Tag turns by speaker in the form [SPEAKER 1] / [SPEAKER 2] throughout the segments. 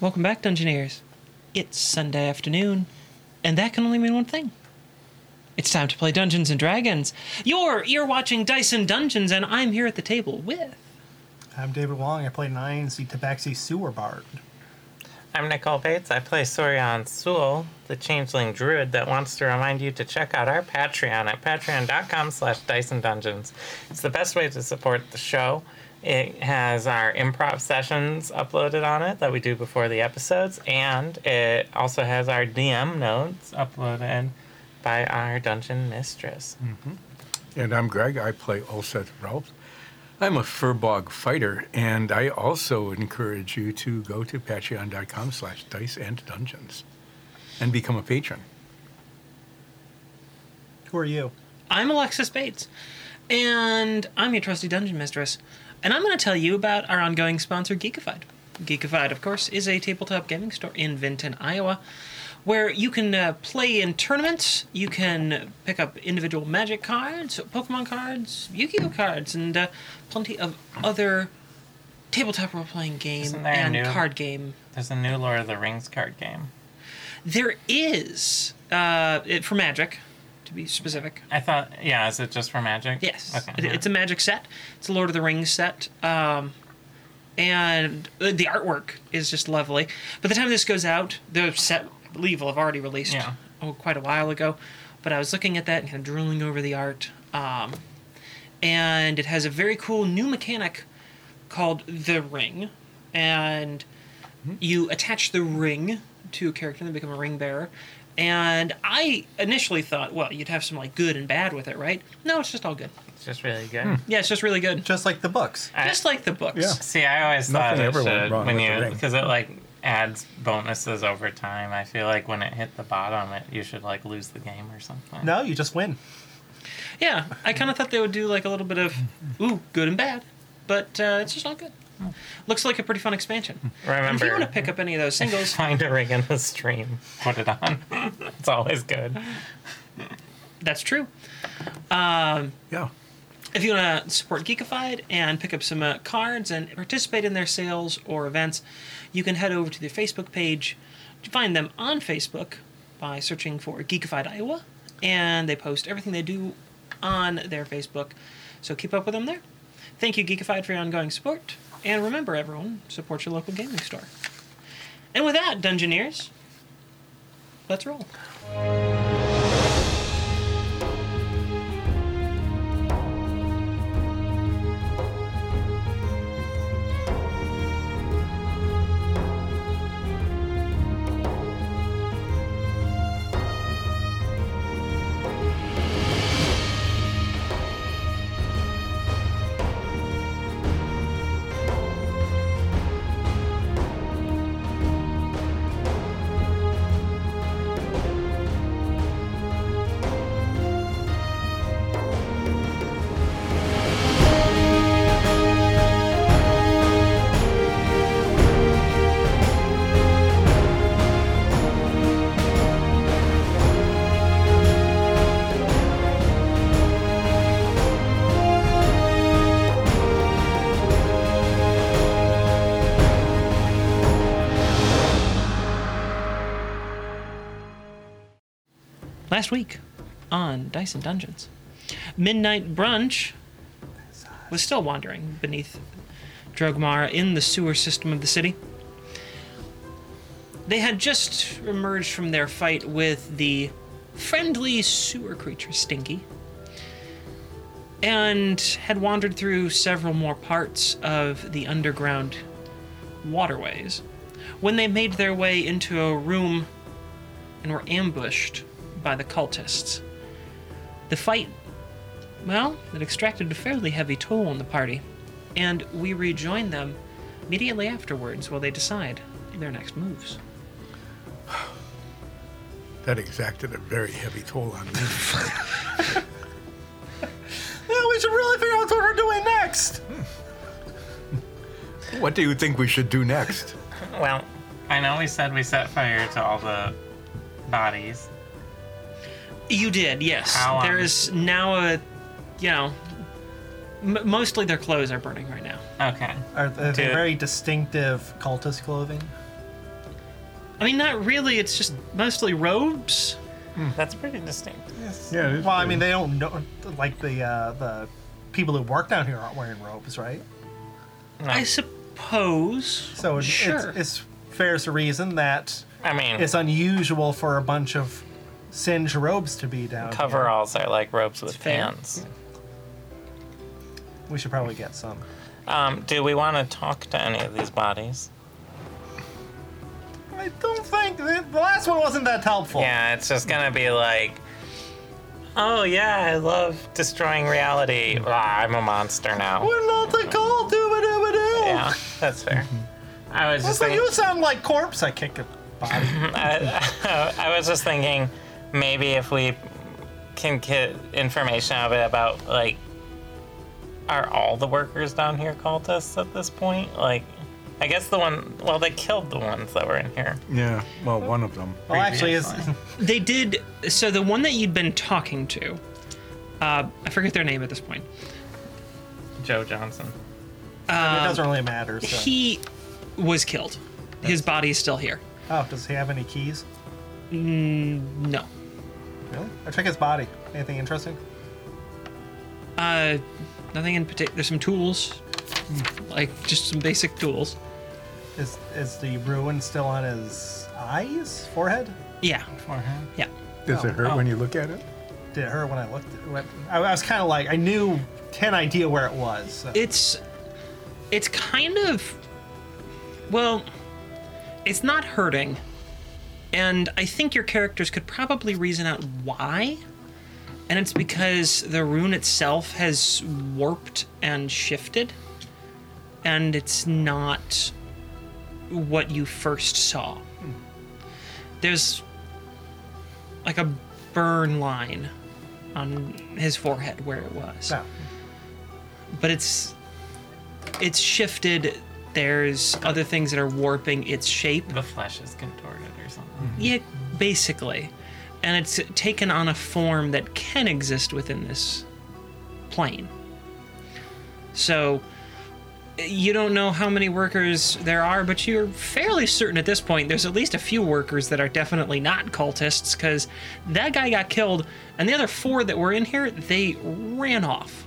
[SPEAKER 1] Welcome back, Dungeoneers. It's Sunday afternoon, and that can only mean one thing. It's time to play Dungeons and Dragons. You're you're watching Dyson Dungeons, and I'm here at the table with.
[SPEAKER 2] I'm David Wong. I play Nines, the Tabaxi Sewer Bard.
[SPEAKER 3] I'm Nicole Bates. I play Surian Sewell, the changeling druid that wants to remind you to check out our Patreon at patreon.com slash Dyson Dungeons. It's the best way to support the show. It has our improv sessions uploaded on it that we do before the episodes, and it also has our DM notes uploaded by our dungeon mistress.
[SPEAKER 4] And I'm Greg. I play Ulset Ralph. I'm a furbog fighter, and I also encourage you to go to patreon.com slash dice and dungeons and become a patron.
[SPEAKER 2] Who are you?
[SPEAKER 1] I'm Alexis Bates, and I'm your trusty dungeon mistress, and I'm going to tell you about our ongoing sponsor, Geekified. Geekified, of course, is a tabletop gaming store in Vinton, Iowa, where you can uh, play in tournaments, you can pick up individual magic cards, Pokemon cards, Yu Gi Oh cards, and uh, plenty of other tabletop role playing game
[SPEAKER 3] Isn't there a
[SPEAKER 1] and
[SPEAKER 3] new-
[SPEAKER 1] card game
[SPEAKER 3] There's a new Lord of the Rings card game.
[SPEAKER 1] There is uh, it, for Magic, to be specific.
[SPEAKER 3] I thought, yeah, is it just for magic?
[SPEAKER 1] Yes,
[SPEAKER 3] Okay.
[SPEAKER 1] It- it's a Magic set. It's a Lord of the Rings set, um, and uh, the artwork is just lovely. By the time this goes out, the set, I believe, will have already released.
[SPEAKER 3] Yeah.
[SPEAKER 1] Oh, quite a while ago. But I was looking at that and kind of drooling over the art. Um, and it has a very cool new mechanic called the ring, and
[SPEAKER 3] Mm-hmm.
[SPEAKER 1] you attach the ring to a character and they become a ring bearer. And I initially thought, well, you'd have some like good and bad with it, right? No, it's just all good.
[SPEAKER 3] It's just really good.
[SPEAKER 1] Yeah, it's just really good.
[SPEAKER 2] Just like the books.
[SPEAKER 3] I-
[SPEAKER 1] Just like the books.
[SPEAKER 4] Yeah.
[SPEAKER 3] See, I always
[SPEAKER 4] Nothing
[SPEAKER 3] thought it
[SPEAKER 4] ever went
[SPEAKER 3] should
[SPEAKER 4] wrong
[SPEAKER 3] when
[SPEAKER 4] with the
[SPEAKER 3] you
[SPEAKER 4] ring.
[SPEAKER 3] because it like adds bonuses over time. I feel like when it hit the bottom, it you should like lose the game or something.
[SPEAKER 2] No, you just win.
[SPEAKER 1] Yeah, I kind of thought they would do like a little bit of ooh, good and bad, but uh, it's just all good. Looks like a pretty fun expansion. And if you
[SPEAKER 3] Remember-
[SPEAKER 1] want to pick up any of those singles,
[SPEAKER 3] Find a ring in the stream, put it on. it's always good.
[SPEAKER 1] that's true.
[SPEAKER 4] Yeah.
[SPEAKER 1] If you want to support Geekified and pick up some uh, cards and participate in their sales or events, you can head over to their Facebook page. You find them on Facebook by searching for Geekified Iowa, and they post everything they do on their Facebook. So keep up with them there. Thank you, Geekified, for your ongoing support. And remember, everyone, support your local gaming store. And with that, Dungeoneers, let's roll. last week on Dyson Dungeons. Midnight Brunch was still wandering beneath Drogmar in the sewer system of the city. They had just emerged from their fight with the friendly sewer creature Stinky and had wandered through several more parts of the underground waterways when they made their way into a room and were ambushed by the cultists. The fight, well, it extracted a fairly heavy toll on the party, and we rejoin them immediately afterwards while they decide their next moves.
[SPEAKER 4] That exacted a very heavy toll on me.
[SPEAKER 2] Yeah, we should really figure out what we're doing next.
[SPEAKER 4] what do you think we should do next?
[SPEAKER 3] Well, I know we said we set fire to all the bodies.
[SPEAKER 1] You did, yes.
[SPEAKER 3] How,
[SPEAKER 1] there
[SPEAKER 3] um,
[SPEAKER 1] is now a, you know, m- mostly their clothes are burning right now.
[SPEAKER 3] Okay.
[SPEAKER 2] Are, are they
[SPEAKER 3] Dude.
[SPEAKER 2] very distinctive cultist clothing?
[SPEAKER 1] I mean, not really. It's just mostly robes.
[SPEAKER 3] That's pretty distinct.
[SPEAKER 4] Yeah, it is
[SPEAKER 2] Well, I
[SPEAKER 4] pretty-
[SPEAKER 2] mean, they don't know. Like the uh, the people that work down here aren't wearing robes, right?
[SPEAKER 1] I suppose.
[SPEAKER 2] So it,
[SPEAKER 1] sure.
[SPEAKER 2] it's, it's fair to reason that
[SPEAKER 3] I mean,
[SPEAKER 2] it's unusual for a bunch of singe robes to be down. Here.
[SPEAKER 3] coveralls are like robes with
[SPEAKER 1] fair.
[SPEAKER 3] pants.
[SPEAKER 2] We should probably get some.
[SPEAKER 3] Um, do we want to talk to any of these bodies?
[SPEAKER 2] I don't think the the last one wasn't that helpful.
[SPEAKER 3] Yeah, it's just gonna be like, oh yeah, I love destroying reality. Ah, I'm a monster now.
[SPEAKER 2] We're not the call, do it, do.
[SPEAKER 3] Yeah, that's fair. I was just
[SPEAKER 2] So
[SPEAKER 3] thinking,
[SPEAKER 2] you sound like corpse. I kick a body.
[SPEAKER 3] I, oh, I was just thinking, maybe if we can get information out of it about like, are all the workers down here cultists at this point? Like, I guess the one, well, they killed the ones that were in here.
[SPEAKER 4] yeah, well, one of them.
[SPEAKER 2] well, actually, it's,
[SPEAKER 1] They did. So the one that you'd been talking to, uh, I forget their name at this point.
[SPEAKER 3] Joe Johnson.
[SPEAKER 2] it doesn't really matter. So.
[SPEAKER 1] He was killed. His body is still here.
[SPEAKER 2] oh, does he have any keys?
[SPEAKER 1] No.
[SPEAKER 2] Really? I check his body. Anything interesting?
[SPEAKER 1] Uh, nothing in particular. There's some tools, like just some basic tools.
[SPEAKER 2] Is is the ruin still on his eyes, forehead?
[SPEAKER 1] Yeah,
[SPEAKER 2] Forehead.
[SPEAKER 1] yeah.
[SPEAKER 4] Does it hurt
[SPEAKER 1] Oh.
[SPEAKER 4] when you look at it?
[SPEAKER 2] Did it hurt when I looked? At, when, I, I was kind of like I knew, had an idea where it was. so-
[SPEAKER 1] It's, it's kind of, well, it's not hurting, and I think your characters could probably reason out why, and it's because the rune itself has warped and shifted, and it's not what you first saw. There's like a burn line on his forehead where it was
[SPEAKER 2] no.
[SPEAKER 1] but it's it's shifted there's other things that are warping its shape
[SPEAKER 3] The flesh is contorted or something.
[SPEAKER 1] yeah basically and it's taken on a form that can exist within this plane so you don't know how many workers there are but you're fairly certain at this point there's at least a few workers that are definitely not cultists because that guy got killed and the other four that were in here they ran off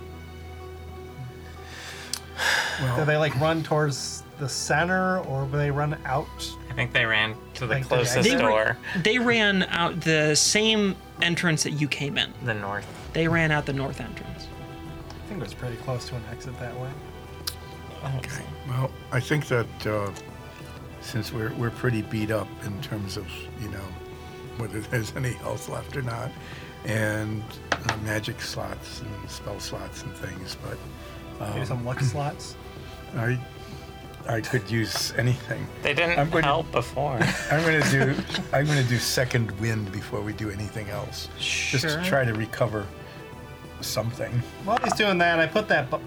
[SPEAKER 2] Did they like run towards the center, or were they run out?
[SPEAKER 3] I think they ran to the
[SPEAKER 2] Like the
[SPEAKER 3] closest
[SPEAKER 2] exit?
[SPEAKER 3] door,
[SPEAKER 1] They ran out the same entrance that you came in.
[SPEAKER 3] the north.
[SPEAKER 1] They ran out the north entrance.
[SPEAKER 2] I think it was pretty close to an exit that way.
[SPEAKER 3] Okay.
[SPEAKER 4] Well, I think that uh, since we're we're pretty beat up in terms of you know whether there's any health left or not, and uh, magic slots and spell slots and things, but
[SPEAKER 2] Maybe some luck slots.
[SPEAKER 4] I I could use anything.
[SPEAKER 3] They
[SPEAKER 4] I'm
[SPEAKER 3] didn't
[SPEAKER 4] going to-
[SPEAKER 3] help before.
[SPEAKER 4] I'm gonna do I'm gonna do second wind before we do anything else, just
[SPEAKER 1] Sure.
[SPEAKER 4] to try to recover something.
[SPEAKER 2] While he's doing that, I put that b-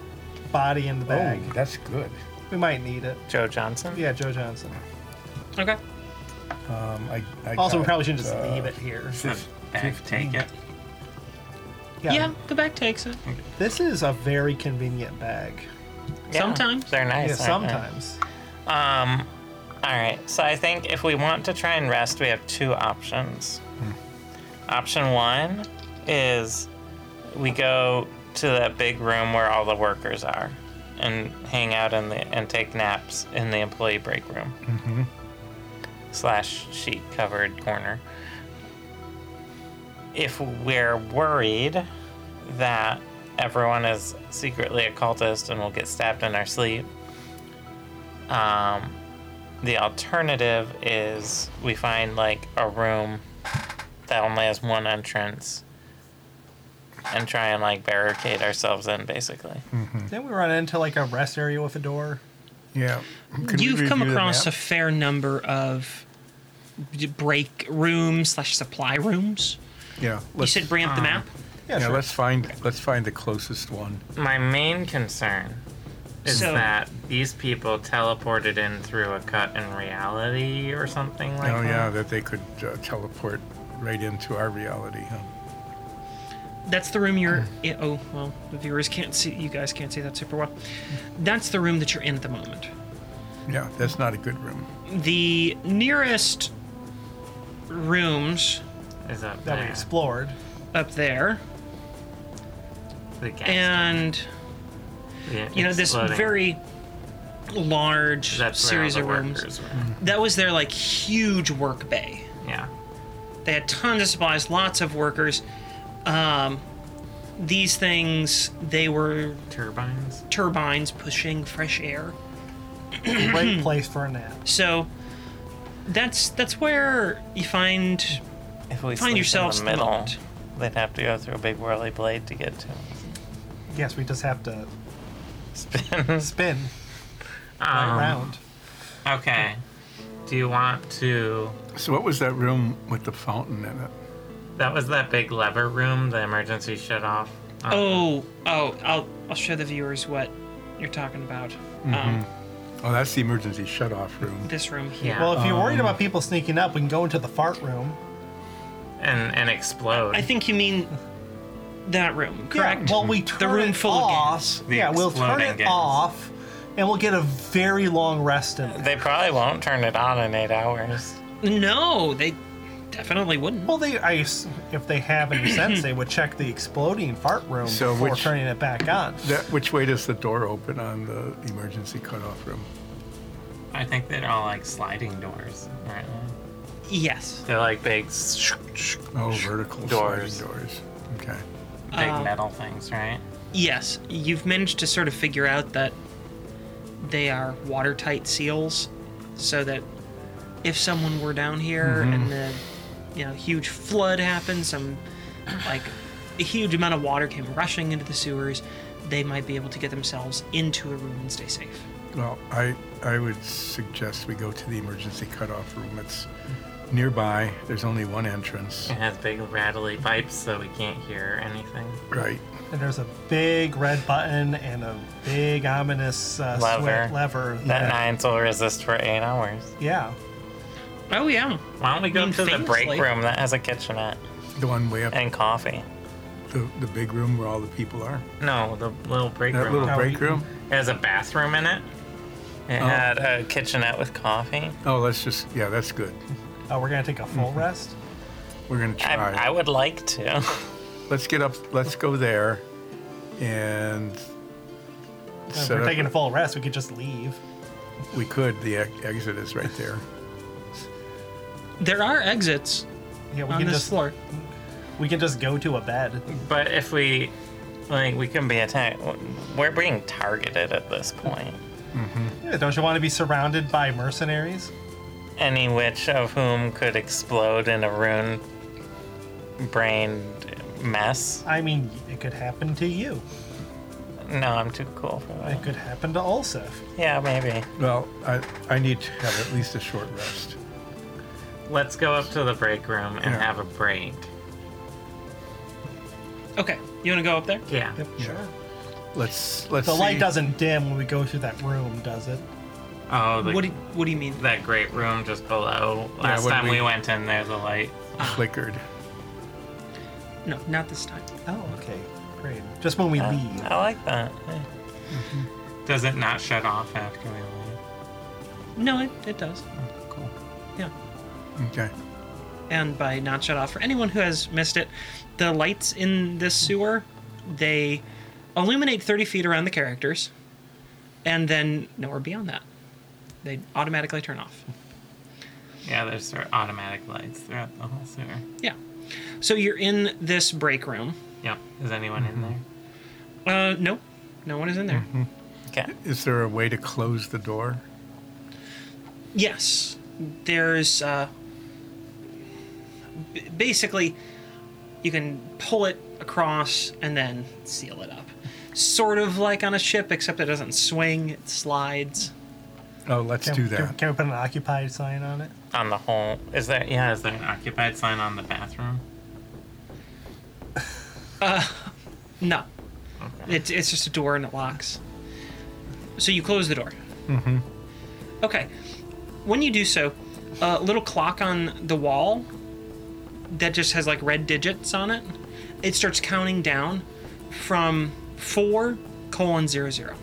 [SPEAKER 2] body in the bag.
[SPEAKER 4] Oh, that's good.
[SPEAKER 2] We might need it.
[SPEAKER 3] Joe Johnson.
[SPEAKER 2] Yeah, Joe Johnson.
[SPEAKER 1] Okay.
[SPEAKER 4] Um, I, I
[SPEAKER 2] Also, we
[SPEAKER 4] got,
[SPEAKER 2] probably shouldn't just
[SPEAKER 4] uh,
[SPEAKER 2] leave it here.
[SPEAKER 4] fif-
[SPEAKER 3] Back, take it.
[SPEAKER 1] Yeah, the back takes it.
[SPEAKER 2] This is a very convenient bag.
[SPEAKER 3] Yeah,
[SPEAKER 1] Sometimes.
[SPEAKER 3] they're nice.
[SPEAKER 2] Yeah,
[SPEAKER 3] aren't they?
[SPEAKER 2] sometimes.
[SPEAKER 3] Um, all right. So I think if we want to try and rest, we have two options. Option one is we go to that big room where all the workers are and hang out in the and take naps in the employee break room slash sheet covered corner. If we're worried that everyone is secretly a cultist and will get stabbed in our sleep, um, the alternative is we find like a room that only has one entrance and try and like barricade ourselves in basically.
[SPEAKER 2] Then we run into like a rest area with a door.
[SPEAKER 4] Yeah. Could we
[SPEAKER 1] You've come
[SPEAKER 4] review the
[SPEAKER 1] across a
[SPEAKER 4] map?
[SPEAKER 1] fair number of d- break rooms slash supply rooms.
[SPEAKER 4] yeah. let's-
[SPEAKER 1] you said bring up the map.
[SPEAKER 2] Yeah,
[SPEAKER 4] yeah,
[SPEAKER 2] sure.
[SPEAKER 4] let's find let's find the closest one.
[SPEAKER 3] My main concern is
[SPEAKER 1] So-
[SPEAKER 3] that these people teleported in through a cut in reality or something like
[SPEAKER 4] oh
[SPEAKER 3] that.
[SPEAKER 4] yeah, that they could uh, teleport right into our reality. Huh?
[SPEAKER 1] That's the room you're. i oh well, the viewers can't see. You guys can't see that super well. That's the room that you're in at the moment.
[SPEAKER 4] Yeah, that's not a good room.
[SPEAKER 1] The nearest rooms
[SPEAKER 3] Is up
[SPEAKER 2] that we
[SPEAKER 3] there.
[SPEAKER 2] explored.
[SPEAKER 1] up there,
[SPEAKER 3] The gas
[SPEAKER 1] and
[SPEAKER 3] yeah,
[SPEAKER 1] you know this
[SPEAKER 3] exploding.
[SPEAKER 1] very large
[SPEAKER 3] That's where all
[SPEAKER 1] series
[SPEAKER 3] the
[SPEAKER 1] of rooms.
[SPEAKER 3] workers were.
[SPEAKER 1] That was their like huge work bay.
[SPEAKER 3] Yeah.
[SPEAKER 1] They had tons of supplies, lots of workers. Um, these things, they were
[SPEAKER 3] Turbines.
[SPEAKER 1] turbines pushing fresh air.
[SPEAKER 2] Great place for a nap.
[SPEAKER 1] So that's that's where you find
[SPEAKER 3] If we
[SPEAKER 1] Find yourselves
[SPEAKER 3] in the middle,
[SPEAKER 1] not.
[SPEAKER 3] they'd have to go through a big whirly blade to get to us.
[SPEAKER 2] Yes, we just have to
[SPEAKER 3] Spin.
[SPEAKER 2] spin right
[SPEAKER 3] Um,
[SPEAKER 2] round.
[SPEAKER 3] Okay. Do you want to?
[SPEAKER 4] So, what was that room with the fountain in it?
[SPEAKER 3] That was that big lever room, the emergency shut off.
[SPEAKER 1] oh oh I'll I'll show the viewers what you're talking about. Um,
[SPEAKER 4] Oh, that's the emergency shut-off room.
[SPEAKER 1] this room here.
[SPEAKER 3] Yeah.
[SPEAKER 2] Well, if you're worried about people sneaking up, we can go into the fart room.
[SPEAKER 3] and and explode.
[SPEAKER 1] I think you mean that room, correct?
[SPEAKER 2] Yeah, well, we turn
[SPEAKER 1] room
[SPEAKER 2] it
[SPEAKER 1] full of
[SPEAKER 2] off.
[SPEAKER 3] The
[SPEAKER 2] yeah, we'll turn
[SPEAKER 3] exploding
[SPEAKER 2] it
[SPEAKER 3] gas.
[SPEAKER 2] off, and we'll get a very long rest in there.
[SPEAKER 3] they probably won't turn it on in eight hours.
[SPEAKER 1] no, they definitely wouldn't.
[SPEAKER 2] Well, they, I, s- if they have any sense, they would check the exploding fart room
[SPEAKER 4] So
[SPEAKER 2] before
[SPEAKER 4] which-
[SPEAKER 2] turning it back on.
[SPEAKER 4] That, which way does the door open on the emergency cut-off room?
[SPEAKER 3] I think they're all like sliding doors right now.
[SPEAKER 1] Yes.
[SPEAKER 3] They're like big, sh- sh-
[SPEAKER 4] Oh, vertical
[SPEAKER 3] Doors.
[SPEAKER 4] sliding doors. Okay.
[SPEAKER 3] big
[SPEAKER 1] Um,
[SPEAKER 3] metal things, right?
[SPEAKER 1] Yes, you've managed to sort of figure out that they are watertight seals, so that if someone were down here
[SPEAKER 2] Mm-hmm.
[SPEAKER 1] and the you know huge flood happened, some like a huge amount of water came rushing into the sewers, they might be able to get themselves into a room and stay safe.
[SPEAKER 4] Well, I I would suggest we go to the emergency cutoff room. It's nearby. There's only one entrance.
[SPEAKER 3] It has big rattly pipes, so we can't hear anything.
[SPEAKER 4] Right.
[SPEAKER 2] And there's a big red button and a big ominous uh,
[SPEAKER 3] Lever.
[SPEAKER 2] sweat lever.
[SPEAKER 3] That
[SPEAKER 2] that-
[SPEAKER 3] nines will resist for eight hours.
[SPEAKER 2] yeah.
[SPEAKER 1] Oh yeah,
[SPEAKER 3] Why don't we go
[SPEAKER 1] mean,
[SPEAKER 3] to the
[SPEAKER 1] things
[SPEAKER 3] break
[SPEAKER 1] like-
[SPEAKER 3] room that has a kitchenette
[SPEAKER 4] The one way up
[SPEAKER 3] and coffee?
[SPEAKER 4] the, the big room where all the people are.
[SPEAKER 3] No, the little break
[SPEAKER 4] That
[SPEAKER 3] room.
[SPEAKER 4] little Oh.
[SPEAKER 2] Oh,
[SPEAKER 4] break
[SPEAKER 2] you-
[SPEAKER 4] room.
[SPEAKER 3] It has a bathroom in it. It had a kitchenette with coffee.
[SPEAKER 4] Oh, let's just yeah, that's good.
[SPEAKER 2] Oh, we're gonna take a full
[SPEAKER 4] Mm-hmm.
[SPEAKER 2] rest.
[SPEAKER 4] We're gonna
[SPEAKER 3] I,
[SPEAKER 4] try.
[SPEAKER 3] I would like to.
[SPEAKER 4] let's get up. Let's go there, and
[SPEAKER 2] If
[SPEAKER 4] set
[SPEAKER 2] we're
[SPEAKER 4] up-
[SPEAKER 2] taking a full rest, we could just leave.
[SPEAKER 4] we could. The e- exit is right there.
[SPEAKER 1] there are exits
[SPEAKER 2] Yeah, we
[SPEAKER 1] on
[SPEAKER 2] can
[SPEAKER 1] this
[SPEAKER 2] just
[SPEAKER 1] floor.
[SPEAKER 2] we can just go to a bed.
[SPEAKER 3] But if we, like, we can be attacked. We're being targeted at this point.
[SPEAKER 2] Yeah, don't you want to be surrounded by mercenaries?
[SPEAKER 3] Any witch of whom could explode in a ruined brained mess.
[SPEAKER 2] I mean, it could happen to you.
[SPEAKER 3] No, I'm too cool for
[SPEAKER 2] It
[SPEAKER 3] that.
[SPEAKER 2] could happen to Olsef.
[SPEAKER 3] Yeah, maybe.
[SPEAKER 4] Well, I I need to have at least a short rest.
[SPEAKER 3] Let's go up to the break room and
[SPEAKER 4] Yeah.
[SPEAKER 3] have a break.
[SPEAKER 1] Okay, you want to go up there?
[SPEAKER 3] Yeah.
[SPEAKER 4] Sure. Let's let's.
[SPEAKER 2] The light
[SPEAKER 4] see.
[SPEAKER 2] doesn't dim when we go through that room, does it?
[SPEAKER 3] Oh, the,
[SPEAKER 1] What do you, what do you mean?
[SPEAKER 3] that great room just below.
[SPEAKER 4] Yeah,
[SPEAKER 3] Last
[SPEAKER 4] when
[SPEAKER 3] time we...
[SPEAKER 4] we-
[SPEAKER 3] went in there, the light.
[SPEAKER 4] flickered.
[SPEAKER 1] No, not this time.
[SPEAKER 2] Oh, okay. Great. Just when we
[SPEAKER 4] Uh,
[SPEAKER 2] leave.
[SPEAKER 3] I like that. Yeah. Does it not shut off after we leave?
[SPEAKER 1] No, it, it does.
[SPEAKER 3] Cool.
[SPEAKER 1] Yeah.
[SPEAKER 4] Okay.
[SPEAKER 1] and by not shut off for anyone who has missed it the lights in this sewer they illuminate 30 feet around the characters and then nowhere beyond that they automatically turn off
[SPEAKER 3] Yeah, there's sort of automatic lights throughout the whole sewer.
[SPEAKER 1] yeah so you're in this break room
[SPEAKER 3] Yep. Is anyone in there?
[SPEAKER 1] uh nope no one is in there
[SPEAKER 3] Okay.
[SPEAKER 4] Is there a way to close the door?
[SPEAKER 1] yes there's uh b- basically you can pull it across and then seal it up sort of like on a ship except it doesn't swing it slides
[SPEAKER 4] Oh, let's
[SPEAKER 2] Can,
[SPEAKER 4] do
[SPEAKER 2] Can,
[SPEAKER 4] that.
[SPEAKER 2] can we put an occupied sign on it?
[SPEAKER 3] On the whole, is there? Yeah, is there an occupied sign on the bathroom?
[SPEAKER 1] No. It's, it's just a door and it locks. So you close the door. Mm-hmm. Okay. When you do so, a little clock on the wall that just has like red digits on it, it starts counting down from four colon zero zero.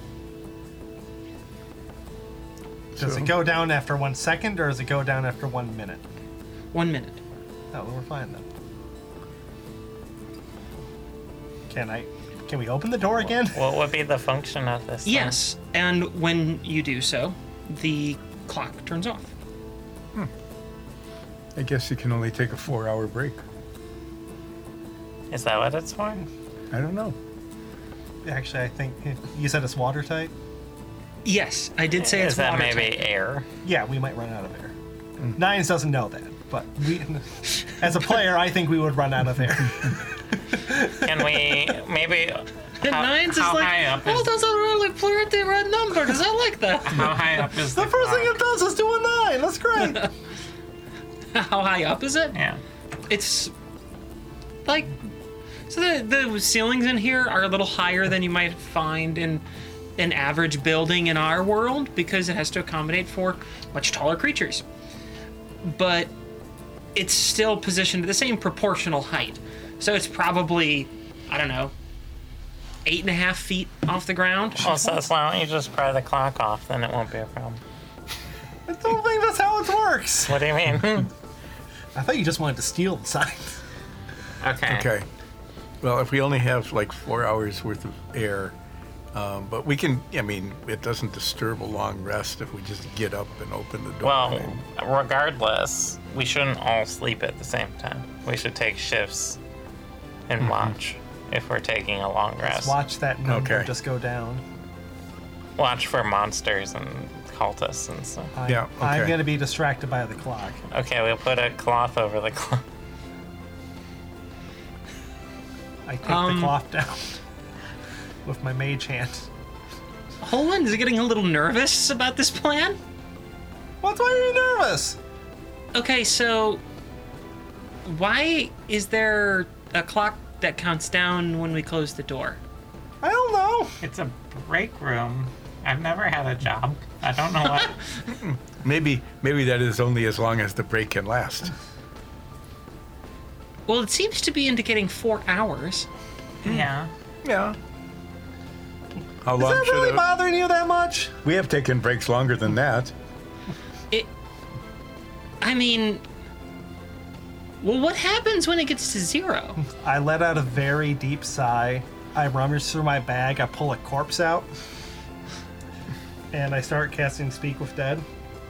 [SPEAKER 2] Does
[SPEAKER 4] So-
[SPEAKER 2] it go down after one second or does it go down after one minute?
[SPEAKER 1] One minute.
[SPEAKER 2] No, we're fine then. Can I? Can we open the door again?
[SPEAKER 3] What would be the function of this? thing?
[SPEAKER 1] Yes, and when you do so, the clock turns off.
[SPEAKER 4] I guess you can only take a four hour break.
[SPEAKER 3] Is that what it's for?
[SPEAKER 4] I don't know.
[SPEAKER 2] Actually, I think you said it's watertight.
[SPEAKER 1] Yes, I did say
[SPEAKER 3] Is
[SPEAKER 1] it's
[SPEAKER 3] that
[SPEAKER 1] watertight.
[SPEAKER 3] maybe air?
[SPEAKER 2] Yeah, we might run out of air.
[SPEAKER 4] Hmm.
[SPEAKER 2] Nines doesn't know that, but we, as a player, I think we would run out of air.
[SPEAKER 3] Can we maybe?
[SPEAKER 1] The
[SPEAKER 3] how,
[SPEAKER 1] nines
[SPEAKER 3] how
[SPEAKER 1] is like,
[SPEAKER 3] high up
[SPEAKER 1] oh,
[SPEAKER 3] is,
[SPEAKER 1] that's a really pretty red number. Does I like that?
[SPEAKER 3] how high up is
[SPEAKER 2] the first thing it does is do a nine. That's great.
[SPEAKER 1] How high up is it?
[SPEAKER 3] Yeah.
[SPEAKER 1] It's like so the the ceilings in here are a little higher than you might find in an average building in our world because it has to accommodate for much taller creatures. But it's still positioned at the same proportional height. So it's probably, I don't know, eight and a half feet off the ground.
[SPEAKER 3] Also, as long as you just pry the clock off, then it won't be a problem.
[SPEAKER 2] I don't think that's how it works.
[SPEAKER 3] What do you mean? Hmm.
[SPEAKER 2] I thought you just wanted to steal the sign.
[SPEAKER 3] okay.
[SPEAKER 4] Okay. Well, if we only have like four hours worth of air, um, but we can, I mean, it doesn't disturb a long rest if we just get up and open the door.
[SPEAKER 3] Well,
[SPEAKER 4] and-
[SPEAKER 3] regardless, we shouldn't all sleep at the same time. We should take shifts and watch if we're taking a long
[SPEAKER 2] Just
[SPEAKER 3] rest. Watch.
[SPEAKER 2] watch that number
[SPEAKER 4] Okay.
[SPEAKER 2] just go down.
[SPEAKER 3] for monsters and cultists and stuff.
[SPEAKER 2] I,
[SPEAKER 4] Yeah,
[SPEAKER 2] I'm
[SPEAKER 4] okay.
[SPEAKER 2] gonna be distracted by the clock.
[SPEAKER 3] Okay, we'll put a cloth over the clock.
[SPEAKER 2] I take
[SPEAKER 1] Um,
[SPEAKER 2] the clock down with my mage hand.
[SPEAKER 1] Holland is getting a little nervous about this plan.
[SPEAKER 2] What's why are you nervous?
[SPEAKER 1] Okay, so why is there a clock that counts down when we close the door?
[SPEAKER 2] I don't know.
[SPEAKER 3] It's a break room. I've never had a job. I don't know what.
[SPEAKER 4] maybe, maybe that is only as long as the break can last.
[SPEAKER 1] Well, it seems to be indicating four hours.
[SPEAKER 3] yeah.
[SPEAKER 4] Yeah. How
[SPEAKER 2] Is
[SPEAKER 4] long
[SPEAKER 2] that
[SPEAKER 4] should
[SPEAKER 2] really
[SPEAKER 4] it-
[SPEAKER 2] bothering you that much?
[SPEAKER 4] We have taken breaks longer than that.
[SPEAKER 1] It. I mean. Well, what happens when it gets to zero?
[SPEAKER 2] I let out a very deep sigh. I rummage through my bag. I pull a corpse out, and I start casting Speak with Dead.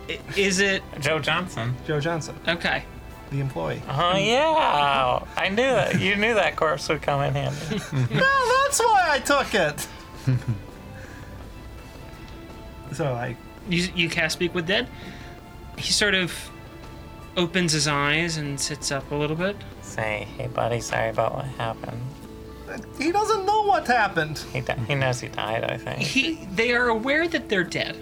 [SPEAKER 1] I- Is it.
[SPEAKER 3] Joe Johnson.
[SPEAKER 2] Joe Johnson,
[SPEAKER 1] Okay.
[SPEAKER 2] the employee.
[SPEAKER 3] Oh yeah, I knew that. You knew that corpse would come in handy.
[SPEAKER 2] No, that's why I took it. so I
[SPEAKER 1] You, you cast Speak with Dead? He sort of opens his eyes and sits up a little bit.
[SPEAKER 3] Say, hey buddy, sorry about what happened.
[SPEAKER 2] he doesn't know what happened.
[SPEAKER 3] He di- he knows he died. I think.
[SPEAKER 1] He, they are aware that they're dead.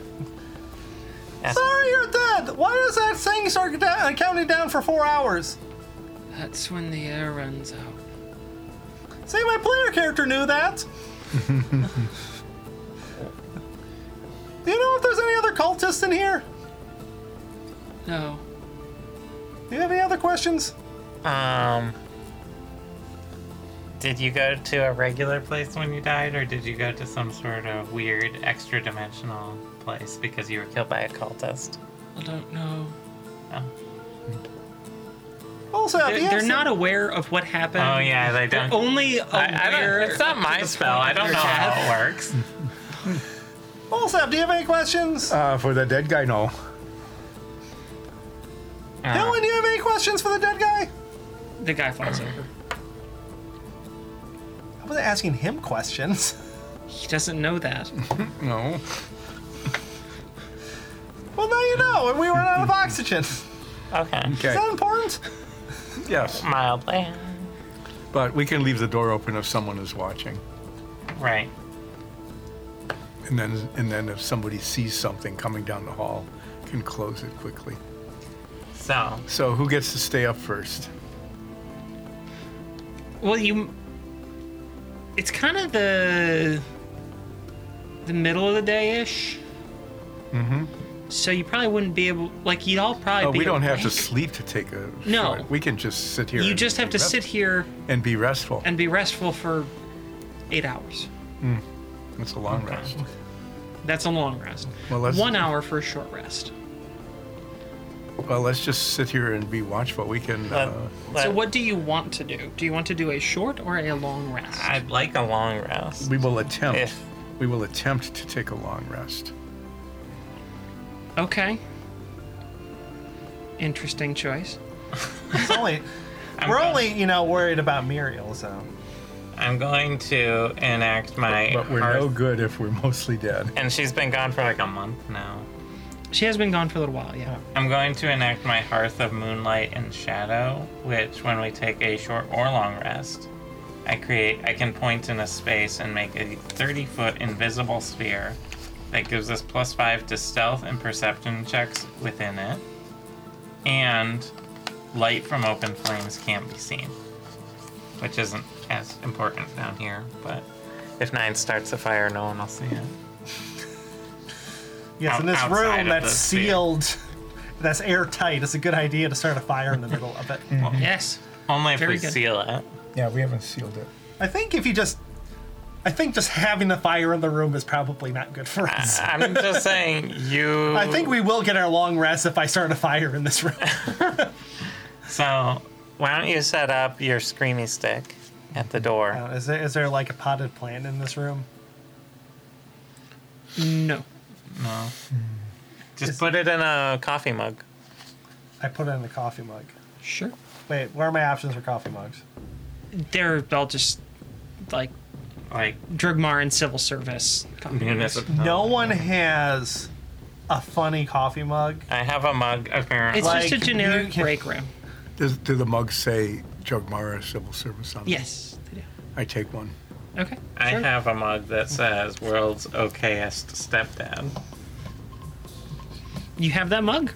[SPEAKER 3] That's-
[SPEAKER 2] Sorry, you're dead. Why does that thing start da- uh, counting down for four hours?
[SPEAKER 1] That's when the air runs out.
[SPEAKER 2] See, my player character knew that. Do you know if there's any other cultists in here?
[SPEAKER 1] No.
[SPEAKER 2] Do you have any other questions?
[SPEAKER 3] Um. Did you go to a regular place when you died, or did you go to some sort of weird extra dimensional place because you were killed by a cultist?
[SPEAKER 1] I don't know.
[SPEAKER 3] Oh,
[SPEAKER 2] Also, if he
[SPEAKER 1] They're, they're
[SPEAKER 2] has
[SPEAKER 1] not aware of what happened.
[SPEAKER 3] oh yeah, they
[SPEAKER 1] They're
[SPEAKER 3] don't.
[SPEAKER 1] only aware.
[SPEAKER 3] I, I don't, it's not my
[SPEAKER 1] to the
[SPEAKER 3] spell.
[SPEAKER 1] point
[SPEAKER 3] I
[SPEAKER 1] of
[SPEAKER 3] don't
[SPEAKER 1] their
[SPEAKER 3] know how
[SPEAKER 1] death.
[SPEAKER 3] it works.
[SPEAKER 2] some- Also, do you have any questions?
[SPEAKER 4] Uh, for the dead guy, no.
[SPEAKER 2] Dylan,
[SPEAKER 3] Uh,
[SPEAKER 2] do you have any questions for the dead guy?
[SPEAKER 1] The guy falls over.
[SPEAKER 2] I wasn't asking him questions.
[SPEAKER 1] He doesn't know that.
[SPEAKER 4] No.
[SPEAKER 2] Well, now you know, and we ran out of oxygen. Is
[SPEAKER 3] okay.
[SPEAKER 4] Okay.
[SPEAKER 2] that important?
[SPEAKER 4] Yes.
[SPEAKER 3] Mildly.
[SPEAKER 4] But we can leave the door open if someone is watching.
[SPEAKER 3] Right.
[SPEAKER 4] And then, and then if somebody sees something coming down the hall, can close it quickly.
[SPEAKER 3] So,
[SPEAKER 4] So who gets to stay up first?
[SPEAKER 1] Well, you. It's kind of the. the middle of the day ish. Mm-hmm. So you probably wouldn't be able. Like you'd all probably.
[SPEAKER 4] Oh,
[SPEAKER 1] be
[SPEAKER 4] we don't have to
[SPEAKER 1] awake.
[SPEAKER 4] sleep to take a.
[SPEAKER 1] No.
[SPEAKER 4] short- We can just sit here.
[SPEAKER 1] You
[SPEAKER 4] and
[SPEAKER 1] just have
[SPEAKER 4] be
[SPEAKER 1] to
[SPEAKER 4] rest-
[SPEAKER 1] sit here
[SPEAKER 4] and be restful.
[SPEAKER 1] and be restful for eight hours.
[SPEAKER 4] It's a long rest.
[SPEAKER 1] That's a long rest.
[SPEAKER 4] Well, let's-
[SPEAKER 1] One hour for a short rest.
[SPEAKER 4] Well, let's just sit here and be watchful. We can.
[SPEAKER 3] But,
[SPEAKER 4] Uh,
[SPEAKER 3] but
[SPEAKER 1] So, what do you want to do? Do you want to do a short or a long rest?
[SPEAKER 3] I'd like a long rest.
[SPEAKER 4] we will attempt.
[SPEAKER 3] If-
[SPEAKER 4] We will attempt to take a long rest.
[SPEAKER 1] Okay. Interesting choice.
[SPEAKER 2] It's only, we're only, you know, worried about Muriel, so.
[SPEAKER 3] I'm going to enact my
[SPEAKER 4] But we're
[SPEAKER 3] hearth-
[SPEAKER 4] no good if we're mostly dead.
[SPEAKER 3] and she's been gone for like a month now.
[SPEAKER 1] She has been gone for a little while, yeah.
[SPEAKER 3] I'm going to enact my Hearth of Moonlight and Shadow, which, when we take a short or long rest, I create. I can point in a space and make a 30-foot invisible sphere that gives us plus five to stealth and perception checks within it, and light from open flames can't be seen, which isn't as important down here. But if nine starts a fire, no one will see it.
[SPEAKER 2] Yes, in this
[SPEAKER 3] Out- outside
[SPEAKER 2] room
[SPEAKER 3] of
[SPEAKER 2] that's
[SPEAKER 3] the sphere.
[SPEAKER 2] sealed, that's airtight, it's a good idea to start a fire in the middle of it.
[SPEAKER 3] Oh.
[SPEAKER 1] Yes.
[SPEAKER 3] Only if
[SPEAKER 1] Very
[SPEAKER 3] we
[SPEAKER 1] good.
[SPEAKER 3] seal it.
[SPEAKER 4] Yeah, we haven't sealed it.
[SPEAKER 2] I think if you just. I think just having the fire in the room is probably not good for us.
[SPEAKER 3] I'm just saying you.
[SPEAKER 2] I think we will get our long rest if I start a fire in this room.
[SPEAKER 3] So, why don't you set up your screamy stick at the door?
[SPEAKER 2] Uh, is, there, is there like a potted plant in this room?
[SPEAKER 1] No.
[SPEAKER 3] no. Just
[SPEAKER 2] Is-
[SPEAKER 3] put it in a coffee mug.
[SPEAKER 2] I put it in the coffee mug.
[SPEAKER 1] Sure.
[SPEAKER 2] Wait, what are my options for coffee mugs?
[SPEAKER 3] Oh,
[SPEAKER 1] They're all just like
[SPEAKER 3] Like
[SPEAKER 1] Drugmar and civil service. companies.
[SPEAKER 3] municipal.
[SPEAKER 2] No one has a funny coffee mug.
[SPEAKER 3] I have a mug apparently.
[SPEAKER 1] It's just a
[SPEAKER 2] Like,
[SPEAKER 1] generic
[SPEAKER 2] you can-
[SPEAKER 1] break room.
[SPEAKER 4] Does, do the mugs say Jogmara Civil Service on them?
[SPEAKER 1] Yes. they do.
[SPEAKER 4] I take one.
[SPEAKER 1] Okay.
[SPEAKER 3] I
[SPEAKER 1] sure.
[SPEAKER 3] have a mug that says "World's Okayest Stepdad."
[SPEAKER 1] You have that mug?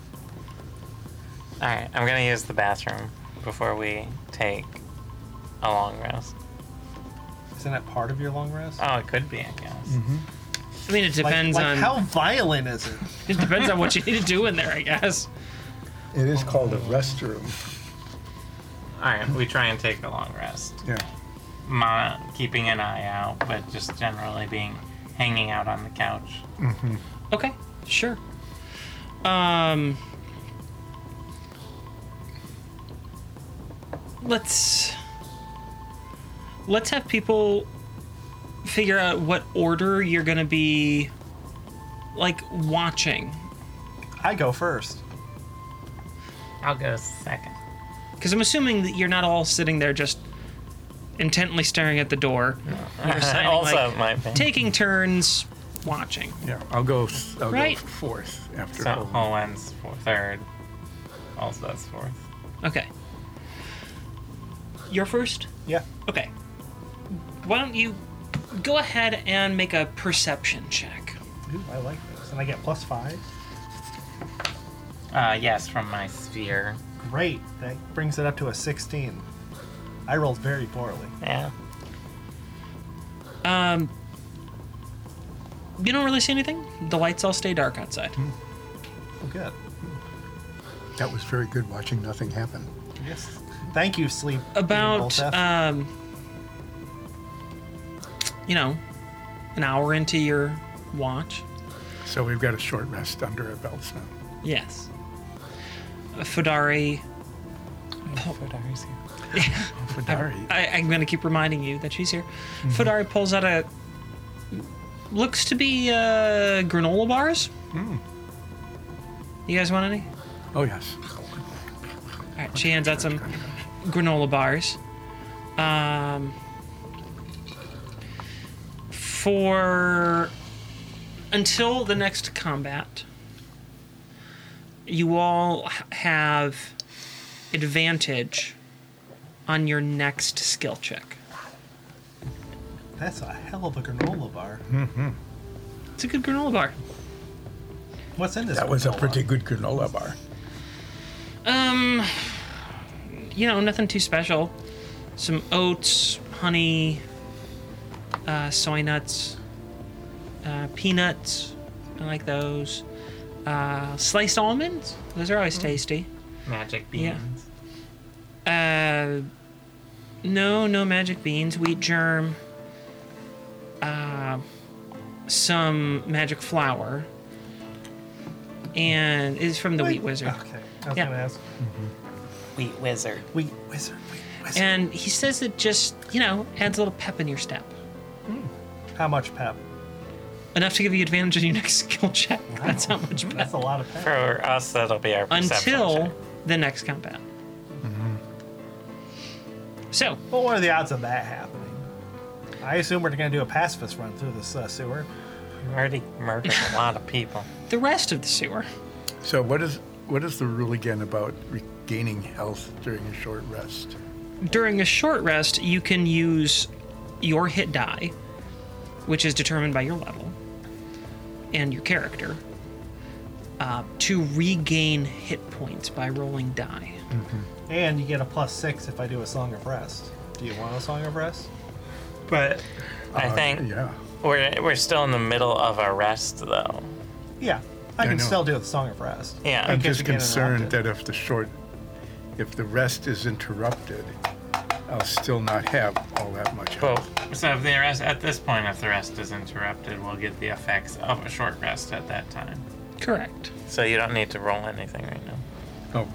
[SPEAKER 3] All right, I'm gonna use the bathroom before we take a long rest.
[SPEAKER 2] Isn't that part of your long rest?
[SPEAKER 3] Oh, it could be, I guess.
[SPEAKER 2] Mm-hmm.
[SPEAKER 1] I mean, it
[SPEAKER 2] Like-
[SPEAKER 1] depends
[SPEAKER 2] like,
[SPEAKER 1] on
[SPEAKER 2] how violent is it?
[SPEAKER 1] it depends on what you need to do in there, I guess.
[SPEAKER 4] It is called a restroom.
[SPEAKER 3] All right, we try and take a long rest.
[SPEAKER 4] Yeah.
[SPEAKER 3] Ma keeping an eye out, but just generally being hanging out on the couch.
[SPEAKER 1] Okay, sure. Um, let's let's have people figure out what order you're gonna be like watching,
[SPEAKER 2] I go first.
[SPEAKER 3] I'll go second.
[SPEAKER 1] because I'm assuming that you're not all sitting there just intently staring at the door. You're signing,
[SPEAKER 3] also,
[SPEAKER 1] like,
[SPEAKER 3] it might be.
[SPEAKER 1] taking turns watching.
[SPEAKER 4] Yeah. I'll go. s- I'll
[SPEAKER 1] Right.
[SPEAKER 4] go fourth after.
[SPEAKER 3] So oh,
[SPEAKER 4] Owen.
[SPEAKER 3] Owen's for third. Also that's fourth.
[SPEAKER 1] Okay. You're first.
[SPEAKER 2] Yeah.
[SPEAKER 1] Okay. Why don't you go ahead and make a perception check?
[SPEAKER 2] Ooh, I like this. And I get plus five.
[SPEAKER 3] Uh, yes, from my sphere.
[SPEAKER 2] Great. That brings it up to a 16. I rolled very poorly.
[SPEAKER 3] Yeah.
[SPEAKER 1] You don't really see anything. The lights all stay dark outside.
[SPEAKER 2] Oh, good.
[SPEAKER 5] That was very good watching nothing happen.
[SPEAKER 2] Yes. Thank you, sleep. eating
[SPEAKER 1] About
[SPEAKER 2] Molseth.
[SPEAKER 1] um, you know, an hour into your watch.
[SPEAKER 4] So we've got a short rest under our belts now.
[SPEAKER 1] Yes. Uh, Fodari,
[SPEAKER 4] For Dari.
[SPEAKER 1] I, I'm going to keep reminding you that she's here. Fodari pulls out a looks to be uh, granola bars. You guys want any?
[SPEAKER 4] Oh yes.
[SPEAKER 1] All right, she hands out some granola bars. Um, for until the next combat, you all h- have advantage on your next skill check.
[SPEAKER 2] That's a hell of a granola bar.
[SPEAKER 1] It's a good granola bar.
[SPEAKER 2] What's in this?
[SPEAKER 4] That was a
[SPEAKER 2] granola?
[SPEAKER 4] pretty good granola bar.
[SPEAKER 1] Um, you know, nothing too special. Some oats, honey, uh, soy nuts, uh, peanuts. I like those. Uh, sliced almonds. Those are always tasty.
[SPEAKER 3] Magic
[SPEAKER 1] Yeah.
[SPEAKER 3] beans.
[SPEAKER 1] Uh, no, no magic beans. Wheat germ. Uh, some magic flour. And is from the Wheat Wizard.
[SPEAKER 2] Okay. I was
[SPEAKER 1] Yeah.
[SPEAKER 2] gonna ask.
[SPEAKER 3] Wheat wizard.
[SPEAKER 2] Wheat wizard. Wheat wizard.
[SPEAKER 1] And he says it just, you know, adds a little pep in your step.
[SPEAKER 2] How much pep?
[SPEAKER 1] Enough to give you advantage on your next skill check. That's how much
[SPEAKER 2] That's
[SPEAKER 1] pep.
[SPEAKER 2] a lot of pep.
[SPEAKER 3] For us, that'll be our perception
[SPEAKER 1] Until
[SPEAKER 3] check.
[SPEAKER 1] the next combat. So,
[SPEAKER 2] Well, what are the odds of that happening? I assume we're gonna do a pacifist run through this uh, sewer.
[SPEAKER 3] We've already murdered a lot of people.
[SPEAKER 1] the rest of the sewer.
[SPEAKER 4] So what is what is the rule again about regaining health during a short rest?
[SPEAKER 1] During a short rest, you can use your hit die, which is determined by your level and your character, uh, to regain hit points by rolling die.
[SPEAKER 2] And you get a plus six if I do a song of rest. Do you want a song of rest?
[SPEAKER 3] But I
[SPEAKER 4] Uh,
[SPEAKER 3] think
[SPEAKER 4] Yeah.
[SPEAKER 3] we're we're still in the middle of a rest, though.
[SPEAKER 2] Yeah, I
[SPEAKER 4] I
[SPEAKER 2] can
[SPEAKER 4] know.
[SPEAKER 2] still do the song of rest.
[SPEAKER 3] Yeah.
[SPEAKER 4] I'm
[SPEAKER 2] In case
[SPEAKER 4] just
[SPEAKER 2] we get
[SPEAKER 4] concerned
[SPEAKER 2] interrupted.
[SPEAKER 4] that if the short, if the rest is interrupted, I'll still not have all that much
[SPEAKER 3] Well,
[SPEAKER 4] health.
[SPEAKER 3] so if the rest at this point, if the rest is interrupted, we'll get the effects of a short rest at that time.
[SPEAKER 1] Correct.
[SPEAKER 3] So you don't need to roll anything right now.
[SPEAKER 4] Oh,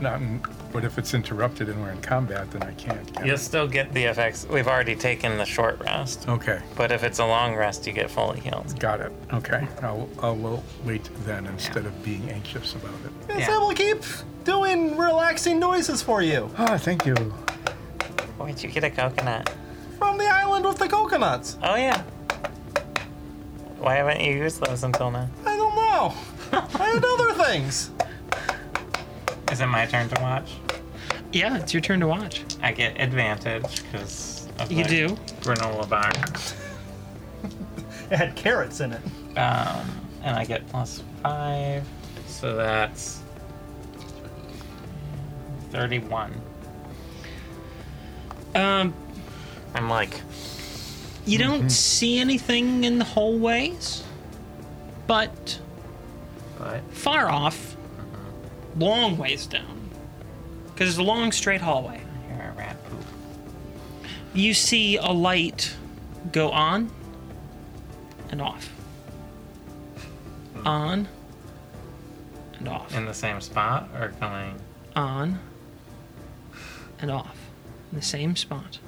[SPEAKER 4] not. In, but if it's interrupted and we're in combat, then I can't. can I?
[SPEAKER 3] You'll still get the effects. We've already taken the short rest,
[SPEAKER 4] Okay.
[SPEAKER 3] but if it's a long rest, you get fully healed.
[SPEAKER 4] Got it. Okay. I'll, I'll wait then instead of being anxious about it.
[SPEAKER 2] Yes,
[SPEAKER 3] Yeah.
[SPEAKER 2] I will keep doing relaxing noises for you
[SPEAKER 4] Ah, thank you.
[SPEAKER 3] Where'd you get a coconut?
[SPEAKER 2] from the island with the coconuts.
[SPEAKER 3] Oh yeah. Why haven't you used those until now?
[SPEAKER 2] I don't know. I had other things.
[SPEAKER 3] Is it my turn to watch?
[SPEAKER 1] Yeah, it's your turn to watch.
[SPEAKER 3] I get advantage because
[SPEAKER 1] You do.
[SPEAKER 3] granola bar,
[SPEAKER 2] It had carrots in it.
[SPEAKER 3] um, and I get plus five, so that's thirty-one.
[SPEAKER 1] Um,
[SPEAKER 3] I'm like,
[SPEAKER 1] You don't see anything in the hallways, but
[SPEAKER 3] but
[SPEAKER 1] far off, long ways down, because it's a long straight hallway.
[SPEAKER 3] you're a rat poop.
[SPEAKER 1] You see a light go on and off, on and off,
[SPEAKER 3] In the same spot or coming?
[SPEAKER 1] on and off, in the same spot,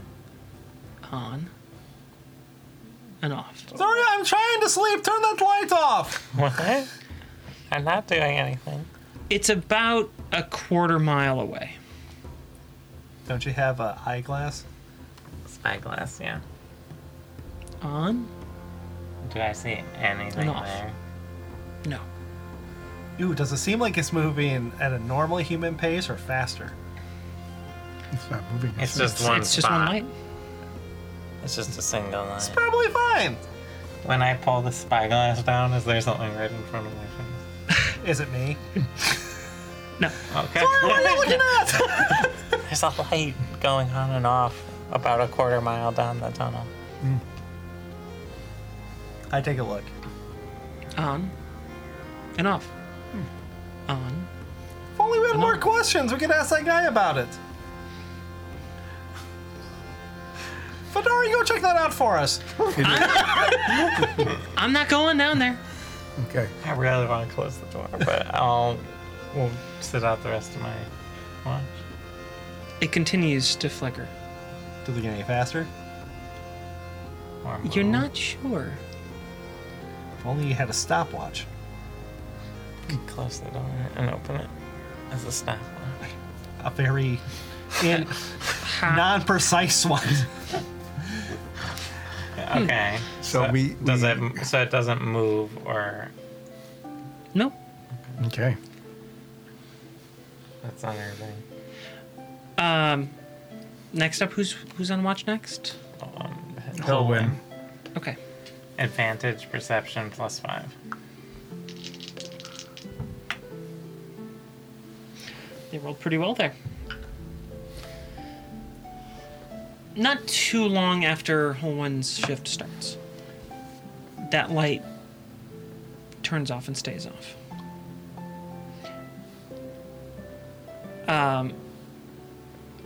[SPEAKER 1] on and off.
[SPEAKER 2] Sorry, I'm trying to sleep. Turn that light off.
[SPEAKER 3] What? I'm not doing anything.
[SPEAKER 1] It's about a quarter mile away.
[SPEAKER 2] Don't you have an eyeglass?
[SPEAKER 3] Spyglass, yeah.
[SPEAKER 1] On?
[SPEAKER 3] Do I see anything
[SPEAKER 1] Enough.
[SPEAKER 3] there?
[SPEAKER 1] No.
[SPEAKER 2] Ooh, does it seem like it's moving at a normal human pace or faster?
[SPEAKER 4] It's not moving.
[SPEAKER 3] It's
[SPEAKER 4] isn't it?
[SPEAKER 3] just one
[SPEAKER 1] it's
[SPEAKER 3] spot.
[SPEAKER 1] just one light.
[SPEAKER 3] It's just a single line.
[SPEAKER 2] Probably fine.
[SPEAKER 3] When I pull the spyglass down, is there something right in front of my face?
[SPEAKER 2] Is it me?
[SPEAKER 1] No.
[SPEAKER 3] Okay.
[SPEAKER 2] What are you looking at?
[SPEAKER 3] There's a light going on and off about a quarter mile down the tunnel.
[SPEAKER 2] I take a look.
[SPEAKER 1] On and off. Hmm. On.
[SPEAKER 2] If only we had more questions, we could ask that guy about it. Fedori, go check that out for us.
[SPEAKER 1] I'm not going down there.
[SPEAKER 4] Okay.
[SPEAKER 3] I really want to close the door, but I'll we'll sit out the rest of my watch.
[SPEAKER 1] It continues to flicker.
[SPEAKER 2] Does it get any faster?
[SPEAKER 3] Or
[SPEAKER 1] You're
[SPEAKER 3] move.
[SPEAKER 1] not sure.
[SPEAKER 2] If only you had a stopwatch.
[SPEAKER 3] Close the door and open it. As a stopwatch.
[SPEAKER 2] A very in-
[SPEAKER 1] How,
[SPEAKER 2] non precise one.
[SPEAKER 3] Okay.
[SPEAKER 4] So we-
[SPEAKER 3] does
[SPEAKER 4] we-
[SPEAKER 3] it so it doesn't move or
[SPEAKER 1] no.
[SPEAKER 4] Okay.
[SPEAKER 3] that's on everything.
[SPEAKER 1] Um. Next up, who's who's on watch next?
[SPEAKER 3] Um,
[SPEAKER 4] I'll
[SPEAKER 5] Oh,
[SPEAKER 4] win.
[SPEAKER 1] Okay.
[SPEAKER 3] Advantage perception plus five.
[SPEAKER 1] They rolled pretty well there. Not too long after Holwen's shift starts, that light turns off and stays off. Um,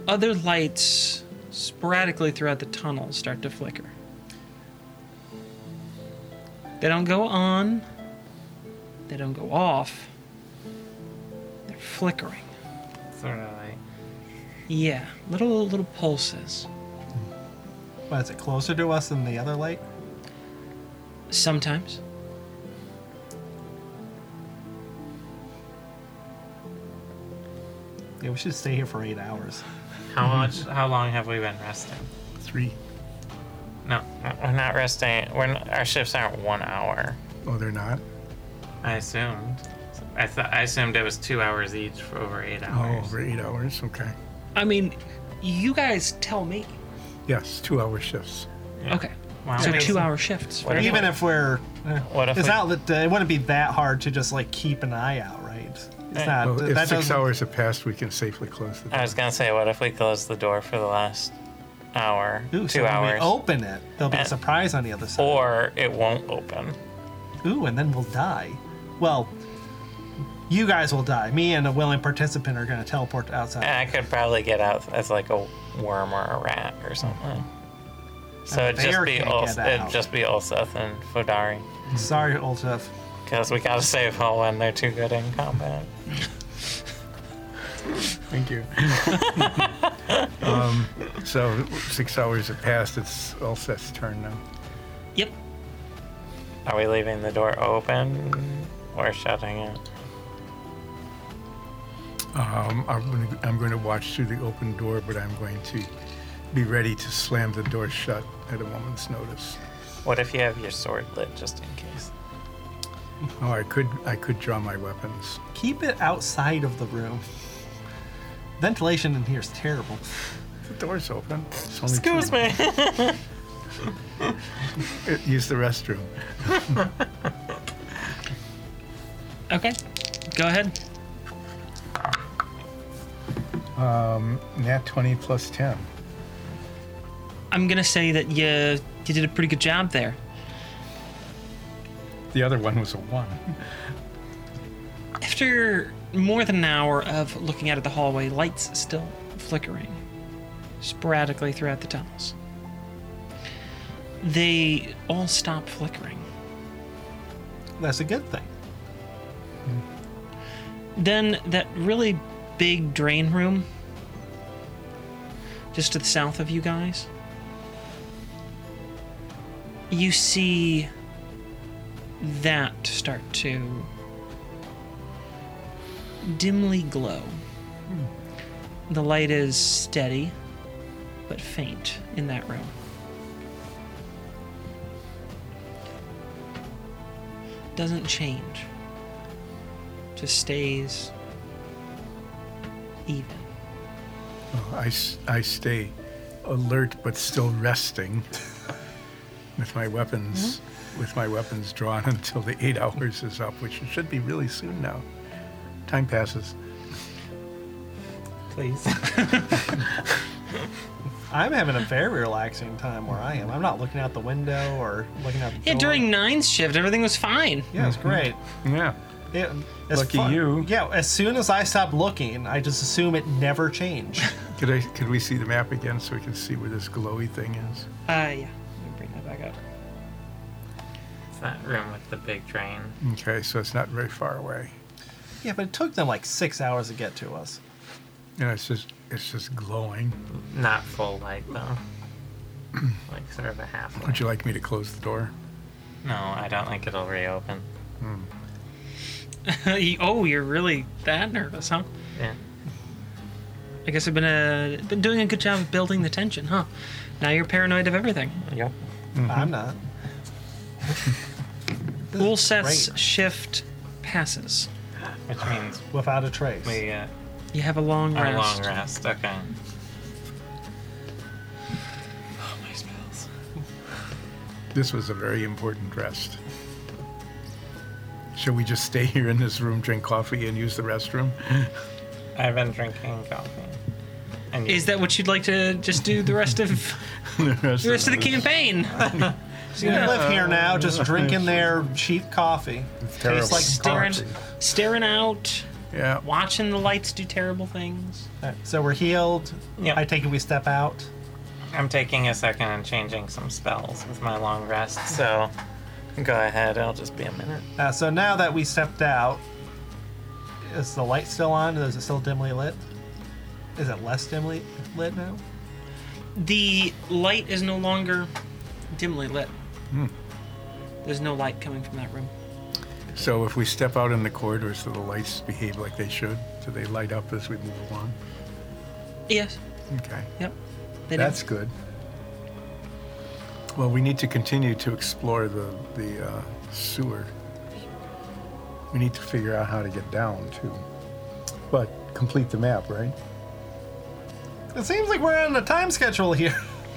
[SPEAKER 1] other lights sporadically throughout the tunnel start to flicker. They don't go on, they don't go off. They're flickering.
[SPEAKER 3] Sort of like.
[SPEAKER 1] Yeah, little little pulses.
[SPEAKER 2] But is it closer to us than the other light?
[SPEAKER 1] Sometimes.
[SPEAKER 2] Yeah, we should stay here for eight hours.
[SPEAKER 3] How much? How long have we been resting?
[SPEAKER 6] Three.
[SPEAKER 3] No, we're not resting. We're not, our shifts aren't one hour.
[SPEAKER 6] Oh, they're not?
[SPEAKER 3] I assumed. I thought I assumed it was two hours each for over eight
[SPEAKER 6] Oh,
[SPEAKER 3] hours.
[SPEAKER 6] over eight hours. Okay.
[SPEAKER 1] I mean, you guys tell me.
[SPEAKER 6] Yes, two hour shifts.
[SPEAKER 3] Yeah.
[SPEAKER 1] Okay.
[SPEAKER 3] Wow.
[SPEAKER 1] So
[SPEAKER 3] Wait,
[SPEAKER 1] two
[SPEAKER 3] so-
[SPEAKER 1] hour shifts.
[SPEAKER 3] What
[SPEAKER 1] right?
[SPEAKER 2] Even if we're, eh,
[SPEAKER 3] What if
[SPEAKER 2] it's
[SPEAKER 3] we-
[SPEAKER 2] not that uh, it wouldn't be that hard to just like keep an eye out, right? It's
[SPEAKER 3] Eh.
[SPEAKER 2] not
[SPEAKER 6] Well, if
[SPEAKER 2] that
[SPEAKER 6] 6
[SPEAKER 2] doesn't-
[SPEAKER 6] hours have passed, we can safely close the door.
[SPEAKER 3] I was gonna say, what if we close the door for the last hour,
[SPEAKER 2] Ooh,
[SPEAKER 3] two
[SPEAKER 2] so when
[SPEAKER 3] hours,
[SPEAKER 2] we open it, there'll be
[SPEAKER 3] Eh.
[SPEAKER 2] a surprise on the other side.
[SPEAKER 3] or it won't open?
[SPEAKER 2] Ooh, and then we'll die. Well, you guys will die. Me and a willing participant are going to teleport outside.
[SPEAKER 3] And I could probably get out as like a worm or a rat or something. So
[SPEAKER 2] And
[SPEAKER 3] it'd just
[SPEAKER 2] bear
[SPEAKER 3] be
[SPEAKER 2] can't
[SPEAKER 3] Ulseth,
[SPEAKER 2] get out.
[SPEAKER 3] it'd just be Ulseth and Fodari,
[SPEAKER 2] Sorry, Oltef.
[SPEAKER 3] because we gotta save Holland. They're too good in combat.
[SPEAKER 6] Thank you.
[SPEAKER 5] Um, So six hours have passed. It's all Seth's turn now.
[SPEAKER 1] Yep.
[SPEAKER 3] Are we leaving the door open or shutting it?
[SPEAKER 5] Um, I'm, gonna, I'm going to watch through the open door, but I'm going to be ready to slam the door shut at a moment's notice.
[SPEAKER 3] What if you have your sword lit just in case?
[SPEAKER 5] Oh, I could I could draw my weapons.
[SPEAKER 2] Keep it outside of the room. Ventilation in here is terrible.
[SPEAKER 5] The door's open. It's only two-
[SPEAKER 3] Excuse me.
[SPEAKER 5] Uh, Use the restroom.
[SPEAKER 1] Okay. Go ahead.
[SPEAKER 5] Nat 20 plus 10.
[SPEAKER 1] I'm gonna say that you you did a pretty good job there.
[SPEAKER 5] The other one was a one.
[SPEAKER 1] After more than an hour of looking out at the hallway, lights still flickering sporadically throughout the tunnels. They all stop flickering.
[SPEAKER 2] That's a good thing.
[SPEAKER 1] Then that really big drain room, just to the south of you guys, you see that start to dimly glow. The light is steady but faint in that room. Doesn't change just stays even.
[SPEAKER 5] Oh, I, s- I stay alert but still resting with my weapons with my weapons drawn until the eight hours is up, which should be really soon now. Time passes.
[SPEAKER 3] Please.
[SPEAKER 2] I'm having a very relaxing time where I am. I'm not looking out the window or looking out the
[SPEAKER 1] Yeah,
[SPEAKER 2] door.
[SPEAKER 1] during Nine's shift, everything was fine.
[SPEAKER 2] Yeah, it's great.
[SPEAKER 5] Yeah.
[SPEAKER 2] It, it's
[SPEAKER 5] Lucky you.
[SPEAKER 2] Yeah, as soon as I stop looking, I just assume it never changed.
[SPEAKER 5] Could I could we see the map again so we can see where this glowy thing is?
[SPEAKER 1] Uh, yeah. Let me bring that back up.
[SPEAKER 3] it's that room with the big drain.
[SPEAKER 5] Okay, so it's not very far away.
[SPEAKER 2] yeah, but it took them like six hours to get to us.
[SPEAKER 5] You know, it's just it's just glowing.
[SPEAKER 3] Not full light though. like sort of a half light.
[SPEAKER 5] Would you like me to close the door?
[SPEAKER 3] No, I don't think it'll reopen.
[SPEAKER 1] You- oh, you're really that nervous, huh?
[SPEAKER 3] Yeah.
[SPEAKER 1] I guess I've been uh, been doing a good job of building the tension, huh? Now you're paranoid of everything.
[SPEAKER 3] Yep.
[SPEAKER 2] I'm not. This is
[SPEAKER 1] Ulseth's
[SPEAKER 2] great.
[SPEAKER 1] shift passes.
[SPEAKER 3] Which means
[SPEAKER 2] without a trace.
[SPEAKER 3] we uh,
[SPEAKER 1] You have a long
[SPEAKER 3] are
[SPEAKER 1] rest.
[SPEAKER 3] long rest. Okay. Oh my spells.
[SPEAKER 5] This was a very important rest. Shall we just stay here in this room, drink coffee, and use the restroom?
[SPEAKER 3] I've been drinking coffee. And
[SPEAKER 1] Is that what you'd like to just do the rest of
[SPEAKER 5] the
[SPEAKER 1] the rest of the campaign?
[SPEAKER 2] So you live here now, just drinking their cheap coffee.
[SPEAKER 5] It's terrible.
[SPEAKER 2] like
[SPEAKER 1] staring,
[SPEAKER 2] coffee.
[SPEAKER 1] staring out,
[SPEAKER 5] yeah.
[SPEAKER 1] watching the lights do terrible things.
[SPEAKER 2] Alright, so we're healed.
[SPEAKER 3] Yep.
[SPEAKER 2] I take it we step out.
[SPEAKER 3] I'm taking a second and changing some spells with my long rest, so go ahead. It'll just be a minute.
[SPEAKER 2] Uh, so now that we stepped out, Is the light still on? Is it still dimly lit? Is it less dimly lit now?
[SPEAKER 1] The light is no longer dimly lit.
[SPEAKER 2] Hmm.
[SPEAKER 1] There's no light coming from that room.
[SPEAKER 5] So if we step out in the corridors, do the lights behave like they should? Do they light up as we move along?
[SPEAKER 1] Yes.
[SPEAKER 5] Okay.
[SPEAKER 1] Yep. They do.
[SPEAKER 7] That's good.
[SPEAKER 5] Well, we need to continue to explore the the uh, sewer. We need to figure out how to get down too.
[SPEAKER 7] But complete the map, right?
[SPEAKER 2] It seems like we're on a time schedule here.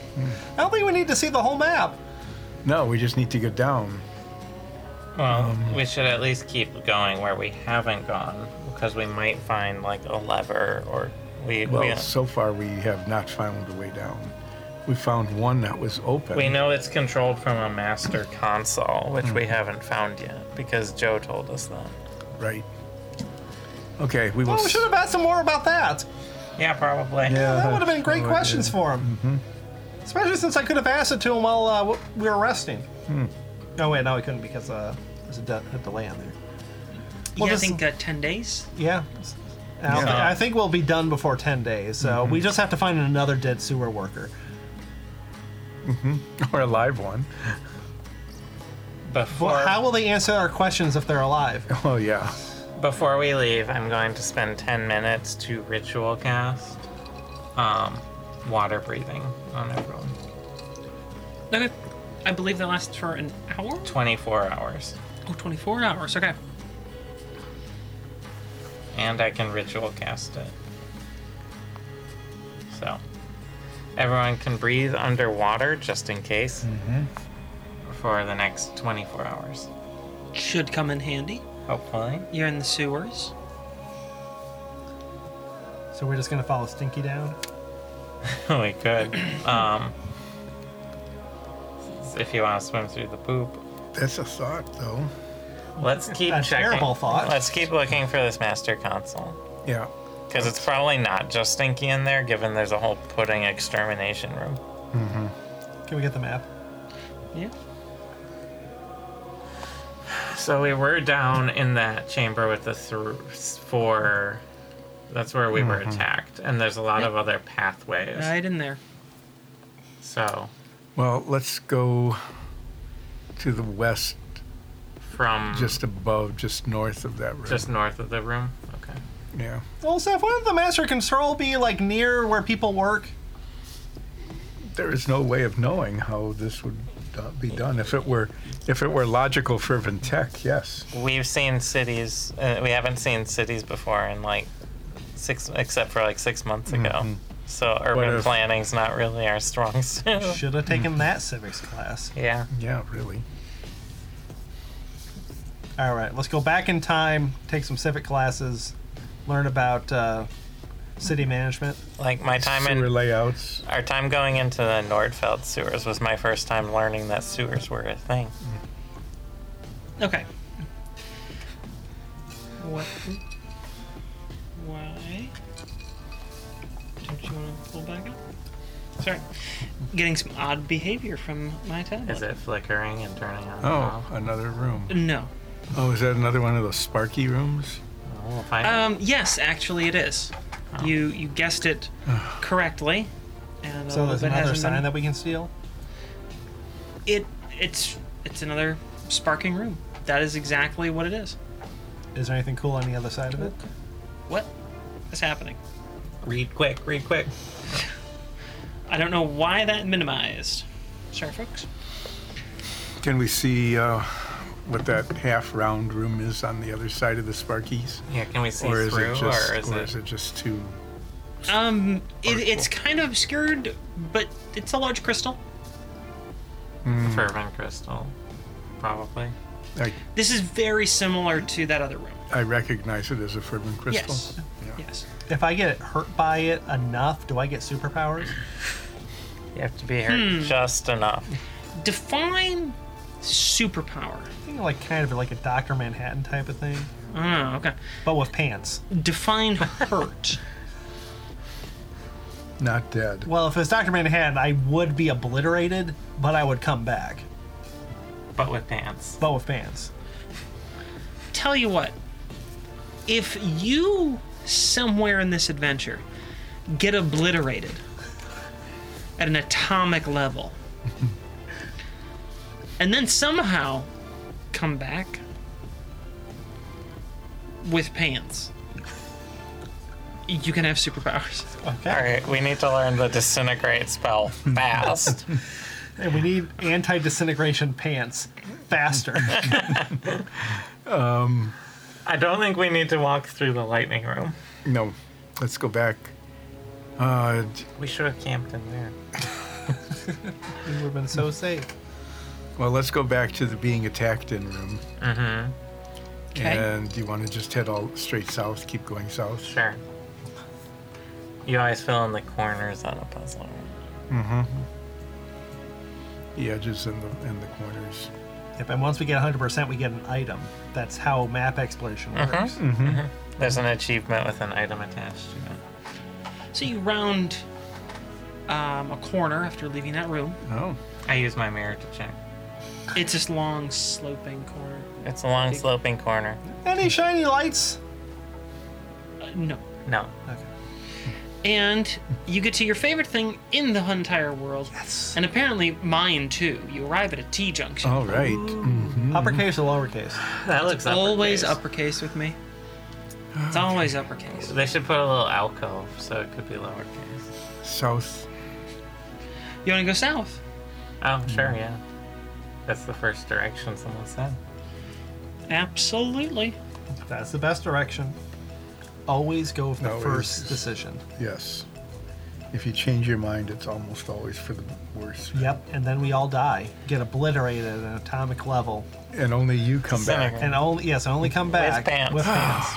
[SPEAKER 2] I don't think we need to see the whole map.
[SPEAKER 5] No, we just need to get down.
[SPEAKER 3] Well,
[SPEAKER 5] Um,
[SPEAKER 3] we should at least keep going where we haven't gone because we might find like a lever or we
[SPEAKER 5] Well,
[SPEAKER 3] we,
[SPEAKER 5] so far we have not found a way down. We found one that was open.
[SPEAKER 3] we know it's controlled from a master console, which
[SPEAKER 5] Mm-hmm.
[SPEAKER 3] we haven't found yet because Joe told us that.
[SPEAKER 5] Right. Okay, we will.
[SPEAKER 2] Oh, we
[SPEAKER 5] s-
[SPEAKER 2] should have asked him more about that.
[SPEAKER 3] Yeah, probably.
[SPEAKER 5] Uh-huh. Oh, Yeah, Mm-hmm.
[SPEAKER 2] That would have been great
[SPEAKER 5] probably
[SPEAKER 2] questions for him. Especially since I could have asked it to him while uh, w- we were resting.
[SPEAKER 5] Hmm.
[SPEAKER 2] No, wait, no, I couldn't because uh, there's a, de- a delay on there. Well,
[SPEAKER 1] yeah, I
[SPEAKER 2] this-
[SPEAKER 1] think uh, 10 days.
[SPEAKER 2] Yeah. I, don't thi-
[SPEAKER 3] Yeah.
[SPEAKER 2] I think we'll be done before 10 days, so
[SPEAKER 5] Mm-hmm.
[SPEAKER 2] we just have to find another dead sewer worker.
[SPEAKER 5] Or a live one.
[SPEAKER 3] Before
[SPEAKER 2] Well, how will they answer our questions if they're alive?
[SPEAKER 5] Oh yeah.
[SPEAKER 3] Before we leave, I'm going to spend 10 minutes to ritual cast um, water breathing on everyone.
[SPEAKER 1] Okay. I believe that lasts for an hour?
[SPEAKER 3] 24 hours.
[SPEAKER 1] Oh, 24 hours. Okay.
[SPEAKER 3] And I can ritual cast it. So, everyone can breathe underwater just in case
[SPEAKER 2] Mm-hmm.
[SPEAKER 3] for the next 24 hours,
[SPEAKER 1] Should come in handy.
[SPEAKER 3] hopefully.
[SPEAKER 1] You're in the sewers.
[SPEAKER 2] So we're just gonna follow Stinky down.
[SPEAKER 3] we could. Um, if you want to swim through the poop,
[SPEAKER 5] That's a thought, though.
[SPEAKER 3] let's keep
[SPEAKER 2] A
[SPEAKER 3] checking.
[SPEAKER 2] terrible thought.
[SPEAKER 3] Let's keep looking for this master console.
[SPEAKER 5] Yeah.
[SPEAKER 3] Because it's probably not just Stinky in there, given there's a whole pudding extermination room.
[SPEAKER 2] Can we get the map?
[SPEAKER 1] Yeah.
[SPEAKER 3] So we were down in that chamber with the th- four. That's where we
[SPEAKER 5] Mm-hmm.
[SPEAKER 3] were attacked, and there's a lot of other pathways.
[SPEAKER 1] Right in there.
[SPEAKER 3] So
[SPEAKER 5] Well, let's go to the west,
[SPEAKER 3] from just
[SPEAKER 5] just above, just north of that room.
[SPEAKER 3] just north of the room. Okay.
[SPEAKER 5] yeah.
[SPEAKER 2] Well, Seth, wouldn't the master control be like near where people work?
[SPEAKER 5] There is no way of knowing how this would do- be done. If it were, if it were logical for Ventec, yes.
[SPEAKER 3] We've seen cities. Uh, we haven't seen cities before in like six, except for like six months ago. So urban
[SPEAKER 5] Mm-hmm. if-
[SPEAKER 3] planning's not really our strong suit.
[SPEAKER 2] Should have
[SPEAKER 5] Mm-hmm.
[SPEAKER 2] taken that civics class.
[SPEAKER 3] yeah.
[SPEAKER 5] Yeah, really.
[SPEAKER 2] All right, let's go back in time, take some civic classes, learn about uh, city management.
[SPEAKER 3] Like my time in
[SPEAKER 5] Sewer layouts.
[SPEAKER 3] Our time going into the Nordfeld sewers was my first time learning that sewers were a thing.
[SPEAKER 1] Okay. What? Why? Don't you want to pull back up? Sorry. Getting some odd behavior from my tablet.
[SPEAKER 3] Is it flickering and turning on? and
[SPEAKER 5] Oh,
[SPEAKER 3] off?
[SPEAKER 5] another room.
[SPEAKER 1] No.
[SPEAKER 5] Oh, is that another one of those sparky rooms?
[SPEAKER 3] Oh, we'll find out.
[SPEAKER 1] Um, yes, actually, it is.
[SPEAKER 3] Oh.
[SPEAKER 1] You you guessed it correctly. And a
[SPEAKER 2] So
[SPEAKER 1] little
[SPEAKER 2] there's
[SPEAKER 1] bit
[SPEAKER 2] another
[SPEAKER 1] Uh, hasn't
[SPEAKER 2] sign
[SPEAKER 1] been-
[SPEAKER 2] that we can steal.
[SPEAKER 1] it it's it's another sparking room. That is exactly what it is.
[SPEAKER 2] Is there anything cool on the other side of it?
[SPEAKER 1] What is happening?
[SPEAKER 3] Read quick, read quick.
[SPEAKER 1] I don't know why that minimized. Sorry, folks.
[SPEAKER 5] Can we see uh, what that half round room is on the other side of the sparkies?
[SPEAKER 3] Yeah, can we see
[SPEAKER 5] Or is
[SPEAKER 3] through,
[SPEAKER 5] it just,
[SPEAKER 3] or is it?
[SPEAKER 5] just too?
[SPEAKER 1] Um, it, it's kind of obscured, but it's a large crystal.
[SPEAKER 3] fervent crystal? Probably.
[SPEAKER 5] I,
[SPEAKER 1] This is very similar to that other room.
[SPEAKER 5] I recognize it as a fervent crystal.
[SPEAKER 1] Yes. Yes.
[SPEAKER 2] If I get hurt by it enough, do I get superpowers?
[SPEAKER 3] You have to be hurt just enough.
[SPEAKER 1] Define superpower.
[SPEAKER 2] I think like kind of like a Doctor Manhattan type of thing,
[SPEAKER 1] Oh, okay.
[SPEAKER 2] but with pants.
[SPEAKER 1] Define hurt.
[SPEAKER 5] Not dead.
[SPEAKER 2] Well, if it's Doctor Manhattan, I would be obliterated, but I would come back,
[SPEAKER 3] But with pants.
[SPEAKER 2] but with pants.
[SPEAKER 1] Tell you what, if you somewhere in this adventure get obliterated at an atomic level and then somehow come back with pants you can have superpowers
[SPEAKER 2] Okay.
[SPEAKER 3] All right, we need to learn the disintegrate spell fast.
[SPEAKER 2] And we need anti disintegration pants faster.
[SPEAKER 3] I don't think we need to walk through the lightning room.
[SPEAKER 5] No, let's go back. Uh, d-
[SPEAKER 3] We should have camped in there.
[SPEAKER 2] we would have been so safe.
[SPEAKER 5] well, let's go back to the being attacked in room.
[SPEAKER 3] Mm-hmm.
[SPEAKER 1] Okay.
[SPEAKER 5] And do you want to just head all straight south, keep going south?
[SPEAKER 3] Sure. You always fill in the corners on a puzzle. right?
[SPEAKER 5] The edges and the, and the corners.
[SPEAKER 2] Yep, and once we get 100%, we get an item. That's how map exploration works.
[SPEAKER 3] There's an achievement with an item attached to it.
[SPEAKER 1] so you round um, a corner after leaving that room
[SPEAKER 5] Oh,
[SPEAKER 3] I use my mirror to check.
[SPEAKER 1] it's this long sloping corner
[SPEAKER 3] It's a long sloping corner.
[SPEAKER 2] Any shiny lights?
[SPEAKER 1] uh, no
[SPEAKER 3] No.
[SPEAKER 2] Okay.
[SPEAKER 1] and you get to your favorite thing in the entire world.
[SPEAKER 2] Yes.
[SPEAKER 1] And apparently mine too. You arrive at a T junction.
[SPEAKER 5] all right. Mhm.
[SPEAKER 2] Mm-hmm. Uppercase or lowercase?
[SPEAKER 3] That looks
[SPEAKER 1] always
[SPEAKER 3] uppercase.
[SPEAKER 1] uppercase with me. It's always uppercase.
[SPEAKER 3] They should put a little alcove so it could be lowercase.
[SPEAKER 5] South.
[SPEAKER 1] You want to go south?
[SPEAKER 3] Oh, sure, yeah. That's the first direction someone said.
[SPEAKER 1] Absolutely.
[SPEAKER 2] That's the best direction. Always go with the
[SPEAKER 5] Always.
[SPEAKER 2] first decision.
[SPEAKER 8] Yes. If you change your mind, it's almost always for the worse.
[SPEAKER 2] Yep, and then we all die. Get obliterated at an atomic level.
[SPEAKER 5] And only you come back.
[SPEAKER 2] And only, yes, only come back
[SPEAKER 3] pants.
[SPEAKER 2] With pants.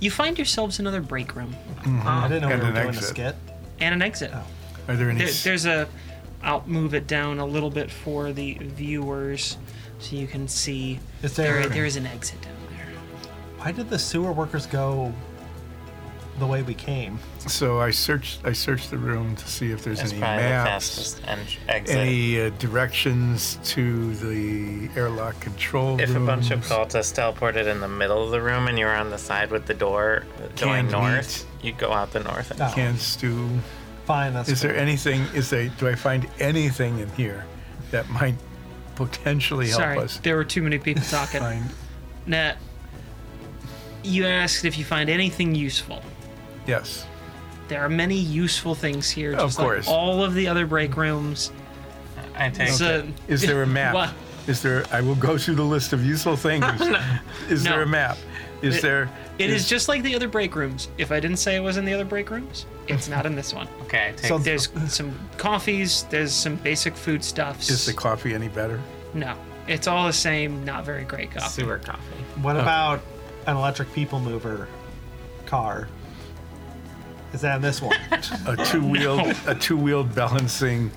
[SPEAKER 1] You find yourselves another break room
[SPEAKER 2] I didn't know we
[SPEAKER 5] And
[SPEAKER 2] were
[SPEAKER 5] an
[SPEAKER 2] doing a
[SPEAKER 5] exit.
[SPEAKER 2] skit.
[SPEAKER 1] and an exit.
[SPEAKER 5] Are there any?
[SPEAKER 1] There,
[SPEAKER 5] s-
[SPEAKER 1] there's a. I'll move it down a little bit for the viewers so you can see.
[SPEAKER 2] Is there-
[SPEAKER 1] there is an exit down there.
[SPEAKER 2] Why did the sewer workers go the way we came?
[SPEAKER 5] so I searched. I searched the room to see if there's
[SPEAKER 3] That's
[SPEAKER 5] any
[SPEAKER 3] probably the
[SPEAKER 5] maps,
[SPEAKER 3] fastest en- exit.
[SPEAKER 5] any uh, directions to the airlock control
[SPEAKER 3] If a bunch of
[SPEAKER 5] rooms.
[SPEAKER 3] cultists teleported in the middle of the room and you were on the side with the door going
[SPEAKER 5] Canned
[SPEAKER 3] north, you'd go out the north. And
[SPEAKER 2] Oh.
[SPEAKER 5] canned stew.
[SPEAKER 2] Fine, that's
[SPEAKER 5] Is there
[SPEAKER 2] fair.
[SPEAKER 5] anything? Is there? Do I find anything in here that might potentially help
[SPEAKER 1] Sorry,
[SPEAKER 5] us
[SPEAKER 1] there were too many people talking.
[SPEAKER 5] find?
[SPEAKER 1] Now, you asked if you find anything useful.
[SPEAKER 5] Yes.
[SPEAKER 1] There are many useful things here, just
[SPEAKER 5] course.
[SPEAKER 1] like all of the other break rooms.
[SPEAKER 3] I take
[SPEAKER 1] So,
[SPEAKER 5] Is there a map?
[SPEAKER 1] What?
[SPEAKER 5] Is there? I will go through the list of useful things. Is there
[SPEAKER 1] No.
[SPEAKER 5] a map? Is
[SPEAKER 1] It-
[SPEAKER 5] there?
[SPEAKER 1] It is just like the other break rooms. If I didn't say it was in the other break rooms, it's not in this one.
[SPEAKER 3] Okay, I take
[SPEAKER 2] So-
[SPEAKER 1] There's some coffees. There's some basic foodstuffs.
[SPEAKER 5] Is the coffee any better?
[SPEAKER 1] no, it's all the same. Not very great coffee.
[SPEAKER 3] sewer coffee.
[SPEAKER 2] What about an electric people mover car? Is that in this one?
[SPEAKER 5] A two-wheeled, a two-wheeled balancing.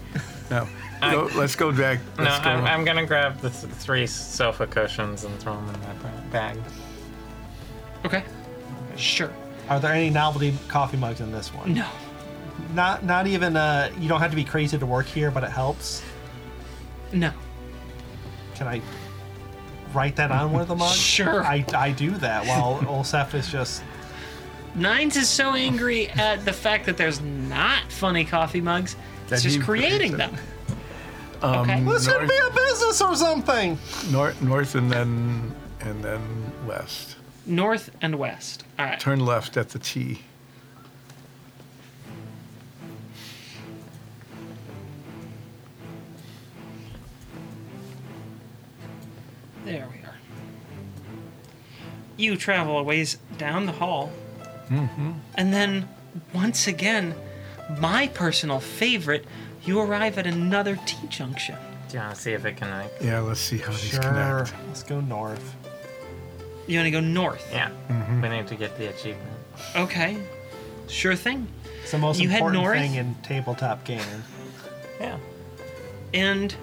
[SPEAKER 5] No. Go- let's go back.
[SPEAKER 3] No,
[SPEAKER 5] Let's go.
[SPEAKER 3] I'm, I'm gonna grab the th- three sofa cushions and throw them in my bra- bag.
[SPEAKER 1] Okay, sure.
[SPEAKER 2] Are there any novelty coffee mugs in this one?
[SPEAKER 1] No,
[SPEAKER 2] Not, not even. Uh, you don't have to be crazy to work here, but it helps.
[SPEAKER 1] no.
[SPEAKER 2] Can I write that on one of the mugs?
[SPEAKER 1] Sure.
[SPEAKER 2] I, I do that while Olsef is just.
[SPEAKER 1] Nines is so angry at the fact that there's not funny coffee mugs. It's
[SPEAKER 5] That he Um,
[SPEAKER 1] just creating
[SPEAKER 5] creates
[SPEAKER 1] them. okay.
[SPEAKER 2] This could be a business or something.
[SPEAKER 5] north, north, and then and then west.
[SPEAKER 1] North and west. All right.
[SPEAKER 5] Turn left at the T.
[SPEAKER 1] There we are. You travel a ways down the hall.
[SPEAKER 2] Mm-hmm.
[SPEAKER 1] And then, once again, my personal favorite, you arrive at another T junction.
[SPEAKER 3] Do you want to see if it can like?
[SPEAKER 5] Yeah. Let's see how these
[SPEAKER 2] Sure.
[SPEAKER 5] connect.
[SPEAKER 2] Let's go north.
[SPEAKER 1] You want to go north.
[SPEAKER 3] Yeah, we need to get the achievement.
[SPEAKER 1] Okay. Sure thing.
[SPEAKER 2] It's the most
[SPEAKER 1] You head
[SPEAKER 2] important
[SPEAKER 1] north?
[SPEAKER 2] thing in tabletop gaming.
[SPEAKER 3] Yeah.
[SPEAKER 1] And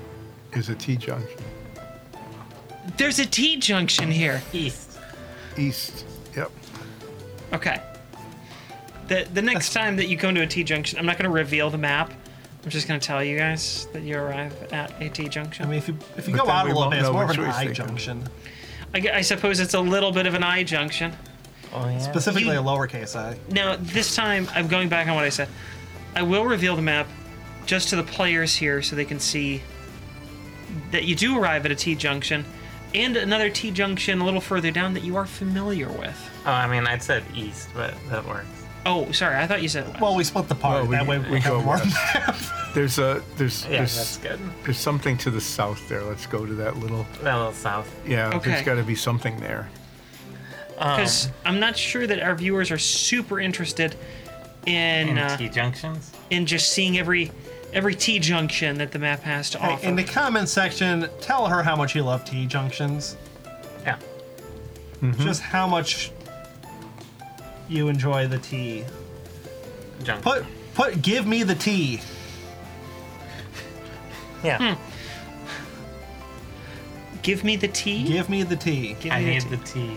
[SPEAKER 5] Is a T junction
[SPEAKER 1] there's a T junction here.
[SPEAKER 3] East.
[SPEAKER 5] east? Yep.
[SPEAKER 1] Okay. The, the next time that you come to a T junction, I'm not going to reveal the map. I'm just going to tell you guys that you arrive at a T junction.
[SPEAKER 2] I mean, if you if you
[SPEAKER 5] But
[SPEAKER 2] go
[SPEAKER 5] then
[SPEAKER 2] out a
[SPEAKER 5] we
[SPEAKER 2] little
[SPEAKER 5] won't
[SPEAKER 2] bit, it's
[SPEAKER 5] know
[SPEAKER 2] more of
[SPEAKER 5] which
[SPEAKER 2] an
[SPEAKER 5] way he's
[SPEAKER 2] eye
[SPEAKER 5] thinking.
[SPEAKER 2] junction.
[SPEAKER 1] I, gu- I suppose it's a little bit of an eye junction.
[SPEAKER 3] Oh, yeah.
[SPEAKER 2] Specifically
[SPEAKER 1] You-
[SPEAKER 2] a lowercase i.
[SPEAKER 1] Now, this time, I'm going back on what I said. I will reveal the map just to the players here so they can see that you do arrive at a T junction and another T junction a little further down that you are familiar with.
[SPEAKER 3] Oh, I mean, I said east, but that works.
[SPEAKER 1] Oh, sorry, I thought you said west.
[SPEAKER 2] Well, we split the part.
[SPEAKER 4] Well, we-
[SPEAKER 2] that way
[SPEAKER 4] we
[SPEAKER 2] we have
[SPEAKER 4] go
[SPEAKER 2] more.
[SPEAKER 4] west. There's a there's
[SPEAKER 3] Yeah,
[SPEAKER 4] there's,
[SPEAKER 3] that's good.
[SPEAKER 4] there's something to the south there. Let's go to that little.
[SPEAKER 3] That little south.
[SPEAKER 4] Yeah,
[SPEAKER 1] Okay.
[SPEAKER 4] there's got to be something there.
[SPEAKER 1] because Oh. I'm not sure that our viewers are super interested in
[SPEAKER 3] In
[SPEAKER 1] uh,
[SPEAKER 3] T junctions.
[SPEAKER 1] in just seeing every every T junction that the map has to offer.
[SPEAKER 2] In the comment section, tell her how much you love T junctions.
[SPEAKER 3] Yeah.
[SPEAKER 2] Just how much you enjoy the T.
[SPEAKER 3] Junction.
[SPEAKER 2] Put put give me the T.
[SPEAKER 3] yeah.
[SPEAKER 1] Give me the T.
[SPEAKER 2] Give me the T.
[SPEAKER 1] Give
[SPEAKER 3] I
[SPEAKER 1] me the
[SPEAKER 3] need
[SPEAKER 1] T.
[SPEAKER 3] the T.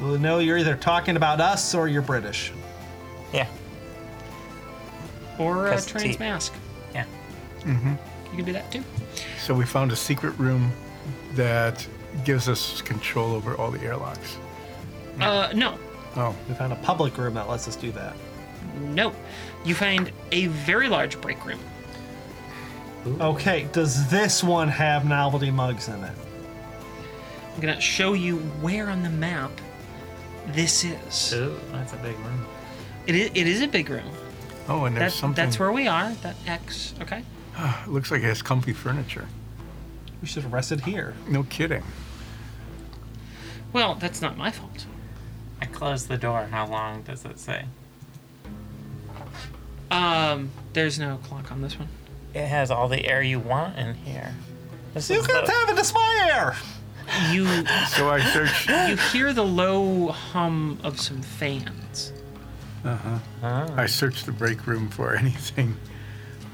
[SPEAKER 2] We'll know you're either talking about us or you're British.
[SPEAKER 3] Yeah.
[SPEAKER 1] or uh,
[SPEAKER 3] Press T.
[SPEAKER 1] trans mask.
[SPEAKER 3] Yeah.
[SPEAKER 1] You can do that too.
[SPEAKER 4] So we found a secret room that gives us control over all the airlocks.
[SPEAKER 1] Uh, no,
[SPEAKER 4] Oh,
[SPEAKER 2] We found a public room that lets us do that.
[SPEAKER 1] no. You find a very large break room.
[SPEAKER 2] Okay, does this one have novelty mugs in it?
[SPEAKER 1] I'm gonna show you where on the map this is.
[SPEAKER 3] Ooh, that's a big room.
[SPEAKER 1] It is, it is a big room.
[SPEAKER 4] oh, and there's
[SPEAKER 1] That,
[SPEAKER 4] something.
[SPEAKER 1] that's where we are. That X. Okay.
[SPEAKER 4] Looks like it has comfy furniture.
[SPEAKER 2] We should have rested here.
[SPEAKER 4] No kidding.
[SPEAKER 1] Well, that's not my fault.
[SPEAKER 3] I closed the door. How long does it say?
[SPEAKER 1] Um, there's no clock on this one.
[SPEAKER 3] It has all the air you want in here. This
[SPEAKER 2] You
[SPEAKER 3] is
[SPEAKER 2] can't
[SPEAKER 3] the-
[SPEAKER 2] have it, it's my air!
[SPEAKER 1] You
[SPEAKER 4] So I searched.
[SPEAKER 1] you hear the low hum of some fans.
[SPEAKER 4] I searched the break room for anything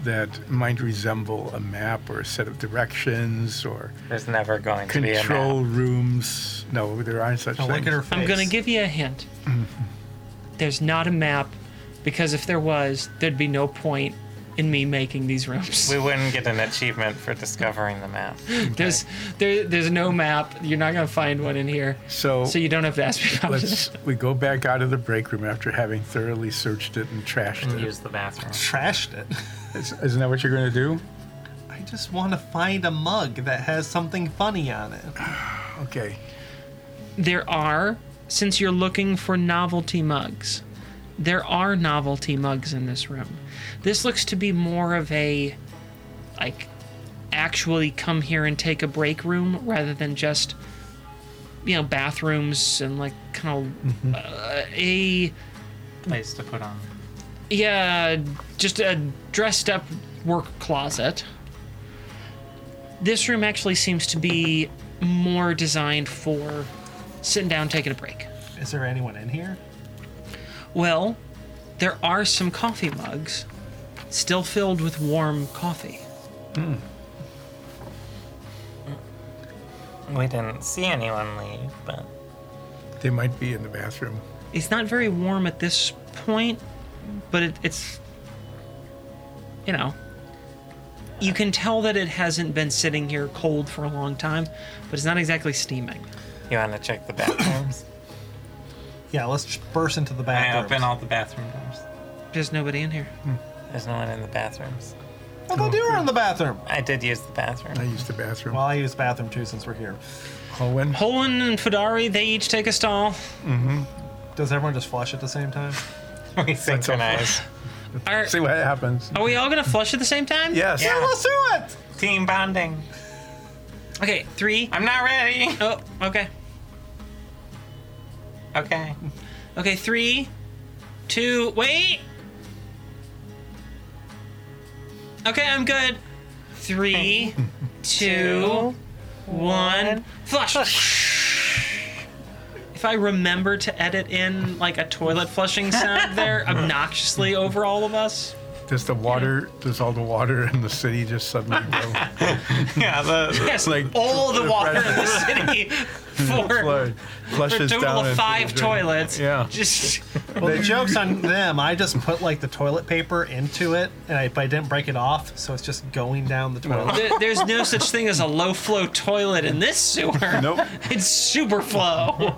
[SPEAKER 4] that might resemble a map or a set of directions or
[SPEAKER 3] There's never going to be a
[SPEAKER 4] control
[SPEAKER 3] map.
[SPEAKER 4] rooms. No, there aren't such
[SPEAKER 2] Now
[SPEAKER 4] things.
[SPEAKER 2] look at her face.
[SPEAKER 1] I'm gonna give you a hint.
[SPEAKER 4] Mm-hmm.
[SPEAKER 1] There's not a map because if there was, there'd be no point in me making these rooms.
[SPEAKER 3] We wouldn't get an achievement for discovering the map.
[SPEAKER 1] There's there, there's no map. You're not gonna find one in here,
[SPEAKER 4] So,
[SPEAKER 1] so you don't have to ask me about it.
[SPEAKER 4] let's we go back out of the break room after having thoroughly searched it and trashed it.
[SPEAKER 3] Use the bathroom.
[SPEAKER 2] Trashed it.
[SPEAKER 4] Is, isn't that what you're going to do?
[SPEAKER 2] I just want to find a mug that has something funny on it.
[SPEAKER 4] Okay.
[SPEAKER 1] There are, since you're looking for novelty mugs, there are novelty mugs in this room. This looks to be more of a, like, actually come here and take a break room rather than just, you know, bathrooms and like kind of uh, a
[SPEAKER 3] Place to put on.
[SPEAKER 1] Yeah, just a dressed up work closet. This room actually seems to be more designed for sitting down, taking a break.
[SPEAKER 2] Is there anyone in here?
[SPEAKER 1] Well, there are some coffee mugs still filled with warm coffee.
[SPEAKER 3] We didn't see anyone leave, but
[SPEAKER 4] They might be in the bathroom.
[SPEAKER 1] It's not very warm at this point, but it, it's, you know, you can tell that it hasn't been sitting here cold for a long time, but it's not exactly steaming.
[SPEAKER 3] you want to check the bathrooms?
[SPEAKER 2] Yeah, let's ch- burst into the
[SPEAKER 3] I open
[SPEAKER 2] bathroom.
[SPEAKER 3] all the bathroom doors.
[SPEAKER 1] There's nobody in here.
[SPEAKER 3] There's no one in the bathrooms.
[SPEAKER 2] I thought you were in the bathroom.
[SPEAKER 3] I did use the
[SPEAKER 4] I
[SPEAKER 3] bathroom.
[SPEAKER 4] used the bathroom. Oh,
[SPEAKER 2] Well, I use bathroom too since we're here.
[SPEAKER 4] Owen,
[SPEAKER 1] Poland and Fedari, they each take a stall.
[SPEAKER 2] Does everyone just flush at the same time?
[SPEAKER 3] we synchronized.
[SPEAKER 1] Are,
[SPEAKER 4] see what happens.
[SPEAKER 1] are we all gonna flush at the same time?
[SPEAKER 4] Yes.
[SPEAKER 3] Yeah.
[SPEAKER 2] Let's do it!
[SPEAKER 3] Team bonding.
[SPEAKER 1] Okay, three.
[SPEAKER 3] I'm not ready.
[SPEAKER 1] Oh, okay.
[SPEAKER 3] Okay.
[SPEAKER 1] Okay, three, two, wait. Okay, I'm good. Three, two, one, flush. If I remember to edit in like a toilet flushing sound there obnoxiously over all of us,
[SPEAKER 5] Does the water, does all the water in the city just suddenly go?
[SPEAKER 3] yeah, the,
[SPEAKER 1] Yes,
[SPEAKER 5] like-
[SPEAKER 1] all the water in the city for,
[SPEAKER 5] flood?
[SPEAKER 1] for a
[SPEAKER 5] Flushes down
[SPEAKER 1] total
[SPEAKER 5] into
[SPEAKER 1] of
[SPEAKER 5] the
[SPEAKER 1] five
[SPEAKER 5] drain.
[SPEAKER 1] toilets.
[SPEAKER 5] Yeah.
[SPEAKER 1] Just
[SPEAKER 2] Well, the joke's on them. I just put like the toilet paper into it, and I, but I didn't break it off, so it's just going down the toilet.
[SPEAKER 1] there, there's no such thing as a low flow toilet in this sewer.
[SPEAKER 5] Nope.
[SPEAKER 1] It's super flow.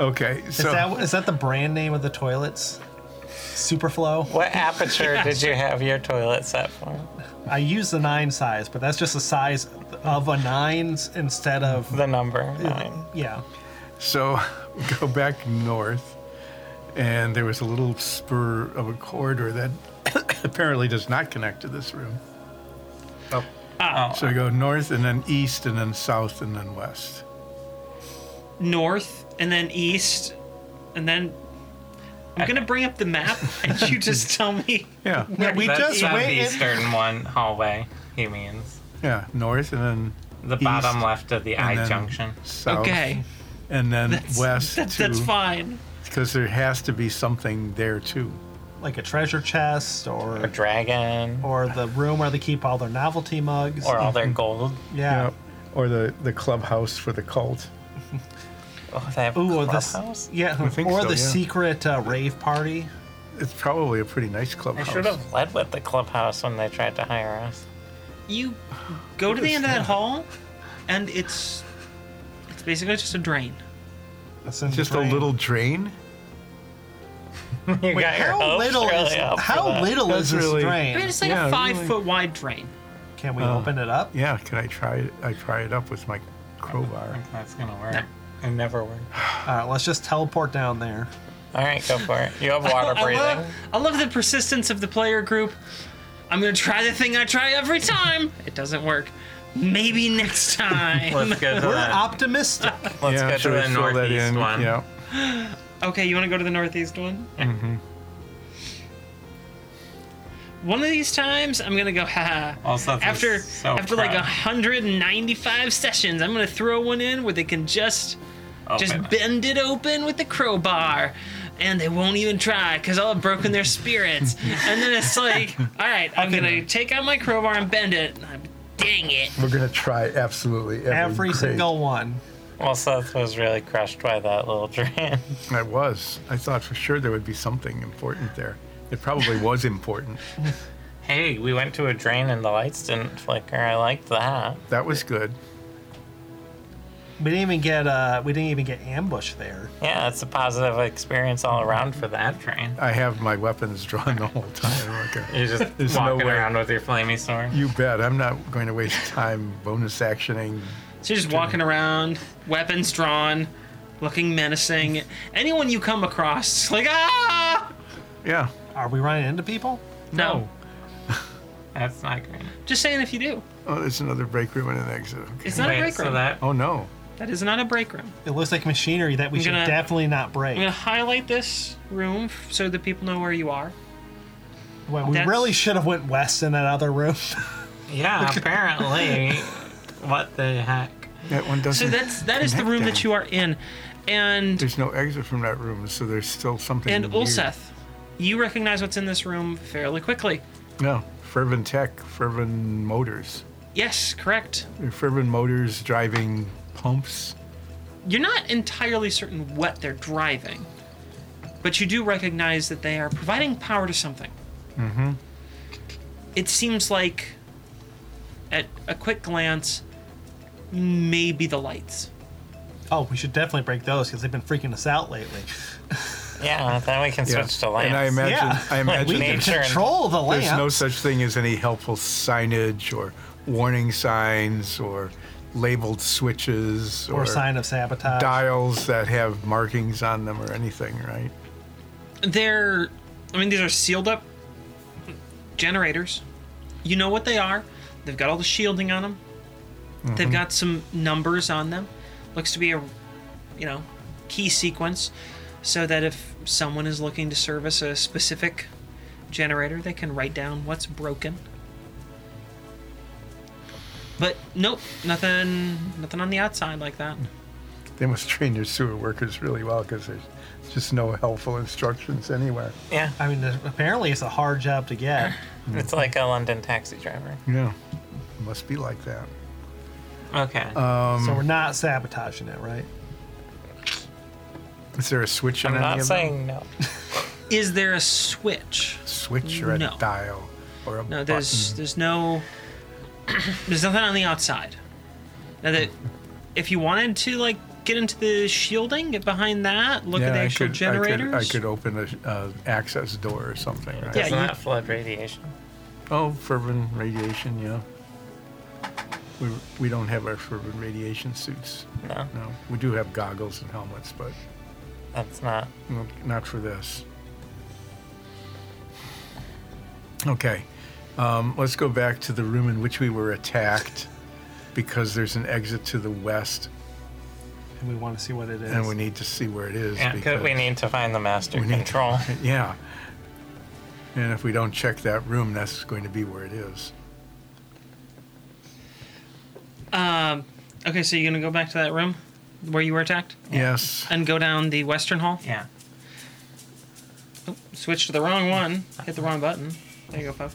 [SPEAKER 5] Okay,
[SPEAKER 2] Is
[SPEAKER 5] so
[SPEAKER 2] that is that the brand name of the toilets? Superflow.
[SPEAKER 3] what aperture did you have your toilet set for?
[SPEAKER 2] I use the nine size, but that's just the size of a nine instead of
[SPEAKER 3] The number nine.
[SPEAKER 2] yeah.
[SPEAKER 5] so go back north, and there was a little spur of a corridor that apparently does not connect to this room. Oh. So we go north and then east and then south and then west.
[SPEAKER 1] north and then east and then I'm gonna bring up the map and you just tell me.
[SPEAKER 5] Yeah,
[SPEAKER 2] Yeah, we
[SPEAKER 3] That's
[SPEAKER 2] just
[SPEAKER 3] E the
[SPEAKER 2] waited.
[SPEAKER 3] eastern one hallway. He means
[SPEAKER 5] yeah, north and then
[SPEAKER 3] the
[SPEAKER 5] East,
[SPEAKER 3] bottom left of the
[SPEAKER 5] and
[SPEAKER 3] I
[SPEAKER 5] then
[SPEAKER 3] junction.
[SPEAKER 5] south,
[SPEAKER 1] okay,
[SPEAKER 5] and then
[SPEAKER 1] that's
[SPEAKER 5] west
[SPEAKER 1] that- that's fine.
[SPEAKER 5] because there has to be something there too.
[SPEAKER 2] Like a treasure chest
[SPEAKER 3] A
[SPEAKER 2] or
[SPEAKER 3] dragon,
[SPEAKER 2] or the room where they keep all their novelty mugs.
[SPEAKER 3] or all their gold.
[SPEAKER 2] yeah.
[SPEAKER 5] Yep. Or the the clubhouse for the cult.
[SPEAKER 3] Oh, they have
[SPEAKER 2] Ooh, or the
[SPEAKER 3] clubhouse.
[SPEAKER 2] s- yeah, or
[SPEAKER 5] think so,
[SPEAKER 2] the
[SPEAKER 5] yeah.
[SPEAKER 2] secret uh, rave party.
[SPEAKER 5] It's probably a pretty nice
[SPEAKER 3] They
[SPEAKER 5] clubhouse.
[SPEAKER 3] should have led with the clubhouse when they tried to hire us.
[SPEAKER 1] You go to the end of that hall and it's it's basically just a drain.
[SPEAKER 2] That's in the
[SPEAKER 5] Just a
[SPEAKER 2] drain.
[SPEAKER 5] little drain.
[SPEAKER 3] You
[SPEAKER 2] Wait,
[SPEAKER 3] got your
[SPEAKER 2] how
[SPEAKER 3] hopes
[SPEAKER 2] little
[SPEAKER 3] really
[SPEAKER 2] is
[SPEAKER 3] up for
[SPEAKER 2] how
[SPEAKER 3] that.
[SPEAKER 2] little
[SPEAKER 5] That's
[SPEAKER 2] is this
[SPEAKER 5] really-
[SPEAKER 1] I mean,
[SPEAKER 2] drain?
[SPEAKER 1] it's like
[SPEAKER 5] Yeah,
[SPEAKER 1] a five
[SPEAKER 5] really.
[SPEAKER 1] foot wide drain.
[SPEAKER 2] Can we open it up?
[SPEAKER 5] Yeah, can I try it? I try it up with my crowbar.
[SPEAKER 3] That's gonna work. It never worked.
[SPEAKER 2] All right, Uh, let's just teleport down there.
[SPEAKER 3] All right, go for it. You have water
[SPEAKER 1] I
[SPEAKER 3] breathing.
[SPEAKER 1] love, I love the persistence of the player group. I'm gonna try the thing I try every time. It doesn't work. Maybe next time.
[SPEAKER 3] Let's go to
[SPEAKER 2] We're
[SPEAKER 3] the,
[SPEAKER 2] optimistic.
[SPEAKER 3] let's
[SPEAKER 5] yeah,
[SPEAKER 3] go to
[SPEAKER 5] should
[SPEAKER 3] the
[SPEAKER 5] we fill that
[SPEAKER 3] northeast
[SPEAKER 5] in?
[SPEAKER 3] one.
[SPEAKER 5] Yeah.
[SPEAKER 1] okay, you wanna go to the northeast one?
[SPEAKER 3] Mhm.
[SPEAKER 1] One of these times, I'm gonna go, haha.
[SPEAKER 3] Also, Oh, this
[SPEAKER 1] after
[SPEAKER 3] is so
[SPEAKER 1] after like
[SPEAKER 3] proud.
[SPEAKER 1] 195 sessions i'm gonna throw one in where they can just just
[SPEAKER 3] Open.
[SPEAKER 1] bend it open with the crowbar and they won't even try because i'll have broken their spirits and then it's like all right i'm gonna take out my crowbar and bend it and I'm, dang it
[SPEAKER 5] We're gonna try absolutely every,
[SPEAKER 2] Every
[SPEAKER 5] grade.
[SPEAKER 2] single one.
[SPEAKER 3] Well, Seth was really crushed by that little drain.
[SPEAKER 5] I was. I thought for sure there would be something important there. It probably was important.
[SPEAKER 3] hey, we went to a drain and the lights didn't flicker. I liked that.
[SPEAKER 5] That was good.
[SPEAKER 2] We didn't even get uh, we didn't even get ambushed there.
[SPEAKER 3] Yeah, it's a positive experience all around for that drain.
[SPEAKER 5] I have my weapons drawn the whole time. Okay.
[SPEAKER 3] You're just
[SPEAKER 5] There's no
[SPEAKER 3] walking
[SPEAKER 5] way.
[SPEAKER 3] around with your flamey sword.
[SPEAKER 5] You bet. I'm not going to waste time bonus actioning.
[SPEAKER 1] so you're just walking around weapons drawn looking menacing anyone you come across like ah
[SPEAKER 5] Yeah.
[SPEAKER 2] Are we running into people?
[SPEAKER 1] no,
[SPEAKER 3] That's not great.
[SPEAKER 1] just saying if you do
[SPEAKER 5] Oh, there's another break room and an exit.
[SPEAKER 1] it's not
[SPEAKER 3] Wait,
[SPEAKER 1] a break
[SPEAKER 3] so
[SPEAKER 1] room
[SPEAKER 3] that
[SPEAKER 5] Oh no.
[SPEAKER 1] that is not a break room
[SPEAKER 2] It looks like machinery that we should
[SPEAKER 1] gonna-
[SPEAKER 2] definitely not
[SPEAKER 1] I'm gonna
[SPEAKER 2] break.
[SPEAKER 1] highlight this room f- so that people know where you are.
[SPEAKER 2] Well, we
[SPEAKER 1] That's-
[SPEAKER 2] really should have went west in that other room.
[SPEAKER 3] yeah, apparently. what the heck?
[SPEAKER 5] That one doesn't.
[SPEAKER 1] So that's that is the
[SPEAKER 5] connect
[SPEAKER 1] room
[SPEAKER 5] down.
[SPEAKER 1] that you are in, and
[SPEAKER 5] There's no exit from that room, so there's still something.
[SPEAKER 1] and
[SPEAKER 5] weird.
[SPEAKER 1] Ulseth, you recognize what's in this room fairly quickly.
[SPEAKER 5] No, Fervent Tech, Fervent Motors,
[SPEAKER 1] Yes, correct.
[SPEAKER 5] Fervent Motors driving pumps.
[SPEAKER 1] You're not entirely certain what they're driving, but you do recognize that they are providing power to something. Mm-hmm. It seems like, at a quick glance, maybe the lights.
[SPEAKER 2] oh, we should definitely break those because they've been freaking us out lately.
[SPEAKER 3] Yeah, then we can
[SPEAKER 5] Yeah.
[SPEAKER 3] switch to lamps.
[SPEAKER 5] And I imagine,
[SPEAKER 2] Yeah.
[SPEAKER 5] I
[SPEAKER 2] We
[SPEAKER 3] Like
[SPEAKER 5] imagine
[SPEAKER 2] can
[SPEAKER 5] there's,
[SPEAKER 3] nature and-
[SPEAKER 2] control the
[SPEAKER 5] there's
[SPEAKER 2] lamp.
[SPEAKER 5] no such thing as any helpful signage or warning signs or labeled switches or,
[SPEAKER 2] or sign of sabotage.
[SPEAKER 5] dials that have markings on them or anything, right?
[SPEAKER 1] they're i mean these are sealed up generators you know what they are they've got all the shielding on them they've got some numbers on them looks to be a you know key sequence so that if someone is looking to service a specific generator they can write down what's broken but nope nothing nothing on the outside like that
[SPEAKER 5] They must train their sewer workers really well because there's just no helpful instructions anywhere.
[SPEAKER 3] Yeah,
[SPEAKER 2] I mean, apparently it's a hard job to get.
[SPEAKER 3] it's like a London taxi driver.
[SPEAKER 5] Yeah, must be like that.
[SPEAKER 3] Okay.
[SPEAKER 2] so we're not sabotaging it, right?
[SPEAKER 5] Is there a switch on
[SPEAKER 3] I'm
[SPEAKER 5] any
[SPEAKER 3] not
[SPEAKER 5] of
[SPEAKER 3] saying no.
[SPEAKER 1] Is there a switch?
[SPEAKER 5] them? Switch or a
[SPEAKER 1] No.
[SPEAKER 5] dial or
[SPEAKER 1] No,
[SPEAKER 5] a button?
[SPEAKER 1] there's there's no there's nothing on the outside. Now that if you wanted to like get into the shielding, get behind that, look at the
[SPEAKER 5] I
[SPEAKER 1] actual
[SPEAKER 5] could, I could-
[SPEAKER 1] generators.
[SPEAKER 5] I could, open an uh, access door or something. Right?
[SPEAKER 1] Yeah,
[SPEAKER 3] Doesn't
[SPEAKER 1] you-
[SPEAKER 3] that flood radiation?
[SPEAKER 5] Oh, fervent radiation, yeah. We, we don't have our fervent radiation suits.
[SPEAKER 3] No,
[SPEAKER 5] No, we do have goggles and helmets, but
[SPEAKER 3] that's not.
[SPEAKER 5] no- not for this. Okay, um, let's go back to the room in which we were attacked because there's an exit to the west
[SPEAKER 2] And we want to see what it is.
[SPEAKER 5] and we need to see where it is.
[SPEAKER 3] Yeah, 'cause
[SPEAKER 5] because
[SPEAKER 3] we need to find the master
[SPEAKER 5] we need to-
[SPEAKER 3] control.
[SPEAKER 5] Yeah. And if we don't check that room, that's going to be where it is.
[SPEAKER 1] Okay, so you're gonna go back to that room where you were attacked
[SPEAKER 5] Yes.
[SPEAKER 1] and go down the western hall.
[SPEAKER 3] yeah.
[SPEAKER 1] Oh, switch to the wrong one. Hit the wrong button. There you go, folks.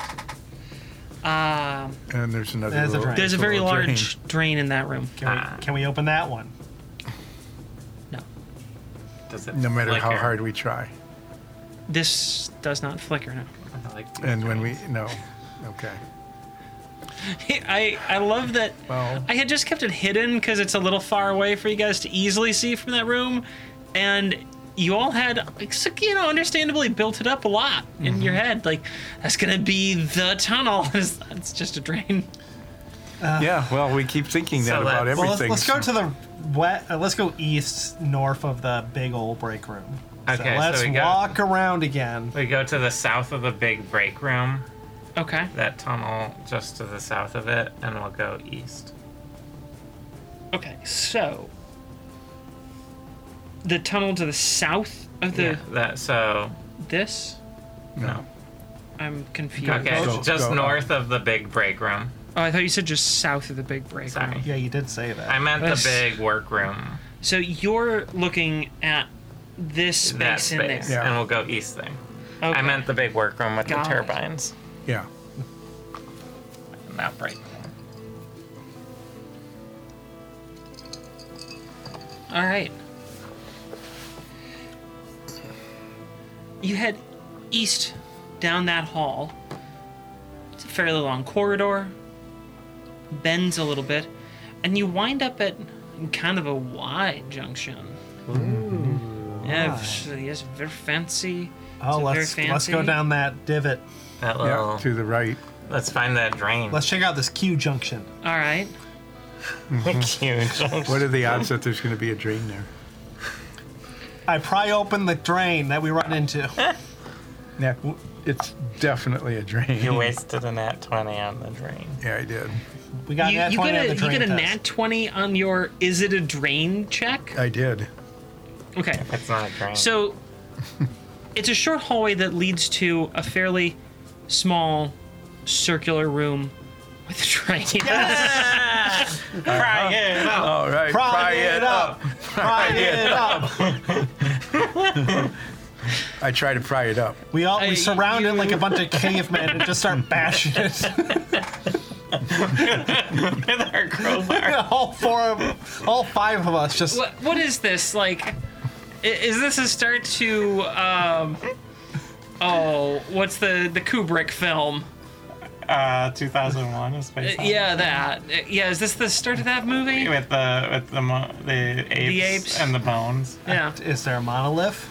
[SPEAKER 1] Um,
[SPEAKER 5] And there's another.
[SPEAKER 2] There's a
[SPEAKER 5] little-
[SPEAKER 2] drain.
[SPEAKER 1] there's a
[SPEAKER 5] little
[SPEAKER 1] very
[SPEAKER 5] drain.
[SPEAKER 1] large drain in that room.
[SPEAKER 2] can, we can we open that one?
[SPEAKER 1] No,
[SPEAKER 3] Does it
[SPEAKER 5] No matter how
[SPEAKER 3] flicker?
[SPEAKER 5] hard we try,
[SPEAKER 1] this does not flicker now.
[SPEAKER 3] I like these
[SPEAKER 5] and when we
[SPEAKER 3] dreams.
[SPEAKER 5] no, okay.
[SPEAKER 1] I I love that.
[SPEAKER 5] Well,
[SPEAKER 1] I had just kept it hidden because it's a little far away for you guys to easily see from that room, and you all had, you know, understandably built it up a lot
[SPEAKER 3] Mm-hmm.
[SPEAKER 1] in your head. Like that's gonna be the tunnel. it's, it's just a drain.
[SPEAKER 5] yeah. Well, we keep thinking that
[SPEAKER 3] So
[SPEAKER 5] about
[SPEAKER 3] let's-
[SPEAKER 5] everything.
[SPEAKER 2] Well, let's, let's go to the wet. Uh, let's go east north of the big old break room.
[SPEAKER 3] Okay, so
[SPEAKER 2] so let's
[SPEAKER 3] we go-
[SPEAKER 2] walk around again.
[SPEAKER 3] We go to the south of the big break room,
[SPEAKER 1] Okay.
[SPEAKER 3] that tunnel just to the south of it, and we'll go east.
[SPEAKER 1] Okay. So the tunnel to the south of the
[SPEAKER 3] Yeah, that so
[SPEAKER 1] this.
[SPEAKER 3] no.
[SPEAKER 1] I'm confused.
[SPEAKER 3] Okay,
[SPEAKER 5] Go-
[SPEAKER 3] just
[SPEAKER 5] go up.
[SPEAKER 3] north of the big break room.
[SPEAKER 1] Oh, I thought you said just south of the big break.
[SPEAKER 3] Sorry.
[SPEAKER 1] room.
[SPEAKER 2] Yeah, you did say that.
[SPEAKER 3] I meant the
[SPEAKER 1] Yes.
[SPEAKER 3] big workroom.
[SPEAKER 1] So you're looking at this space
[SPEAKER 3] That
[SPEAKER 1] in there.
[SPEAKER 3] space,
[SPEAKER 5] there. Yeah.
[SPEAKER 3] and we'll go east there.
[SPEAKER 1] Okay.
[SPEAKER 3] I meant the big workroom with
[SPEAKER 1] Got it.
[SPEAKER 3] the turbines.
[SPEAKER 5] yeah.
[SPEAKER 3] Not break.
[SPEAKER 1] All right. You head east down that hall. It's a fairly long corridor, bends a little bit, and you wind up at kind of a Y junction. Ooh. Yeah, it's- yes, very fancy.
[SPEAKER 2] oh,
[SPEAKER 1] It's
[SPEAKER 2] let's
[SPEAKER 1] very
[SPEAKER 2] let's go
[SPEAKER 1] fancy.
[SPEAKER 2] down that divot.
[SPEAKER 3] That little.
[SPEAKER 5] Yeah. To the right.
[SPEAKER 3] Let's find that drain.
[SPEAKER 2] Let's check out this Q junction.
[SPEAKER 1] All right.
[SPEAKER 3] huge.
[SPEAKER 5] What are the odds that there's going to be a drain there?
[SPEAKER 2] I pry open the drain that we run into.
[SPEAKER 5] Yeah, w- it's definitely a drain.
[SPEAKER 3] You wasted a nat 20 on the drain.
[SPEAKER 5] Yeah, I did.
[SPEAKER 2] We got
[SPEAKER 1] you,
[SPEAKER 2] that
[SPEAKER 1] you
[SPEAKER 2] point
[SPEAKER 1] get
[SPEAKER 2] out
[SPEAKER 1] a
[SPEAKER 2] of the
[SPEAKER 1] you
[SPEAKER 2] drain
[SPEAKER 1] get a
[SPEAKER 2] test.
[SPEAKER 1] nat twenty on your is it a drain check?
[SPEAKER 5] I did.
[SPEAKER 1] Okay.
[SPEAKER 3] It's not a drain.
[SPEAKER 1] So it's a short hallway that leads to a fairly small circular room with a drain.
[SPEAKER 3] Pry it up.
[SPEAKER 5] All right.
[SPEAKER 2] Pry, it up. Pry it up.
[SPEAKER 5] I try to pry it up.
[SPEAKER 2] We all
[SPEAKER 1] Uh,
[SPEAKER 2] we surround it
[SPEAKER 1] you-
[SPEAKER 2] like a bunch of cavemen and just start bashing it.
[SPEAKER 3] with our crowbar.
[SPEAKER 2] all four of, all five of us just.
[SPEAKER 1] what, what is this like? i- Is this a start to um? Oh, what's the the Kubrick film?
[SPEAKER 3] Uh, 2001 is
[SPEAKER 1] Uh,
[SPEAKER 3] Space
[SPEAKER 1] Yeah, that. Uh, Yeah, is this the start of that movie?
[SPEAKER 3] With the with the mo- the apes,
[SPEAKER 1] apes.
[SPEAKER 3] and the bones.
[SPEAKER 1] Yeah.
[SPEAKER 2] Is there a monolith?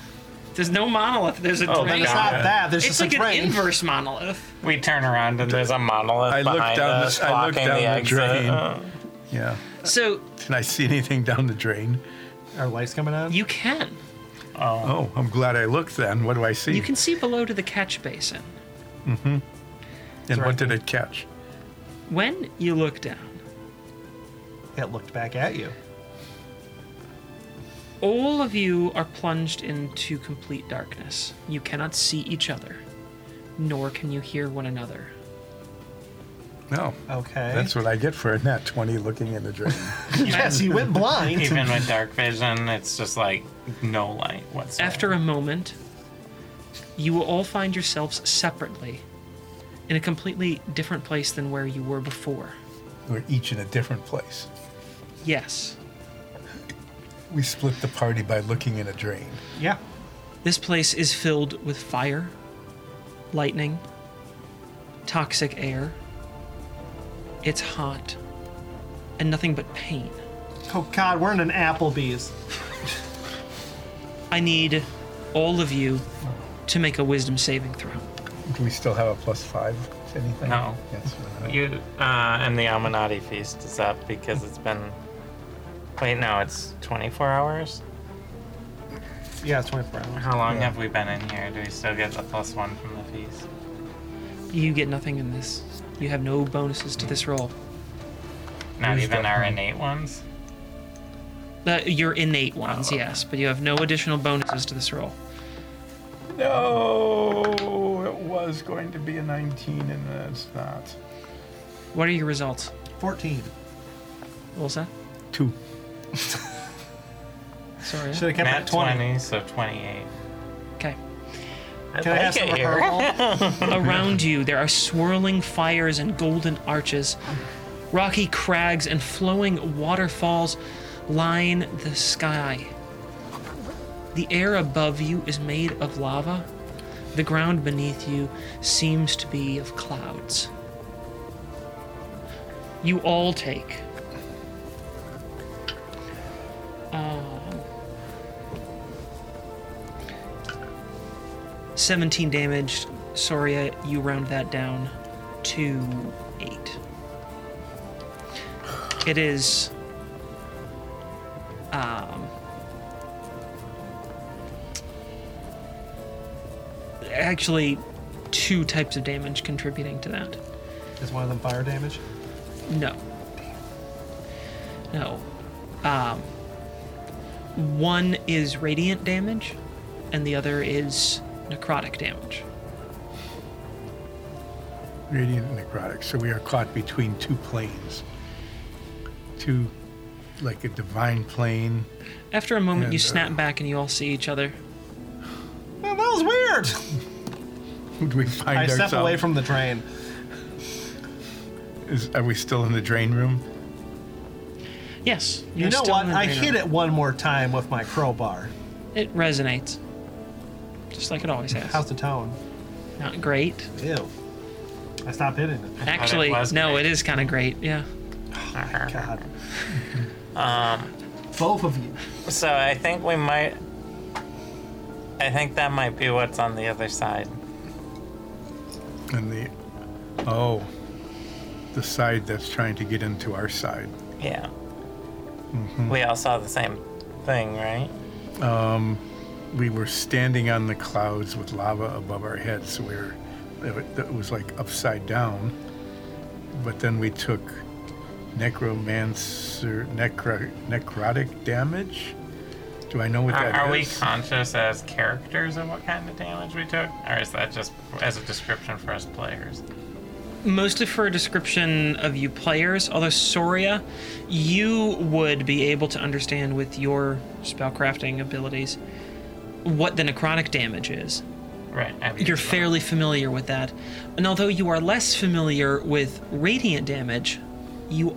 [SPEAKER 1] There's no monolith. There's a
[SPEAKER 3] Oh,
[SPEAKER 1] drain.
[SPEAKER 3] thank
[SPEAKER 2] It's
[SPEAKER 3] God.
[SPEAKER 2] not that. There's
[SPEAKER 1] It's
[SPEAKER 2] just
[SPEAKER 1] like
[SPEAKER 2] a
[SPEAKER 1] an
[SPEAKER 2] drain.
[SPEAKER 1] inverse monolith.
[SPEAKER 3] We turn around and there's a monolith
[SPEAKER 5] I looked
[SPEAKER 3] behind
[SPEAKER 5] down
[SPEAKER 3] us
[SPEAKER 5] the- I looked
[SPEAKER 3] blocking
[SPEAKER 5] down the
[SPEAKER 3] exit.
[SPEAKER 5] drain.
[SPEAKER 3] Uh,
[SPEAKER 5] Yeah.
[SPEAKER 1] So
[SPEAKER 5] Can I see anything down the drain?
[SPEAKER 2] Our lights coming on.
[SPEAKER 1] you can.
[SPEAKER 3] oh,
[SPEAKER 5] Oh, I'm glad I looked then. What do I see?
[SPEAKER 1] You can see below to the catch basin.
[SPEAKER 5] and what did it catch?
[SPEAKER 1] When you look down,
[SPEAKER 2] it looked back at you.
[SPEAKER 1] all of you are plunged into complete darkness. You cannot see each other, nor can you hear one another.
[SPEAKER 5] No.
[SPEAKER 2] Okay.
[SPEAKER 5] That's what I get for a nat 20 looking in the drain.
[SPEAKER 2] yes, he went blind.
[SPEAKER 3] Even with dark vision, it's just like no light whatsoever.
[SPEAKER 1] After a moment, you will all find yourselves separately in a completely different place than where you were before.
[SPEAKER 5] We're each in a different place.
[SPEAKER 1] Yes,
[SPEAKER 5] We split the party by looking in a drain.
[SPEAKER 2] yeah.
[SPEAKER 1] this place is filled with fire, lightning, toxic air. It's hot, and nothing but pain.
[SPEAKER 2] Oh God, we're in an Applebee's.
[SPEAKER 1] I need all of you to make a wisdom saving throw.
[SPEAKER 5] Do we still have a plus five to anything?
[SPEAKER 3] No.
[SPEAKER 5] Yes, we don't.
[SPEAKER 3] you uh, and the Amanati feast is up because it's been. Wait, no, it's 24 hours.
[SPEAKER 2] Yeah, it's 24 hours.
[SPEAKER 3] How long
[SPEAKER 5] Yeah.
[SPEAKER 3] have we been in here? Do we still get the plus one from the feast?
[SPEAKER 1] You get nothing in this. You have no bonuses to this roll.
[SPEAKER 3] Not
[SPEAKER 5] Who's
[SPEAKER 3] even
[SPEAKER 5] that
[SPEAKER 3] our
[SPEAKER 5] one?
[SPEAKER 3] innate ones.
[SPEAKER 1] Uh, your innate ones, yes, but you have no additional bonuses to this roll.
[SPEAKER 5] No, it was going to be a 19 and it's not.
[SPEAKER 1] What are your results?
[SPEAKER 2] 14.
[SPEAKER 1] What was that?
[SPEAKER 5] Two.
[SPEAKER 1] Sorry.
[SPEAKER 2] Should have kept that
[SPEAKER 3] Nat
[SPEAKER 2] 20.
[SPEAKER 3] 20, so 28.
[SPEAKER 1] Okay.
[SPEAKER 3] I
[SPEAKER 2] Can I
[SPEAKER 3] like
[SPEAKER 2] ask
[SPEAKER 3] it
[SPEAKER 2] for
[SPEAKER 3] here.
[SPEAKER 2] her roll?
[SPEAKER 1] Around you, there are swirling fires and golden arches. Rocky crags and flowing waterfalls line the sky. The air above you is made of lava. The ground beneath you seems to be of clouds. You all take. um, 17 damage. Soria, you round that down to 8. It is. Um, actually, two types of damage contributing to that.
[SPEAKER 2] Is one of them fire damage?
[SPEAKER 1] No. No. Um, one is radiant damage, and the other is necrotic damage.
[SPEAKER 5] Radiant and necrotic. So we are caught between two planes. Two, like a divine plane.
[SPEAKER 1] After a moment, you
[SPEAKER 5] And, uh,
[SPEAKER 1] snap back and you all see each other.
[SPEAKER 2] Man, that was weird.
[SPEAKER 5] Do we find
[SPEAKER 2] I
[SPEAKER 5] ourselves?
[SPEAKER 2] step away from the drain.
[SPEAKER 5] Is, are we still in the drain room?
[SPEAKER 1] Yes.
[SPEAKER 2] You
[SPEAKER 1] you're
[SPEAKER 2] know
[SPEAKER 1] still
[SPEAKER 2] what?
[SPEAKER 1] in the
[SPEAKER 2] I
[SPEAKER 1] green
[SPEAKER 2] hit
[SPEAKER 1] room.
[SPEAKER 2] it one more time with my crowbar.
[SPEAKER 1] It resonates. Just like it always has.
[SPEAKER 2] How's the tone?
[SPEAKER 1] Not great.
[SPEAKER 2] Ew. I stopped hitting it.
[SPEAKER 1] Actually,
[SPEAKER 3] was
[SPEAKER 1] no,
[SPEAKER 3] great.
[SPEAKER 1] it is kind of great. Yeah.
[SPEAKER 2] God. Both of you.
[SPEAKER 3] So I think we might. I think that might be what's on the other side.
[SPEAKER 5] And the, oh, the side that's trying to get into our side.
[SPEAKER 3] Yeah. We all saw the same thing, right?
[SPEAKER 5] We were standing on the clouds with lava above our heads, so we were, it wa- it was like upside down. But then we took necromancer, necro, necrotic damage. Do I know what
[SPEAKER 3] Are,
[SPEAKER 5] that is?
[SPEAKER 3] are we conscious as characters of what kind of damage we took, or is that just as a description for us players?
[SPEAKER 1] most of her description of you players, although Soria, you would be able to understand with your spellcrafting abilities what the necrotic damage is.
[SPEAKER 3] Right. I've
[SPEAKER 1] You're
[SPEAKER 3] used them.
[SPEAKER 1] fairly familiar with that. And although you are less familiar with radiant damage, you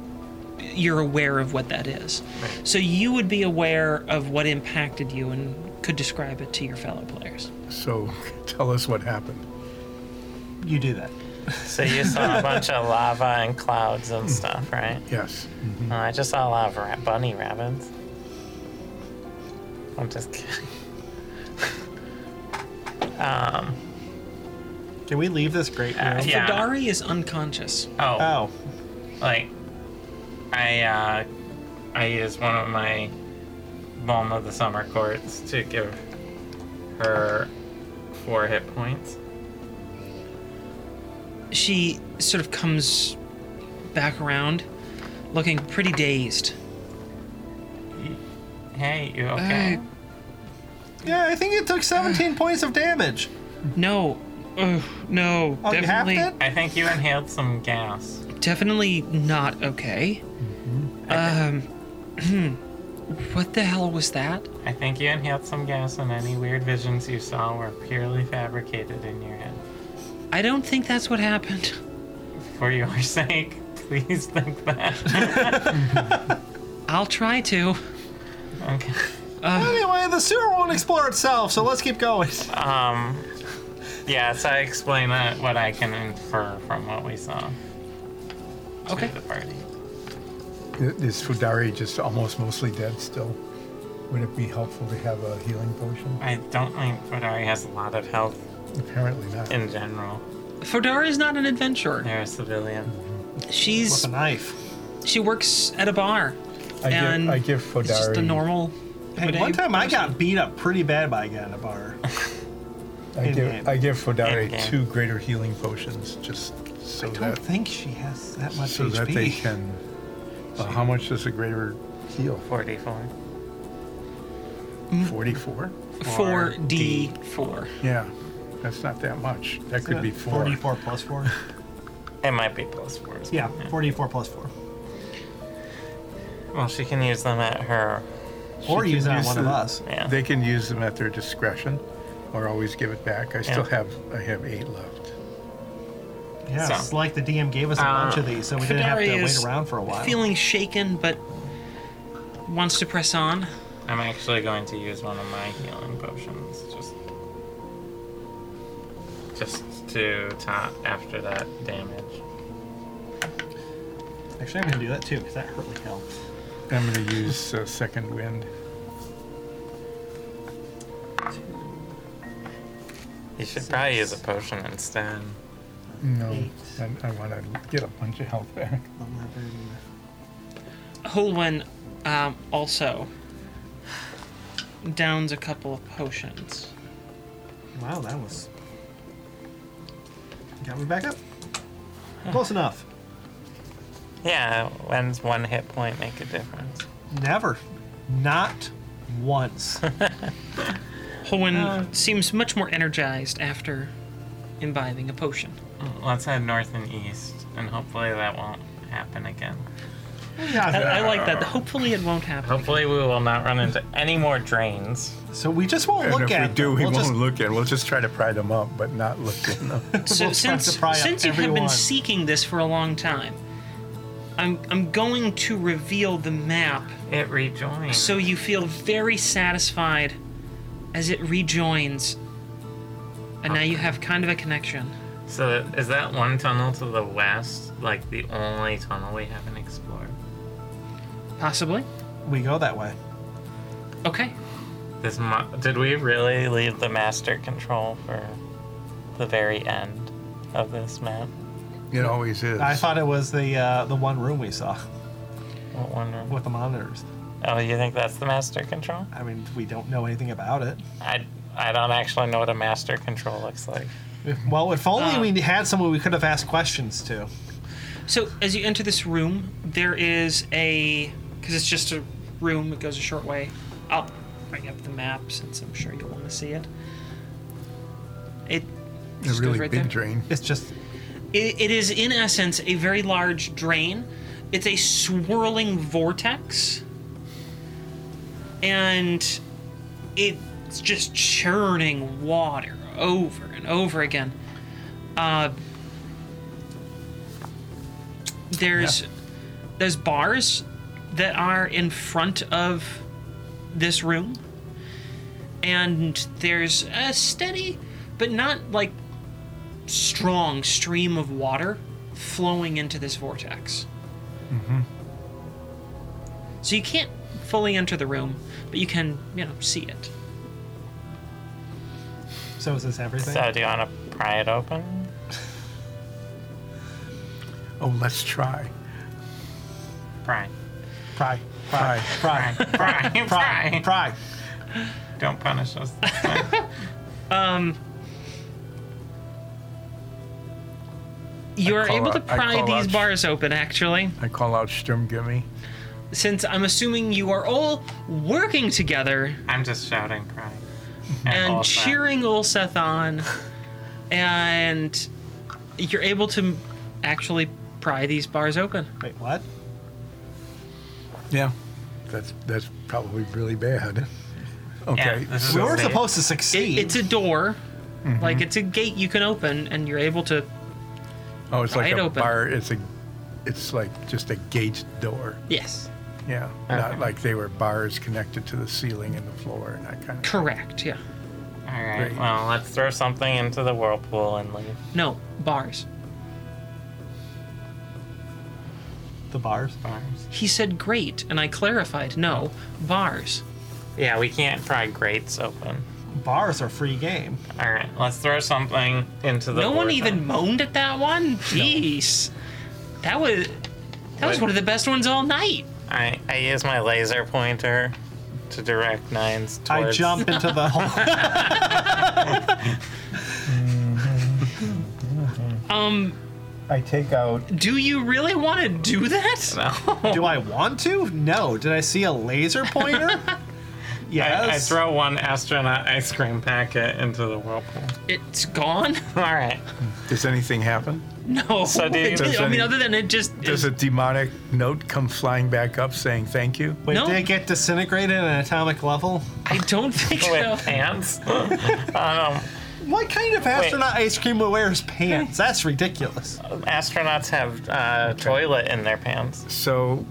[SPEAKER 1] you're aware of what that is.
[SPEAKER 3] Right.
[SPEAKER 1] So you would be aware of what impacted you and could describe it to your fellow players.
[SPEAKER 5] So tell us what happened.
[SPEAKER 2] You do that.
[SPEAKER 3] So you saw a bunch of lava and clouds and stuff, right?
[SPEAKER 5] Yes.
[SPEAKER 3] Well, I just saw a lot of ra- bunny rabbits. I'm just kidding. Um,
[SPEAKER 2] Can we leave this great room?
[SPEAKER 3] Uh, yeah.
[SPEAKER 1] Fadari is unconscious.
[SPEAKER 3] Oh,
[SPEAKER 2] Oh,
[SPEAKER 3] like I uh, I used one of my Balm of the Summer courts to give her four hit points.
[SPEAKER 1] she sort of comes back around looking pretty dazed.
[SPEAKER 3] Hey, you okay?
[SPEAKER 2] yeah. I think it took 17 points of damage.
[SPEAKER 1] No, Oh no,
[SPEAKER 2] Mm-hmm. Oh, you have
[SPEAKER 1] definitely,
[SPEAKER 2] it?
[SPEAKER 3] I think you inhaled some gas.
[SPEAKER 1] definitely not okay. Um, what the hell was that?
[SPEAKER 3] I think you inhaled some gas, and any weird visions you saw were purely fabricated in your head.
[SPEAKER 1] I don't think that's what happened.
[SPEAKER 3] For your sake, please think that.
[SPEAKER 1] I'll try to.
[SPEAKER 3] okay.
[SPEAKER 2] Anyway, the sewer won't explore itself, so let's keep going.
[SPEAKER 3] Um. Yeah, so I explain uh, what I can infer from what we saw to
[SPEAKER 1] Okay.
[SPEAKER 3] the party.
[SPEAKER 5] Is Fudari just almost mostly dead still? Would it be helpful to have a healing potion?
[SPEAKER 3] I don't think Fodari has a lot of health
[SPEAKER 5] Apparently not.
[SPEAKER 3] in general.
[SPEAKER 1] Fodara is not an adventurer.
[SPEAKER 3] They're a civilian.
[SPEAKER 1] She's
[SPEAKER 2] With a knife.
[SPEAKER 1] she works at a bar.
[SPEAKER 5] I
[SPEAKER 1] and
[SPEAKER 5] give, I give Fodari.
[SPEAKER 1] It's just a normal.
[SPEAKER 2] Hey,
[SPEAKER 1] everyday
[SPEAKER 2] one time I
[SPEAKER 1] person.
[SPEAKER 2] got beat up pretty bad by a guy in a bar.
[SPEAKER 5] I give, I give Fodari
[SPEAKER 3] Okay.
[SPEAKER 5] two greater healing potions just so
[SPEAKER 2] I don't
[SPEAKER 5] that
[SPEAKER 2] think she has that much
[SPEAKER 5] so
[SPEAKER 2] HP.
[SPEAKER 5] that they can. Uh, how much does a greater heal?
[SPEAKER 3] 44.
[SPEAKER 2] Mm-hmm.
[SPEAKER 5] Forty-four.
[SPEAKER 1] 4D4.
[SPEAKER 5] Yeah, that's not that much. That could be four.
[SPEAKER 2] 44 plus 4.
[SPEAKER 3] It might be plus four. as
[SPEAKER 2] Yeah,
[SPEAKER 3] well,
[SPEAKER 2] 44 plus 4.
[SPEAKER 3] Well, she can use them at her.
[SPEAKER 2] Or
[SPEAKER 5] can
[SPEAKER 2] use it on
[SPEAKER 5] use
[SPEAKER 2] one of
[SPEAKER 5] the-
[SPEAKER 2] us.
[SPEAKER 3] Yeah.
[SPEAKER 5] They can use them at their discretion, or always give it back. I still have I have eight left.
[SPEAKER 2] Yeah,
[SPEAKER 3] So-
[SPEAKER 2] it's like the DM gave us a bunch
[SPEAKER 3] Uh,
[SPEAKER 2] of these, so we didn't have to
[SPEAKER 1] Fedari
[SPEAKER 2] wait
[SPEAKER 1] is
[SPEAKER 2] around for a while.
[SPEAKER 1] Feeling shaken, but wants to press on.
[SPEAKER 3] I'm actually going to use one of my healing potions just just to top after that damage.
[SPEAKER 2] Actually, I'm going to do that too, because that hurt like hell.
[SPEAKER 5] I'm going to use uh, second wind.
[SPEAKER 3] You should probably use a potion instead.
[SPEAKER 5] No,
[SPEAKER 2] Eight.
[SPEAKER 5] I, I want to get a bunch of health back.
[SPEAKER 2] 11.
[SPEAKER 1] Holwyn um, also downs a couple of potions.
[SPEAKER 2] Wow, that was. Got me back up? Close enough.
[SPEAKER 3] Yeah, when's one hit point make a difference?
[SPEAKER 2] Never. Not once.
[SPEAKER 1] Holwyn seems much more energized after imbibing a potion.
[SPEAKER 3] Let's head north and east, and hopefully that won't happen again.
[SPEAKER 1] I,
[SPEAKER 2] yeah,
[SPEAKER 1] I like that. Hopefully, it won't happen.
[SPEAKER 3] Hopefully, we will not run into any more drains.
[SPEAKER 2] so we just won't
[SPEAKER 5] And
[SPEAKER 2] look
[SPEAKER 5] if
[SPEAKER 2] at
[SPEAKER 5] we do,
[SPEAKER 2] them.
[SPEAKER 5] we
[SPEAKER 2] We'll
[SPEAKER 5] won't
[SPEAKER 2] just-
[SPEAKER 5] look at. We'll just try to pry them up, but not look at them.
[SPEAKER 1] So
[SPEAKER 2] We'll try to
[SPEAKER 1] since
[SPEAKER 2] pry up
[SPEAKER 1] since you have
[SPEAKER 2] everyone.
[SPEAKER 1] been seeking this for a long time, I'm I'm going to reveal the map
[SPEAKER 3] It rejoins.
[SPEAKER 1] so you feel very satisfied as it rejoins. And now you have kind of a connection.
[SPEAKER 3] So is that one tunnel to the west like the only tunnel we haven't explored?
[SPEAKER 1] Possibly?
[SPEAKER 2] We go that way.
[SPEAKER 1] Okay.
[SPEAKER 3] This mo- did we really leave the master control for the very end of this map?
[SPEAKER 5] it always is.
[SPEAKER 2] I thought it was the uh, the one room we saw
[SPEAKER 3] What wonder.
[SPEAKER 2] with the monitors.
[SPEAKER 3] Oh, you think that's the master control?
[SPEAKER 2] I mean, we don't know anything about it.
[SPEAKER 3] I I don't actually know what a master control looks like.
[SPEAKER 2] Well, if only
[SPEAKER 5] Uh.
[SPEAKER 2] we had someone we could have asked questions to.
[SPEAKER 1] So as you enter this room, there is a because it's just a room. It goes a short way. I'll bring up the map since I'm sure you'll want to see it. It
[SPEAKER 5] a
[SPEAKER 1] just
[SPEAKER 5] really
[SPEAKER 1] goes right
[SPEAKER 5] big
[SPEAKER 1] there.
[SPEAKER 5] drain.
[SPEAKER 2] It's just
[SPEAKER 1] It, it is in essence a very large drain. It's a swirling vortex, and it's just churning water over and over again. Uh, there's there's bars that are in front of this room, and there's a steady but not like strong stream of water flowing into this vortex.
[SPEAKER 5] Mm-hmm.
[SPEAKER 1] So you can't fully enter the room, but you can, you know, see it.
[SPEAKER 2] so is this everything?
[SPEAKER 3] So do you want to pry it open?
[SPEAKER 5] Oh, let's try.
[SPEAKER 3] Pry.
[SPEAKER 2] Pry, pry, pry,
[SPEAKER 3] Pry.
[SPEAKER 2] pry,
[SPEAKER 3] Pry.
[SPEAKER 2] pry.
[SPEAKER 3] Don't punish us.
[SPEAKER 1] You're
[SPEAKER 5] call
[SPEAKER 1] able to
[SPEAKER 5] out- I
[SPEAKER 1] pry
[SPEAKER 5] call
[SPEAKER 1] these
[SPEAKER 5] out-
[SPEAKER 1] bars open, actually,
[SPEAKER 5] I call out Sturm Gimme.
[SPEAKER 1] since I'm assuming you are all working together
[SPEAKER 3] I'm just shouting pry.
[SPEAKER 1] and
[SPEAKER 3] all of that.
[SPEAKER 1] cheering Ulseth on and you're able to m- actually pry these bars open.
[SPEAKER 2] Wait, what?
[SPEAKER 4] Yeah, that's that's probably really bad.
[SPEAKER 3] Yeah,
[SPEAKER 4] Okay,
[SPEAKER 3] this is
[SPEAKER 2] We
[SPEAKER 3] a
[SPEAKER 2] were
[SPEAKER 3] safe-
[SPEAKER 2] supposed to succeed.
[SPEAKER 1] It's a door,
[SPEAKER 5] Mm-hmm.
[SPEAKER 1] like it's a gate you can open, and you're able to.
[SPEAKER 4] oh, it's like
[SPEAKER 1] Right
[SPEAKER 4] a
[SPEAKER 1] open.
[SPEAKER 4] bar. It's a, it's like just a gate door.
[SPEAKER 1] Yes,
[SPEAKER 4] Yeah,
[SPEAKER 3] Okay.
[SPEAKER 4] not like they were bars connected to the ceiling and the floor and that kind of.
[SPEAKER 1] correct. Yeah,
[SPEAKER 3] All right.
[SPEAKER 4] Great.
[SPEAKER 3] Well, let's throw something into the whirlpool and leave.
[SPEAKER 1] no bars.
[SPEAKER 2] the bars.
[SPEAKER 3] Bars.
[SPEAKER 1] He said great, and I clarified no bars.
[SPEAKER 3] Yeah, we can't pry grates open.
[SPEAKER 2] Bars are free game.
[SPEAKER 3] All right. Let's throw something into the.
[SPEAKER 1] no one
[SPEAKER 3] whirlpool.
[SPEAKER 1] even moaned at that one. Jeez, that was that was
[SPEAKER 3] What?
[SPEAKER 1] one of the best ones all night.
[SPEAKER 3] I I use my laser pointer to direct nines towards.
[SPEAKER 2] I jump into the hole.
[SPEAKER 1] Um,
[SPEAKER 4] I take out.
[SPEAKER 1] do you really want to do that?
[SPEAKER 3] No.
[SPEAKER 2] Do I want to? No. Did I see a laser pointer? yes.
[SPEAKER 3] I, I throw one astronaut ice cream packet into the whirlpool.
[SPEAKER 1] It's gone.
[SPEAKER 3] All right.
[SPEAKER 4] Does anything happen?
[SPEAKER 1] No.
[SPEAKER 3] So do you-
[SPEAKER 1] It didn't-
[SPEAKER 4] Does
[SPEAKER 1] I mean,
[SPEAKER 4] any-
[SPEAKER 1] other than it just
[SPEAKER 4] Does a demonic note come flying back up saying thank you?
[SPEAKER 2] Wait,
[SPEAKER 1] No.
[SPEAKER 2] did it get disintegrated at an atomic level?
[SPEAKER 1] I don't think so.
[SPEAKER 3] With pants. um,
[SPEAKER 2] What kind of astronaut ice cream wears pants? That's ridiculous.
[SPEAKER 3] astronauts have uh, toilet in their pants.
[SPEAKER 4] So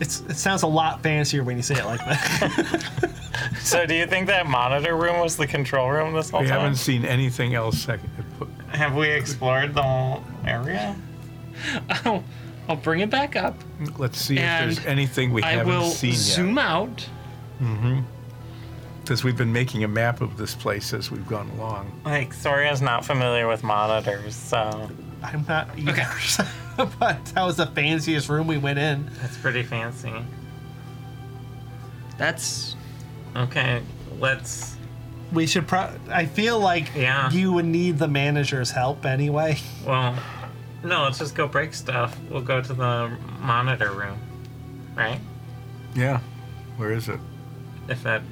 [SPEAKER 2] It's, it sounds a lot fancier when you say it like that.
[SPEAKER 3] So do you think that monitor room was the control room this whole
[SPEAKER 4] we
[SPEAKER 3] time?
[SPEAKER 4] haven't seen anything else. that could put-
[SPEAKER 3] Have we explored the whole area?
[SPEAKER 1] I'll, I'll bring it back up.
[SPEAKER 4] Let's see
[SPEAKER 1] And
[SPEAKER 4] if there's anything we
[SPEAKER 1] I
[SPEAKER 4] haven't
[SPEAKER 1] will
[SPEAKER 4] seen
[SPEAKER 1] zoom out.
[SPEAKER 4] yet. Because we've been making a map of this place as we've gone along.
[SPEAKER 3] Like Soria's not familiar with monitors, so
[SPEAKER 2] I'm not either.
[SPEAKER 1] Okay.
[SPEAKER 2] but that was the fanciest room we went in.
[SPEAKER 3] that's pretty fancy.
[SPEAKER 1] That's
[SPEAKER 3] Okay, let's.
[SPEAKER 2] We should pro. I feel like
[SPEAKER 3] Yeah.
[SPEAKER 2] you would need the manager's help anyway.
[SPEAKER 3] Well, no, let's just go break stuff. We'll go to the monitor room, right?
[SPEAKER 4] Yeah, where is it?
[SPEAKER 3] If that.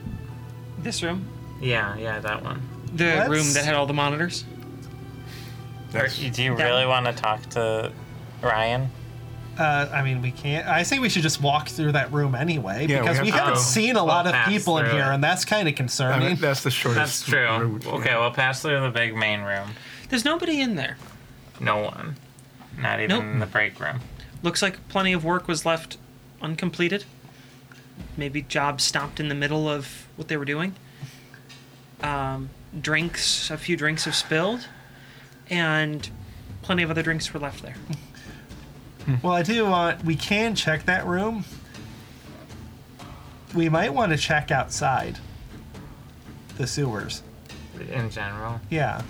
[SPEAKER 1] this room.
[SPEAKER 3] Yeah, yeah, that one.
[SPEAKER 1] The
[SPEAKER 2] Let's-
[SPEAKER 1] room that had all the monitors.
[SPEAKER 3] Or
[SPEAKER 4] That's,
[SPEAKER 3] do you
[SPEAKER 1] That-
[SPEAKER 3] really want to talk to Ryan?
[SPEAKER 2] Uh, I mean, we can't. I think we should just walk through that room anyway
[SPEAKER 4] Yeah, we
[SPEAKER 2] because
[SPEAKER 4] have
[SPEAKER 2] we
[SPEAKER 4] to
[SPEAKER 2] haven't
[SPEAKER 4] go-
[SPEAKER 2] seen a lot of
[SPEAKER 3] pass
[SPEAKER 2] people in
[SPEAKER 3] through
[SPEAKER 2] here,
[SPEAKER 3] it.
[SPEAKER 2] and that's kind of concerning.
[SPEAKER 4] I mean, that's the shortest.
[SPEAKER 3] That's true.
[SPEAKER 4] route, yeah.
[SPEAKER 3] Okay, we'll pass through the big main room.
[SPEAKER 1] There's nobody in there.
[SPEAKER 3] No one. Not even the break room.
[SPEAKER 1] Looks like plenty of work was left uncompleted. Maybe jobs stopped in the middle of what they were doing. Um, drinks, a few drinks have spilled, and plenty of other drinks were left there.
[SPEAKER 2] Well, I do want. We can check that room. We might want to check outside the sewers.
[SPEAKER 3] In general.
[SPEAKER 2] Yeah.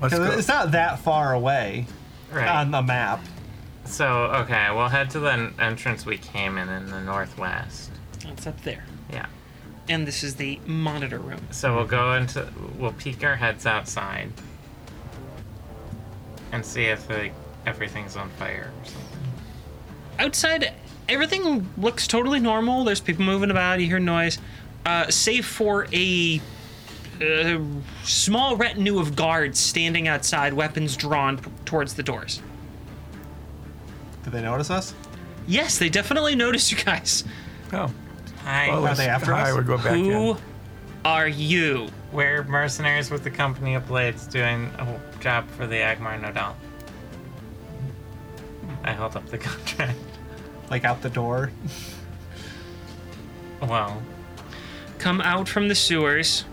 [SPEAKER 4] Let's
[SPEAKER 2] 'Cause
[SPEAKER 4] go.
[SPEAKER 2] it's not that far away
[SPEAKER 3] Right.
[SPEAKER 2] on the map.
[SPEAKER 3] So, okay, we'll head to the n- entrance we came in in the northwest.
[SPEAKER 1] That's up there.
[SPEAKER 3] Yeah.
[SPEAKER 1] And this is the monitor room.
[SPEAKER 3] So we'll go into, we'll peek our heads outside and see if like, everything's on fire or something.
[SPEAKER 1] outside everything looks totally normal there's people moving about you hear noise uh, save for a uh, small retinue of guards standing outside weapons drawn p- towards the doors
[SPEAKER 2] Did they notice us?
[SPEAKER 1] yes they definitely noticed you guys
[SPEAKER 4] Oh,
[SPEAKER 3] Hi, uh,
[SPEAKER 4] well,
[SPEAKER 2] Are
[SPEAKER 4] let's
[SPEAKER 2] they after
[SPEAKER 4] try.
[SPEAKER 2] us?
[SPEAKER 4] We'll go back
[SPEAKER 1] who
[SPEAKER 4] in.
[SPEAKER 1] are you
[SPEAKER 3] we're mercenaries with the Company of Blades doing a job for the Agmar Nodal. I held up the contract.
[SPEAKER 2] Like out the door?
[SPEAKER 3] Well,
[SPEAKER 1] come out from the sewers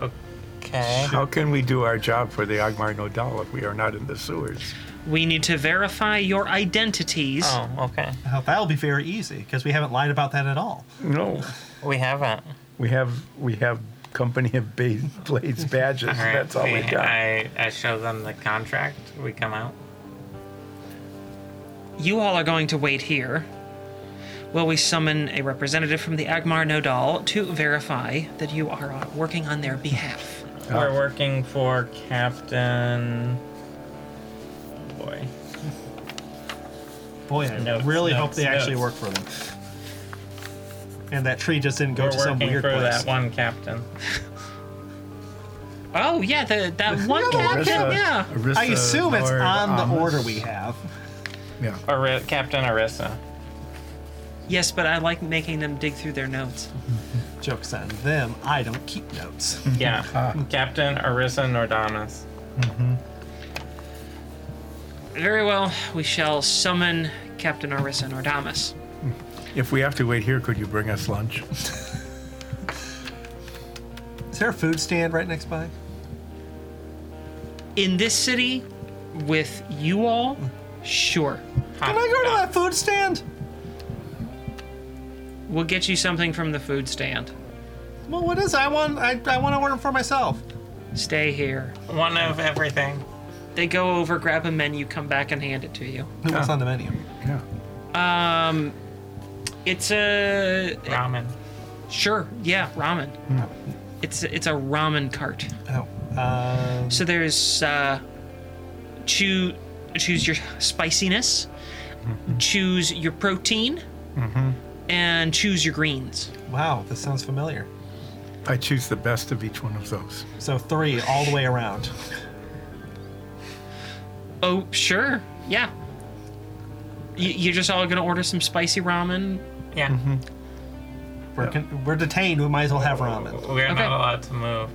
[SPEAKER 3] okay.
[SPEAKER 4] How can we do our job for the Agmar Nodal if we are not in the sewers?
[SPEAKER 1] we need to verify your identities
[SPEAKER 3] Oh, okay.
[SPEAKER 2] Oh, that'll be very easy because we haven't lied about that at all.
[SPEAKER 4] No,
[SPEAKER 3] We haven't.
[SPEAKER 4] we have we have company of ba- blades badges.
[SPEAKER 3] All right,
[SPEAKER 4] That's all we
[SPEAKER 3] we-
[SPEAKER 4] got.
[SPEAKER 3] I, I show them the contract. We come out.
[SPEAKER 1] You all are going to wait here while we summon a representative from the Agmar Nodal to verify that you are uh, working on their behalf.
[SPEAKER 3] We're working for Captain. Boy.
[SPEAKER 2] Boy, I
[SPEAKER 3] Notes,
[SPEAKER 2] really hope
[SPEAKER 3] notes,
[SPEAKER 2] they actually
[SPEAKER 3] notes.
[SPEAKER 2] work for them. and that tree just didn't go
[SPEAKER 3] We're
[SPEAKER 2] to some
[SPEAKER 3] working
[SPEAKER 2] weird
[SPEAKER 3] for
[SPEAKER 2] place.
[SPEAKER 3] that one captain.
[SPEAKER 1] Oh yeah, the, that one
[SPEAKER 2] other one,
[SPEAKER 1] captain. Yeah.
[SPEAKER 5] Arissa,
[SPEAKER 2] I assume it's
[SPEAKER 5] Nord,
[SPEAKER 2] on the
[SPEAKER 3] um,
[SPEAKER 5] Amos.
[SPEAKER 2] order we have.
[SPEAKER 5] Yeah.
[SPEAKER 3] Or Captain Arissa.
[SPEAKER 1] Yes, but I like making them dig through their notes.
[SPEAKER 2] Joke's on them. I don't keep notes.
[SPEAKER 3] Yeah. Captain Arissa Nordamus.
[SPEAKER 1] Very well. We shall summon Captain Orissa Nordamus.
[SPEAKER 5] If we have to wait here, could you bring us lunch?
[SPEAKER 2] Is there a food stand right next by?
[SPEAKER 1] In this city, with you all, sure.
[SPEAKER 2] Can I go to that food stand?
[SPEAKER 1] We'll get you something from the food stand.
[SPEAKER 2] Well, what is? It? I want. I, I want to order for myself.
[SPEAKER 1] Stay here.
[SPEAKER 3] One of everything.
[SPEAKER 1] They go over, grab a menu, come back and hand it to you.
[SPEAKER 2] Who
[SPEAKER 3] Oh.
[SPEAKER 2] was on the menu?
[SPEAKER 5] Yeah.
[SPEAKER 1] It's a
[SPEAKER 3] Ramen.
[SPEAKER 1] sure, yeah, ramen. It's it's a ramen cart.
[SPEAKER 2] Oh, uh,
[SPEAKER 1] So there's uh, choose choose your spiciness, choose your protein, and choose your greens.
[SPEAKER 2] wow. This sounds familiar.
[SPEAKER 5] I choose the best of each one of those.
[SPEAKER 2] So three all the way around.
[SPEAKER 1] Oh sure, yeah. You, you're just all gonna order some spicy ramen.
[SPEAKER 3] Yeah.
[SPEAKER 5] Mm-hmm.
[SPEAKER 2] We're con- we're detained. We might as well have ramen.
[SPEAKER 3] We're
[SPEAKER 1] Okay.
[SPEAKER 3] not allowed to move.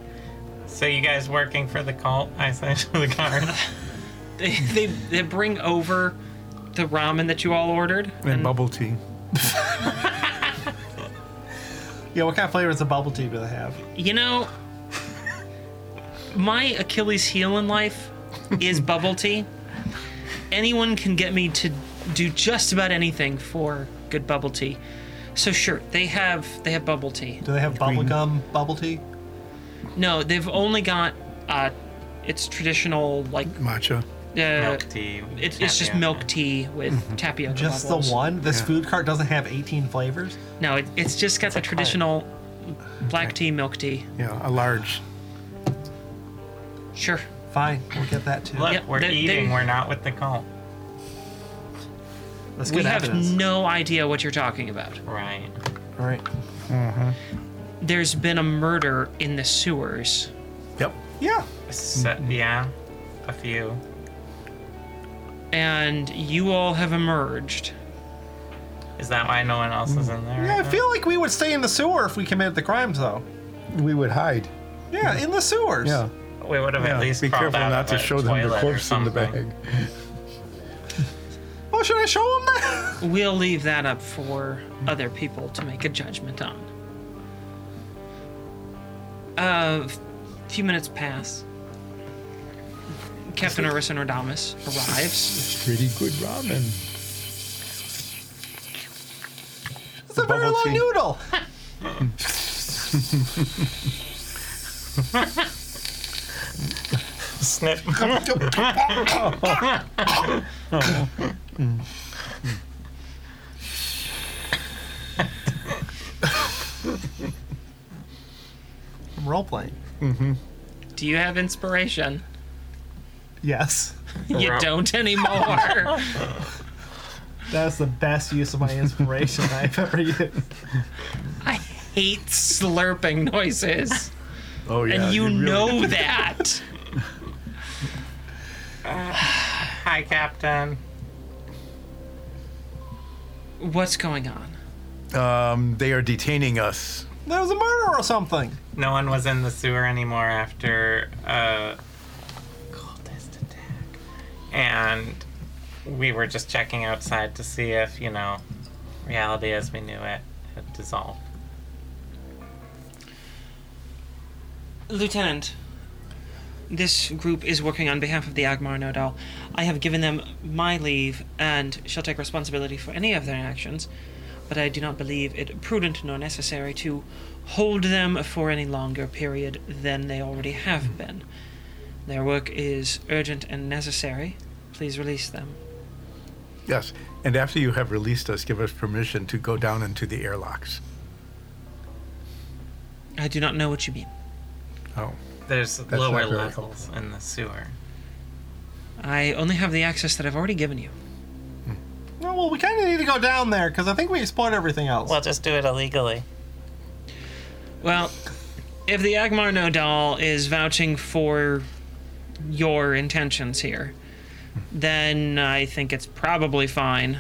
[SPEAKER 3] So you guys working for the cult? I say to the guard.
[SPEAKER 1] They they, they bring over the ramen that you all ordered.
[SPEAKER 5] And, bubble tea.
[SPEAKER 2] Yeah. What kind of flavors of bubble tea do they have?
[SPEAKER 1] You know, my Achilles heel in life is bubble tea. Anyone can get me to do just about anything for good bubble tea. So sure, they have they have bubble tea.
[SPEAKER 2] Do they have bubble
[SPEAKER 5] Green.
[SPEAKER 2] gum bubble tea?
[SPEAKER 1] No, they've only got uh it's traditional like
[SPEAKER 5] Matcha.
[SPEAKER 1] uh,
[SPEAKER 3] milk tea.
[SPEAKER 1] it's, it's just
[SPEAKER 3] tapioca.
[SPEAKER 1] milk tea with tapioca
[SPEAKER 2] Just
[SPEAKER 1] bubbles.
[SPEAKER 2] the one. This
[SPEAKER 5] Yeah.
[SPEAKER 2] food cart doesn't have 18 flavors.
[SPEAKER 1] No, it, it's just got the
[SPEAKER 3] a cart.
[SPEAKER 1] traditional black tea, milk tea.
[SPEAKER 5] Yeah, a large.
[SPEAKER 1] Sure.
[SPEAKER 2] Fine, we'll get that too.
[SPEAKER 3] Look,
[SPEAKER 1] Yep,
[SPEAKER 3] we're
[SPEAKER 1] they- they-
[SPEAKER 3] eating. We're not with the cult.
[SPEAKER 2] That's
[SPEAKER 1] We
[SPEAKER 2] good
[SPEAKER 1] have
[SPEAKER 2] evidence.
[SPEAKER 1] no idea what you're talking about.
[SPEAKER 3] Right.
[SPEAKER 2] All right.
[SPEAKER 1] there's been a murder in the sewers.
[SPEAKER 5] Yep.
[SPEAKER 2] Yeah.
[SPEAKER 3] So,
[SPEAKER 5] Mm-hmm.
[SPEAKER 3] yeah. A few.
[SPEAKER 1] And you all have emerged.
[SPEAKER 3] Is that why no one else is in there?
[SPEAKER 2] Yeah, I feel like we would stay in the sewer if we committed the crimes, though.
[SPEAKER 5] We would hide.
[SPEAKER 2] Yeah, in the sewers.
[SPEAKER 5] Yeah.
[SPEAKER 3] we would have
[SPEAKER 5] yeah.
[SPEAKER 3] at least
[SPEAKER 5] Be
[SPEAKER 3] crawled
[SPEAKER 5] careful
[SPEAKER 3] out
[SPEAKER 5] not
[SPEAKER 3] of
[SPEAKER 5] to
[SPEAKER 3] a
[SPEAKER 5] show them the
[SPEAKER 3] toilet or
[SPEAKER 5] corpse in the
[SPEAKER 3] something.
[SPEAKER 5] bag.
[SPEAKER 2] Oh, should I show them that?
[SPEAKER 1] We'll leave that up for other people to make a judgment on. A few minutes pass. Captain Orison Ordamus arrives.
[SPEAKER 9] Pretty good ramen.
[SPEAKER 2] It's a very
[SPEAKER 5] bubble
[SPEAKER 2] long
[SPEAKER 5] tea.
[SPEAKER 2] noodle.
[SPEAKER 3] Snip.
[SPEAKER 2] I'm role playing.
[SPEAKER 1] Do you have inspiration?
[SPEAKER 2] Yes.
[SPEAKER 1] You
[SPEAKER 3] Ro-
[SPEAKER 1] don't anymore.
[SPEAKER 2] That's the best use of my inspiration I've ever used.
[SPEAKER 1] I hate slurping noises.
[SPEAKER 5] Oh, yeah.
[SPEAKER 1] and you,
[SPEAKER 5] really-
[SPEAKER 1] know that.
[SPEAKER 3] Hi, Captain.
[SPEAKER 1] What's going on?
[SPEAKER 5] Um, they are detaining us.
[SPEAKER 2] There was a murder or something.
[SPEAKER 3] No one was in the sewer anymore after a cultist attack. And we were just checking outside to see if, you know, reality as we knew it had dissolved.
[SPEAKER 1] Lieutenant, this group is working on behalf of the Agmar Nodal. I have given them my leave and shall take responsibility for any of their actions, but I do not believe it prudent nor necessary to hold them for any longer period than they already have been. Their work is urgent and necessary. Please release them.
[SPEAKER 5] Yes. And after you have released us, give us permission to go down into the airlocks.
[SPEAKER 1] I do not know what you mean.
[SPEAKER 5] Oh.
[SPEAKER 3] There's
[SPEAKER 5] not
[SPEAKER 3] lower
[SPEAKER 5] very
[SPEAKER 3] levels
[SPEAKER 5] helpful.
[SPEAKER 3] in the sewer.
[SPEAKER 1] I only have the access that I've already given you.
[SPEAKER 2] No, Uh, well, we kind of need to go down there because I think we explored everything else.
[SPEAKER 3] We'll just do it illegally.
[SPEAKER 1] Well, if the Agmar Nodal is vouching for your intentions here, then I think it's probably fine.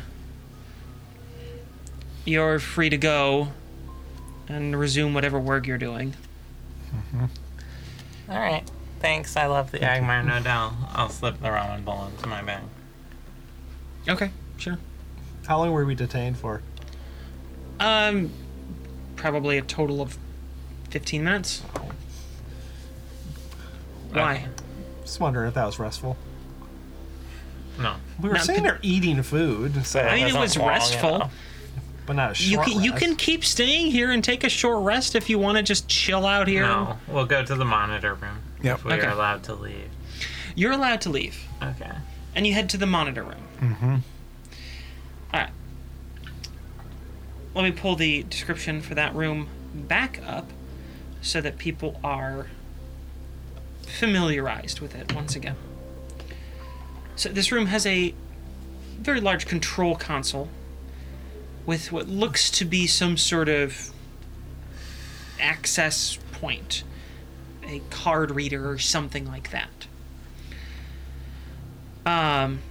[SPEAKER 1] You're free to go and resume whatever work you're doing.
[SPEAKER 3] All right. Thanks. I love the Agmar Nodal. I'll slip the ramen bowl into my bag.
[SPEAKER 1] Okay, sure.
[SPEAKER 2] How long were we detained for?
[SPEAKER 1] Um, probably a total of 15 minutes. Why?
[SPEAKER 2] Just wondering if that was restful.
[SPEAKER 3] No.
[SPEAKER 2] We were
[SPEAKER 1] Not
[SPEAKER 2] sitting
[SPEAKER 1] the-
[SPEAKER 2] there eating food, so,
[SPEAKER 1] I mean,
[SPEAKER 3] That's
[SPEAKER 1] it
[SPEAKER 3] not
[SPEAKER 1] was
[SPEAKER 3] long at
[SPEAKER 1] restful.
[SPEAKER 3] all.
[SPEAKER 2] but not a
[SPEAKER 1] You
[SPEAKER 2] short
[SPEAKER 1] can, you
[SPEAKER 2] rest.
[SPEAKER 1] can keep staying here and take a short rest if you want to just chill out here.
[SPEAKER 3] No, we'll go to the monitor room.
[SPEAKER 4] Yep.
[SPEAKER 3] If we
[SPEAKER 1] Okay.
[SPEAKER 3] are allowed to leave.
[SPEAKER 1] You're allowed to leave.
[SPEAKER 3] Okay.
[SPEAKER 1] and you head to the monitor room. Mm-hmm. All right. Let me pull the description for that room back up so that people are familiarized with it once again. So, this room has a very large control console with what looks to be some sort of access point, a card reader or something like that. Um,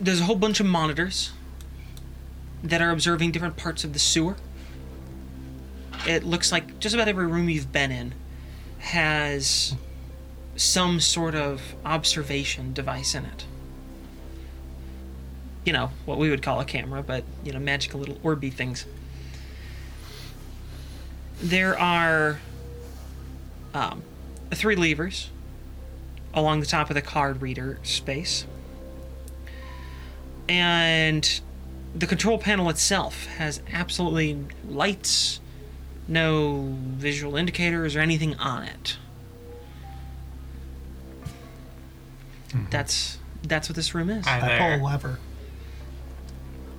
[SPEAKER 1] there's a whole bunch of monitors that are observing different parts of the sewer. It looks like just about every room you've been in has some sort of observation device in it. You know, what we would call a camera, but, you know, magical little orby things. There are um, three levers along the top of the card reader space. And the control panel itself has absolutely lights, no visual indicators or anything on it. That's that's what this room is.
[SPEAKER 3] Hi
[SPEAKER 2] I
[SPEAKER 3] there.
[SPEAKER 2] pull a lever.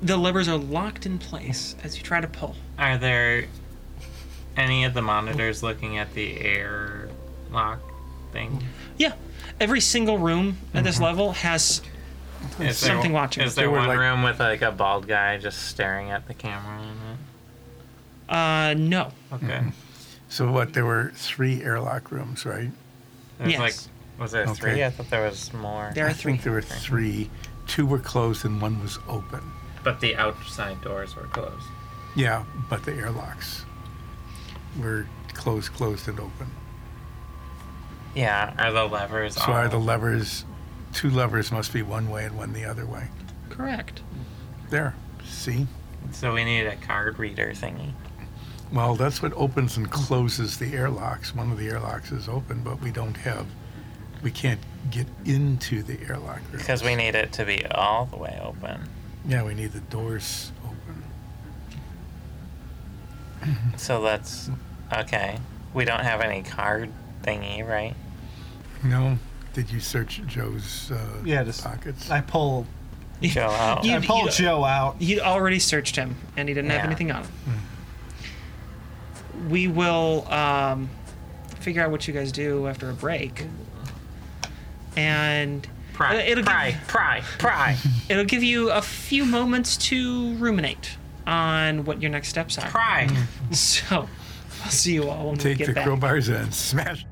[SPEAKER 1] The levers are locked in place as you try to pull.
[SPEAKER 3] Are there any of the monitors looking at the air lock thing?
[SPEAKER 1] Yeah. Every single room at
[SPEAKER 3] Mm-hmm.
[SPEAKER 1] this level has
[SPEAKER 3] Is
[SPEAKER 1] Something watching
[SPEAKER 3] Is
[SPEAKER 1] us.
[SPEAKER 3] there
[SPEAKER 4] They were
[SPEAKER 3] one
[SPEAKER 4] like-
[SPEAKER 3] room with like a bald guy just staring at the camera in
[SPEAKER 1] uh no.
[SPEAKER 3] it? Okay.
[SPEAKER 1] Mm-hmm.
[SPEAKER 4] So what? There were three airlock rooms, right?
[SPEAKER 3] There's
[SPEAKER 1] Yes.
[SPEAKER 3] like was there three?
[SPEAKER 4] Okay.
[SPEAKER 3] I thought there was more.
[SPEAKER 1] There are
[SPEAKER 4] I
[SPEAKER 1] three.
[SPEAKER 4] think there were three. Two were closed and one was open.
[SPEAKER 3] But the outside doors were closed.
[SPEAKER 4] Yeah, but the airlocks were closed, closed, and open.
[SPEAKER 3] Yeah. Are the levers
[SPEAKER 4] So are the
[SPEAKER 3] all-
[SPEAKER 4] levers? Two levers must be one way and one the other way.
[SPEAKER 1] Correct.
[SPEAKER 4] There. See?
[SPEAKER 3] So we need a card reader thingy.
[SPEAKER 4] Well, that's what opens and closes the airlocks. One of the airlocks is open, but we don't have, we can't get into the airlock room.
[SPEAKER 3] Because we need it to be all the way open.
[SPEAKER 4] Yeah, we need the doors open.
[SPEAKER 3] So that's okay. We don't have any card thingy, right?
[SPEAKER 4] No? Did you search Joe's uh,
[SPEAKER 2] Yeah, just-
[SPEAKER 4] pockets?
[SPEAKER 2] I pull.
[SPEAKER 3] Joe out.
[SPEAKER 2] I
[SPEAKER 1] You'd-
[SPEAKER 2] pull
[SPEAKER 1] you'd-
[SPEAKER 2] Joe out.
[SPEAKER 1] You'd already searched him, and he didn't have
[SPEAKER 3] Yeah. Mm.
[SPEAKER 1] anything on him. We will um, figure out what you guys do after a break, and
[SPEAKER 3] Pry,
[SPEAKER 1] it'll give-
[SPEAKER 3] pry, pry, pry,
[SPEAKER 1] it'll give you a few moments to ruminate on what your next steps are.
[SPEAKER 3] pry.
[SPEAKER 1] So, I'll see you all when we
[SPEAKER 4] Take
[SPEAKER 1] get
[SPEAKER 4] the
[SPEAKER 1] back.
[SPEAKER 4] crowbars and smash.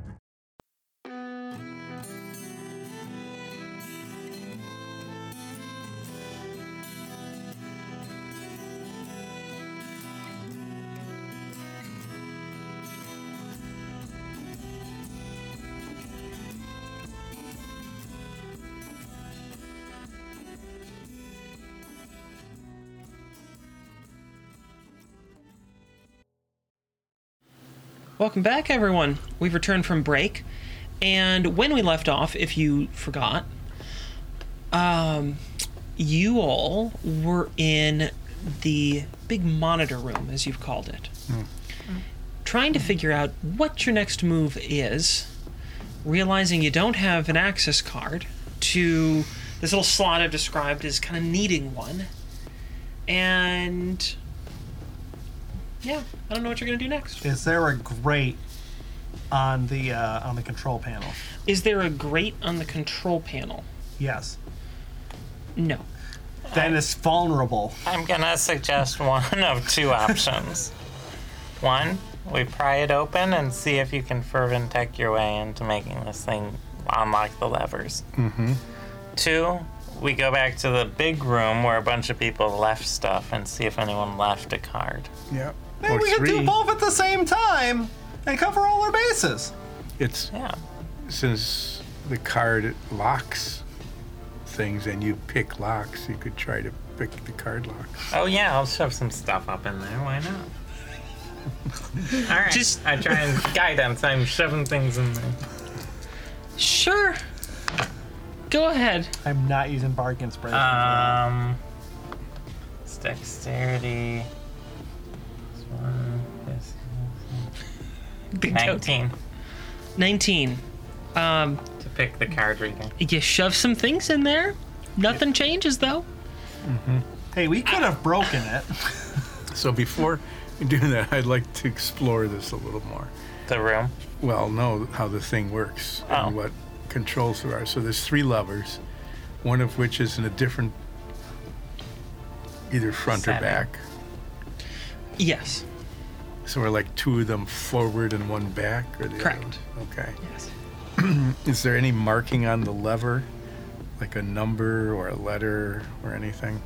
[SPEAKER 1] Welcome back, everyone. We've returned from break, and when we left off, if you forgot, um, you all were in the big monitor room, as you've called it, trying to figure out what your next move is, realizing you don't have an access card to this little slot I've described as kind of needing one, and yeah, I don't know what you're gonna do next.
[SPEAKER 2] Is there a grate on the uh, on the control panel?
[SPEAKER 1] Is there a grate on the control panel?
[SPEAKER 2] Yes.
[SPEAKER 1] No.
[SPEAKER 2] Then it's vulnerable.
[SPEAKER 3] I'm gonna suggest one of two options. One, we pry it open and see if you can fervent tech your way into making this thing unlock the levers. Mm-hmm. Two, we go back to the big room where a bunch of people left stuff and see if anyone left a card.
[SPEAKER 5] Yeah.
[SPEAKER 2] Then we could do both at the same time and cover all our bases.
[SPEAKER 5] It's
[SPEAKER 3] Yeah.
[SPEAKER 5] since the card locks things and you pick locks, you could try to pick the card locks.
[SPEAKER 3] Oh yeah, I'll shove some stuff up in there. Why not? All right.
[SPEAKER 1] Just-
[SPEAKER 3] I try and guidance. I'm shoving things in there.
[SPEAKER 1] Sure. Go ahead.
[SPEAKER 2] I'm not using bargain spread.
[SPEAKER 1] Uh,
[SPEAKER 3] Um, it's dexterity. It's one, yes,
[SPEAKER 1] Big toe.
[SPEAKER 3] Nineteen
[SPEAKER 1] 19. Um,
[SPEAKER 3] to pick the card reading.
[SPEAKER 1] you shove some things in there. Nothing changes, though.
[SPEAKER 2] hey, we could have broken it.
[SPEAKER 5] So before we do that, I'd like to explore this a little more.
[SPEAKER 3] The room.
[SPEAKER 5] Well, know how the thing works and
[SPEAKER 3] Oh.
[SPEAKER 5] what controls there are. So there's three levers, one of which is in a different either front or
[SPEAKER 3] Seven.
[SPEAKER 5] back.
[SPEAKER 1] Yes.
[SPEAKER 5] So we're like two of them forward and one back, or the other
[SPEAKER 1] Correct.
[SPEAKER 5] one? Okay.
[SPEAKER 1] Yes.
[SPEAKER 5] Is there any marking on the lever, like a number or a letter or anything?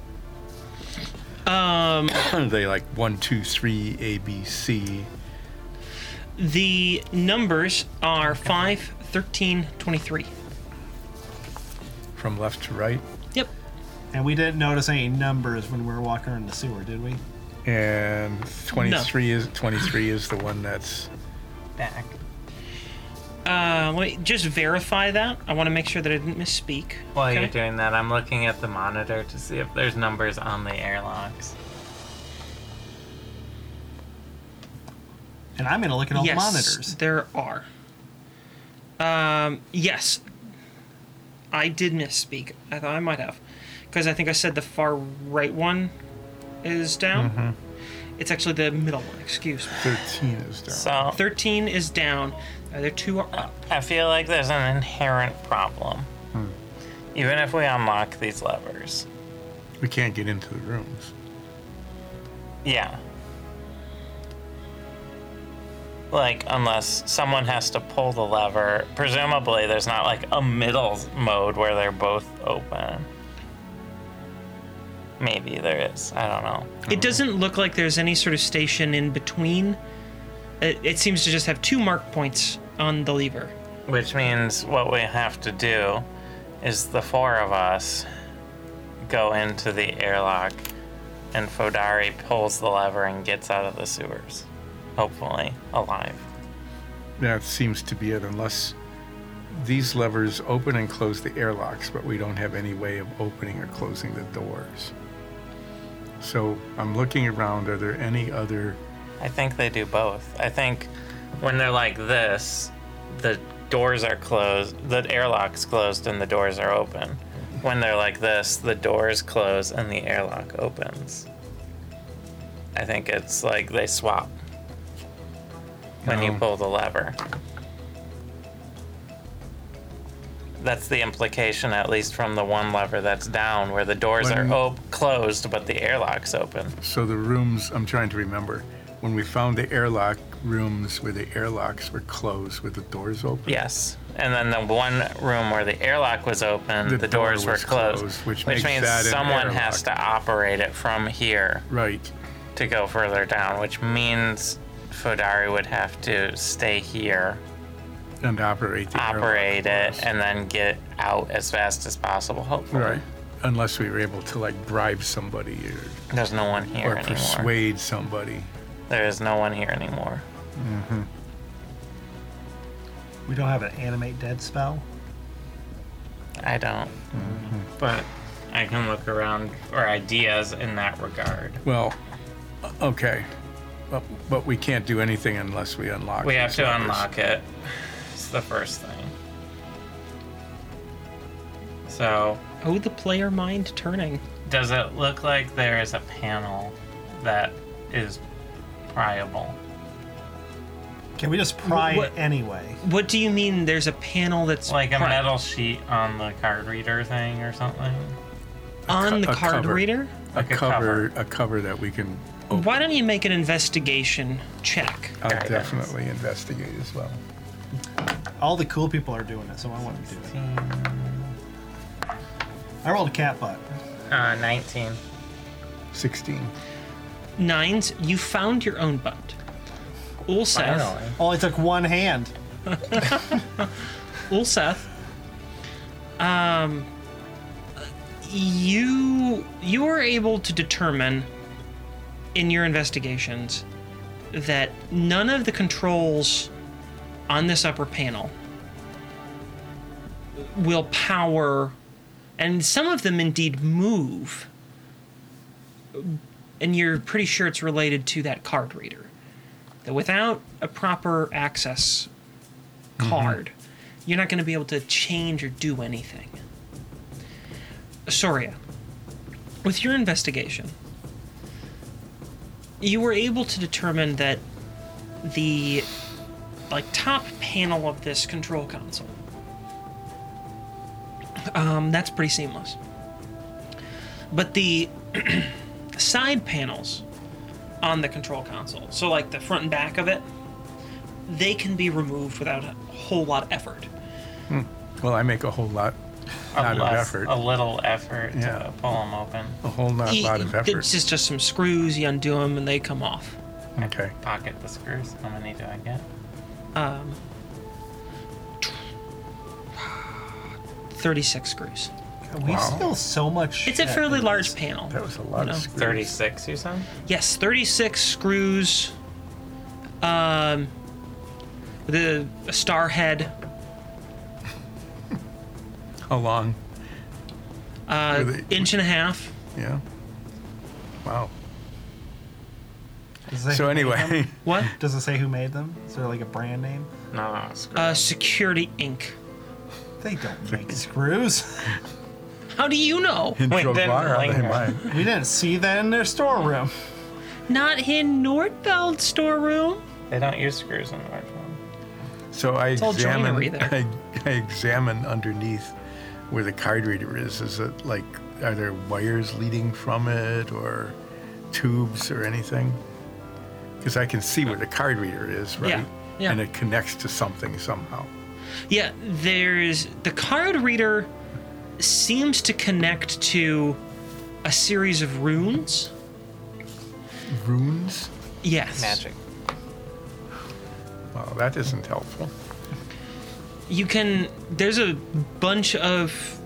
[SPEAKER 1] Um,
[SPEAKER 5] Are they like one, two, three, A, B, C?
[SPEAKER 1] the numbers are 5, 13, 23.
[SPEAKER 5] from left to right?
[SPEAKER 1] Yep.
[SPEAKER 2] and we didn't notice any numbers when we were walking in the sewer, did we?
[SPEAKER 5] And 23 is 23 is the one that's
[SPEAKER 3] Back.
[SPEAKER 1] Uh, wait, just verify that. I want to make sure that I didn't misspeak.
[SPEAKER 3] While you're
[SPEAKER 1] Okay.
[SPEAKER 3] doing that, I'm looking at the monitor to see if there's numbers on the airlocks.
[SPEAKER 2] And I'm gonna look at all
[SPEAKER 1] yes,
[SPEAKER 2] the monitors.
[SPEAKER 1] There are. Um, yes. I did misspeak. I thought I might have. Because I think I said the far right one is down. It's actually the middle one, excuse me.
[SPEAKER 5] 13 is down.
[SPEAKER 3] So
[SPEAKER 1] 13 is down. The other two are up.
[SPEAKER 3] I feel like there's an inherent problem. Even if we unlock these levers.
[SPEAKER 5] we can't get into the rooms.
[SPEAKER 3] Yeah. Like, unless someone has to pull the lever, presumably there's not like a middle mode where they're both open. Maybe there is. I don't know.
[SPEAKER 1] It doesn't look like there's any sort of station in between. It, it seems to just have two mark points on the lever.
[SPEAKER 3] Which means what we have to do is the four of us go into the airlock and Fodari pulls the lever and gets out of the sewers. Hopefully, alive.
[SPEAKER 5] That seems to be it, unless these levers open and close the airlocks, but we don't have any way of opening or closing the doors. So I'm looking around. Are there any other?
[SPEAKER 3] I think they do both. I think when they're like this, the doors are closed, the airlock's closed, and the doors are open. When they're like this, the doors close and the airlock opens. I think it's like they swap when you
[SPEAKER 5] No.
[SPEAKER 3] pull the lever. That's the implication, at least from the one lever that's down, where the doors
[SPEAKER 5] When-
[SPEAKER 3] are op- closed but the airlock's open.
[SPEAKER 5] So the rooms. I'm trying to remember. When we found the airlock rooms where the airlocks were closed with the doors open.
[SPEAKER 3] Yes. And then the one room where the airlock was open, the,
[SPEAKER 5] The door
[SPEAKER 3] doors were
[SPEAKER 5] was
[SPEAKER 3] closed,
[SPEAKER 5] closed, which makes
[SPEAKER 3] means
[SPEAKER 5] that an
[SPEAKER 3] someone has to
[SPEAKER 5] airlock.
[SPEAKER 3] operate it from here
[SPEAKER 5] Right.
[SPEAKER 3] to go further down, which means Fodari would have to stay here,
[SPEAKER 5] And operate the airlock
[SPEAKER 3] operate
[SPEAKER 5] doors.
[SPEAKER 3] it, and then get out as fast as possible, hopefully.
[SPEAKER 5] Right. Unless we were able to like bribe somebody or,
[SPEAKER 3] There's no one here
[SPEAKER 5] or
[SPEAKER 3] anymore.
[SPEAKER 5] persuade somebody.
[SPEAKER 3] There is no one here anymore.
[SPEAKER 2] We don't have an animate dead spell.
[SPEAKER 3] I don't.
[SPEAKER 5] Mm-hmm.
[SPEAKER 3] But I can look around for ideas in that regard.
[SPEAKER 5] Well, o- okay. But, but we can't do anything unless we unlock.
[SPEAKER 3] We have
[SPEAKER 5] these
[SPEAKER 3] to
[SPEAKER 5] levers.
[SPEAKER 3] unlock it. It's the first thing. So,
[SPEAKER 1] Oh, the player mind turning.
[SPEAKER 3] does it look like there is a panel that is priable?
[SPEAKER 2] Can we just pry
[SPEAKER 1] What-
[SPEAKER 2] it anyway?
[SPEAKER 1] What do you mean there's a panel that's
[SPEAKER 3] Like a
[SPEAKER 1] pri-
[SPEAKER 3] metal sheet on the card reader thing or something?
[SPEAKER 1] on the
[SPEAKER 5] a
[SPEAKER 1] card
[SPEAKER 5] cover.
[SPEAKER 1] reader.
[SPEAKER 5] A
[SPEAKER 3] Like a
[SPEAKER 5] cover, a cover that we can. Oh,
[SPEAKER 1] Why don't you make an investigation check?
[SPEAKER 5] I'll
[SPEAKER 3] Guidance.
[SPEAKER 5] definitely investigate as well.
[SPEAKER 2] All the cool people are doing it, so I want to do it. I rolled a cat butt.
[SPEAKER 3] Uh, 19.
[SPEAKER 5] Sixteen.
[SPEAKER 1] Nines, you found your own butt. Ulseth,
[SPEAKER 3] Finally.
[SPEAKER 2] Only took one hand.
[SPEAKER 1] Ulseth, um, you you were able to determine in your investigations that none of the controls on this upper panel will power, and some of them indeed move. And you're pretty sure it's related to that card reader. That without a proper access card, you're not going to be able to change or do anything. Soria, with your investigation, you were able to determine that the like top panel of this control console um, that's pretty seamless but the side panels on the control console so like the front and back of it they can be removed without a whole lot of effort
[SPEAKER 5] Well, I make a whole lot, lot of
[SPEAKER 3] Less-
[SPEAKER 5] effort.
[SPEAKER 3] A little effort
[SPEAKER 5] Yeah.
[SPEAKER 3] to pull them open.
[SPEAKER 5] A whole lot,
[SPEAKER 1] You-
[SPEAKER 5] lot of effort.
[SPEAKER 1] it's just, just some screws you undo them and they come off
[SPEAKER 5] okay.
[SPEAKER 3] Pocket the screws. How many do I get?
[SPEAKER 1] 36 screws
[SPEAKER 2] We
[SPEAKER 5] Wow.
[SPEAKER 2] steal so much.
[SPEAKER 1] it's a
[SPEAKER 2] shit.
[SPEAKER 1] fairly large panel
[SPEAKER 5] That was a lot
[SPEAKER 1] No.
[SPEAKER 5] of screws.
[SPEAKER 3] 36, you said?
[SPEAKER 1] Yes, 36 screws. Um, the a star head.
[SPEAKER 5] How long?
[SPEAKER 1] Uh,
[SPEAKER 5] Were they-
[SPEAKER 1] inch and a half.
[SPEAKER 5] Yeah. Wow.
[SPEAKER 2] Does it say
[SPEAKER 5] So
[SPEAKER 2] who made them?
[SPEAKER 5] anyway,
[SPEAKER 1] What?
[SPEAKER 2] does it say who made them? Is there like a brand name?
[SPEAKER 3] No, screw
[SPEAKER 1] Uh,
[SPEAKER 3] it.
[SPEAKER 1] security Inc.
[SPEAKER 2] They don't make screws.
[SPEAKER 1] How do you know?
[SPEAKER 5] in
[SPEAKER 3] Wait, then
[SPEAKER 5] Jogar,
[SPEAKER 3] linger.
[SPEAKER 5] they might.
[SPEAKER 2] We didn't see that in their storeroom.
[SPEAKER 1] Not in Nordfeld storeroom.
[SPEAKER 3] They don't use screws in Northland.
[SPEAKER 5] So I
[SPEAKER 1] all joinery
[SPEAKER 5] examine. I,
[SPEAKER 1] there.
[SPEAKER 5] I examine underneath where the card reader is. Is it like are there wires leading from it or tubes or anything? Because I can see where the card reader is, right?
[SPEAKER 1] Yeah, yeah.
[SPEAKER 5] And it connects to something somehow.
[SPEAKER 1] Yeah, there's the card reader seems to connect to a series of runes.
[SPEAKER 5] Runes.
[SPEAKER 1] Yes.
[SPEAKER 3] Magic.
[SPEAKER 5] Well, that isn't helpful.
[SPEAKER 1] you can there's a bunch of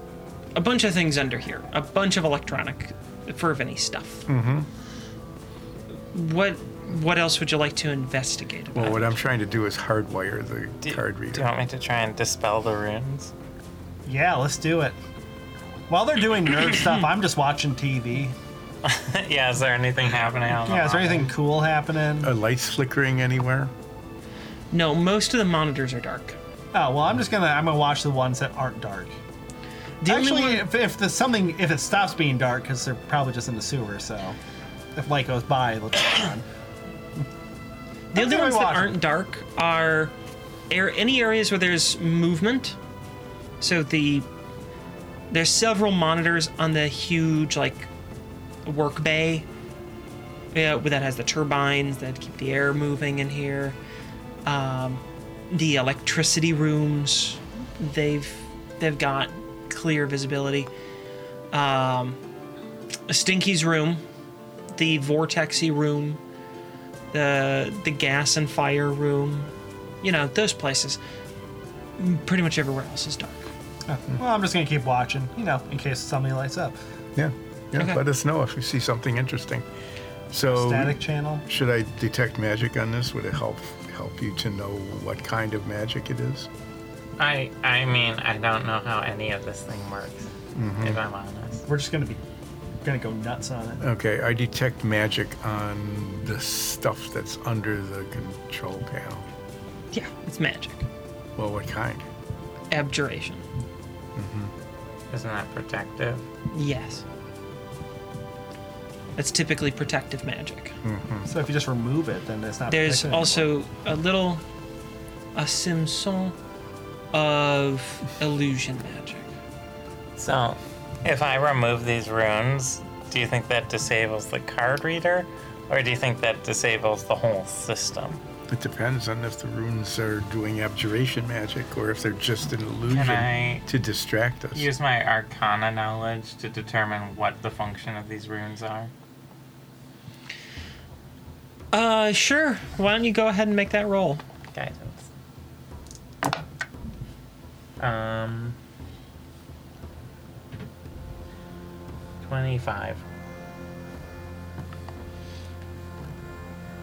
[SPEAKER 1] a bunch of things under here a bunch of electronic ferventy stuff mm-hmm. what what else would you like to investigate about
[SPEAKER 5] Well, what
[SPEAKER 1] it?
[SPEAKER 5] I'm trying to do is hardwire the
[SPEAKER 3] Do,
[SPEAKER 5] card
[SPEAKER 3] do
[SPEAKER 5] reader.
[SPEAKER 3] you want me to try and dispel the runes?
[SPEAKER 2] Yeah, let's do it. While they're doing nerd stuff, I'm just watching TV.
[SPEAKER 3] yeah, is there anything happening on the
[SPEAKER 5] Uh-huh.
[SPEAKER 2] Yeah, is there
[SPEAKER 3] monitor?
[SPEAKER 2] anything cool happening?
[SPEAKER 5] Are lights flickering anywhere?
[SPEAKER 1] no most of the monitors are dark
[SPEAKER 2] Oh well, I'm just gonna I'm gonna watch the ones that aren't dark.
[SPEAKER 1] the only
[SPEAKER 2] Actually,
[SPEAKER 1] one-
[SPEAKER 2] if, if there's something if it stops being dark, because they're probably just in the sewer, so if light goes by, let's go on.
[SPEAKER 1] The
[SPEAKER 2] That's
[SPEAKER 1] other
[SPEAKER 2] what
[SPEAKER 1] ones
[SPEAKER 2] I
[SPEAKER 1] that
[SPEAKER 2] watch.
[SPEAKER 1] aren't dark are are any areas where there's movement. So the there's several monitors on the huge like work bay. Yeah, where that has the turbines that keep the air moving in here. Um, the electricity rooms, they've they've got clear visibility. Um, Stinky's room, the vortexy room the the gas and fire room, you know, those places. Mm, Pretty much everywhere else is dark.
[SPEAKER 2] Well, I'm just gonna keep watching, you know, in case something lights up.
[SPEAKER 5] Yeah. Yeah.
[SPEAKER 1] Okay.
[SPEAKER 5] Let us know if you see something interesting. So
[SPEAKER 2] Static channel.
[SPEAKER 5] Should I detect magic on this? Would it help help you to know what kind of magic it is?
[SPEAKER 3] I, I mean, I don't know how any of this thing works,
[SPEAKER 5] Mm-hmm.
[SPEAKER 3] if I'm honest.
[SPEAKER 2] We're just gonna be gonna go nuts on it.
[SPEAKER 5] Okay, I detect magic on the stuff that's under the control panel.
[SPEAKER 1] Yeah, it's magic.
[SPEAKER 5] Well, what kind?
[SPEAKER 1] Abjuration.
[SPEAKER 3] Isn't that protective?
[SPEAKER 1] Yes. That's typically protective magic.
[SPEAKER 2] So if you just remove it, then it's not.
[SPEAKER 1] There's
[SPEAKER 2] protected
[SPEAKER 1] also a little a simson of illusion magic.
[SPEAKER 3] So, If I remove these runes, do you think that disables the card reader, or do you think that disables the whole system?
[SPEAKER 5] It depends on if the runes are doing abjuration magic or if they're just an illusion
[SPEAKER 3] I-
[SPEAKER 5] to distract us.
[SPEAKER 3] Use my Arcana knowledge to determine what the function of these runes are.
[SPEAKER 1] Uh, sure. Why don't you go ahead and make that roll?
[SPEAKER 3] Guidance. Um. Twenty-five.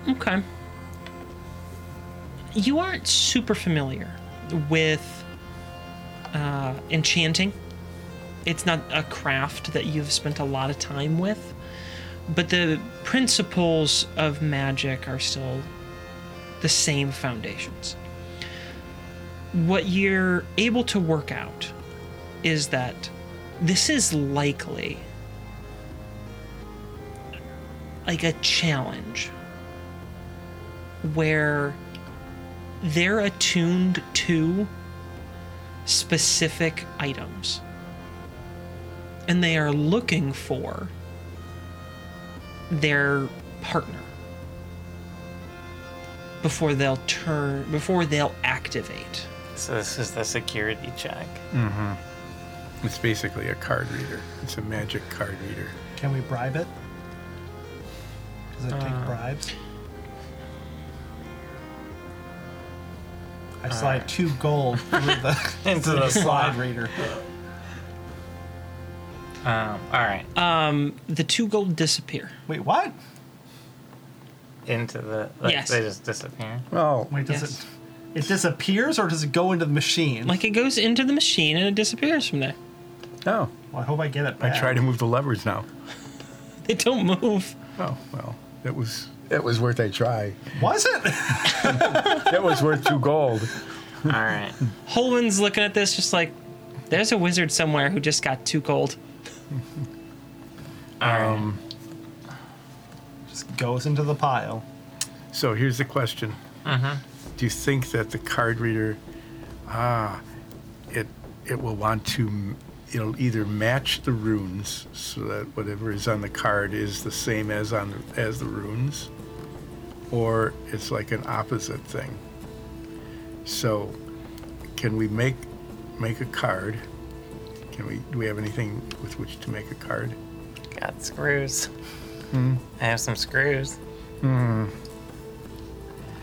[SPEAKER 1] Okay. You aren't super familiar with uh, enchanting. It's not a craft that you've spent a lot of time with, but the principles of magic are still the same foundations. What you're able to work out is that this is likely like a challenge where they're attuned to specific items and they are looking for their partner before they'll turn before they'll activate
[SPEAKER 3] So this is the security check.
[SPEAKER 5] It's basically a card reader. It's a magic card reader.
[SPEAKER 2] Can we bribe it? Does it take
[SPEAKER 1] Uh,
[SPEAKER 2] bribes? I slide two gold through the,
[SPEAKER 3] Into
[SPEAKER 2] through
[SPEAKER 3] the
[SPEAKER 2] the slide
[SPEAKER 3] slot.
[SPEAKER 2] reader.
[SPEAKER 3] Um, all right.
[SPEAKER 1] the two gold disappear
[SPEAKER 2] Wait, what?
[SPEAKER 3] Into the. Like,
[SPEAKER 1] Yes.
[SPEAKER 3] They just disappear.
[SPEAKER 5] Oh,
[SPEAKER 2] Wait, does
[SPEAKER 1] Yes.
[SPEAKER 2] it it disappears or does it go into the machine?
[SPEAKER 1] like it goes into the machine and it disappears from there
[SPEAKER 5] oh.
[SPEAKER 2] well, I hope I get it.
[SPEAKER 5] I
[SPEAKER 2] back.
[SPEAKER 5] try to move the levers now.
[SPEAKER 1] they don't move
[SPEAKER 5] Oh, well, that was that was worth a try.
[SPEAKER 2] Was it?
[SPEAKER 5] That was worth two gold.
[SPEAKER 3] All right.
[SPEAKER 1] holman's looking at this just like there's a wizard somewhere who just got two gold
[SPEAKER 3] All right.
[SPEAKER 2] Just goes into the pile.
[SPEAKER 5] So here's the question. Do you think that the card reader, ah, it it will want to, m- it'll either match the runes so that whatever is on the card is the same as on as the runes, or it's like an opposite thing. So, can we make make a card? Can we do we have anything with which to make a card?
[SPEAKER 3] Got screws. I have some screws. Hmm.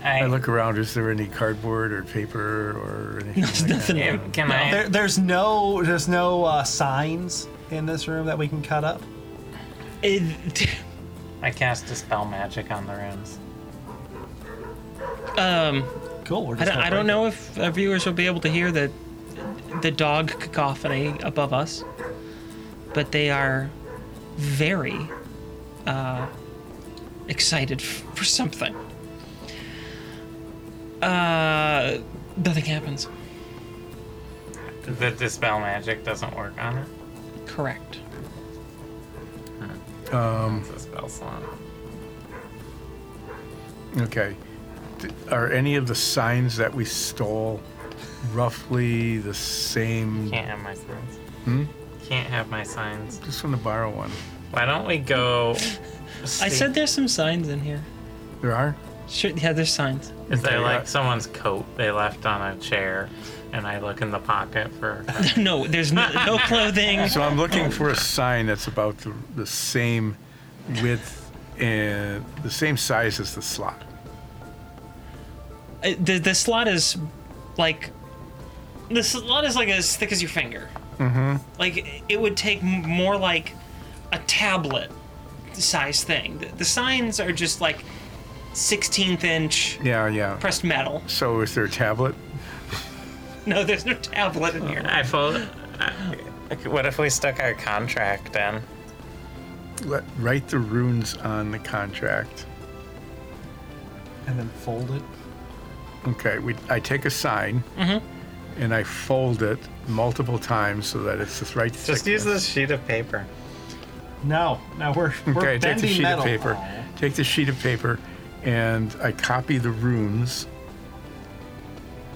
[SPEAKER 3] I,
[SPEAKER 5] I look around. Is there any cardboard or paper or anything? like that?
[SPEAKER 1] nothing
[SPEAKER 3] Can, can I?
[SPEAKER 2] There, there's no there's no uh, signs in this room that we can cut up.
[SPEAKER 1] It-
[SPEAKER 3] I cast dispel magic on the runes.
[SPEAKER 2] Cool. We're
[SPEAKER 1] I don't,
[SPEAKER 2] just gonna
[SPEAKER 1] I don't
[SPEAKER 2] break
[SPEAKER 1] know if our viewers will be able to hear the the dog cacophony above us, but they are very uh, excited f- for something. Uh, nothing happens.
[SPEAKER 3] The dispel magic doesn't work on it.
[SPEAKER 1] Correct.
[SPEAKER 3] It's a spell slot.
[SPEAKER 5] Okay. D- Are any of the signs that we stole roughly the same?
[SPEAKER 3] Can't have my signs. Hmm? Can't have my signs.
[SPEAKER 5] Just want to borrow one.
[SPEAKER 3] Why don't we go?
[SPEAKER 1] I said there's some signs in here.
[SPEAKER 5] There are?
[SPEAKER 1] Sure, yeah, there's signs.
[SPEAKER 3] Is there
[SPEAKER 5] Okay,
[SPEAKER 3] like
[SPEAKER 5] uh,
[SPEAKER 3] someone's coat they left on a chair, and I look in the pocket for?
[SPEAKER 1] no, there's no, no clothing.
[SPEAKER 5] So I'm looking for a sign that's about the, the same width and the same size as the slot.
[SPEAKER 1] Uh, the the slot is like the slot is like as thick as your finger. Mm-hmm. Like it would take m- more like a tablet size thing. The, the signs are just like 16th inch
[SPEAKER 5] Yeah, yeah.
[SPEAKER 1] pressed metal.
[SPEAKER 5] So is there a tablet?
[SPEAKER 1] No, there's no tablet in here.
[SPEAKER 3] I fold. I- What if we stuck our contract in?
[SPEAKER 5] Let, write the runes on the contract.
[SPEAKER 2] it And then fold it.
[SPEAKER 5] Okay, we, I take a sign
[SPEAKER 3] Mm-hmm.
[SPEAKER 5] and I fold it multiple times so that it's the right
[SPEAKER 3] Just use
[SPEAKER 5] thickness.
[SPEAKER 3] this sheet of paper.
[SPEAKER 2] No, no, we're we're
[SPEAKER 5] Okay, I take
[SPEAKER 2] bending
[SPEAKER 5] the sheet
[SPEAKER 2] metal.
[SPEAKER 5] of paper. Take the sheet of paper, and I copy the runes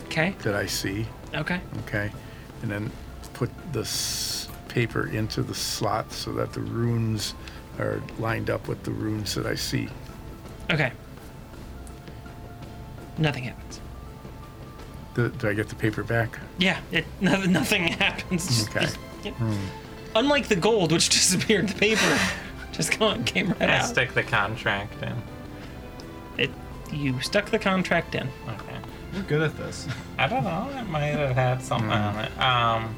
[SPEAKER 1] Okay.
[SPEAKER 5] that I see.
[SPEAKER 1] Okay.
[SPEAKER 5] Okay, and then put the s- paper into the slot so that the runes are lined up with the runes that I see.
[SPEAKER 1] Okay. Nothing happens.
[SPEAKER 5] Do, do I get the paper back?
[SPEAKER 1] Yeah, it no, nothing happens. Just-
[SPEAKER 5] Okay.
[SPEAKER 1] yeah. Unlike the gold, which disappeared, the paper just gone, came right
[SPEAKER 3] I
[SPEAKER 1] out.
[SPEAKER 3] stick the contract in.
[SPEAKER 1] It, you stuck the contract in.
[SPEAKER 3] Okay.
[SPEAKER 2] You're good at this.
[SPEAKER 3] I don't know. It might have had something on it. Um.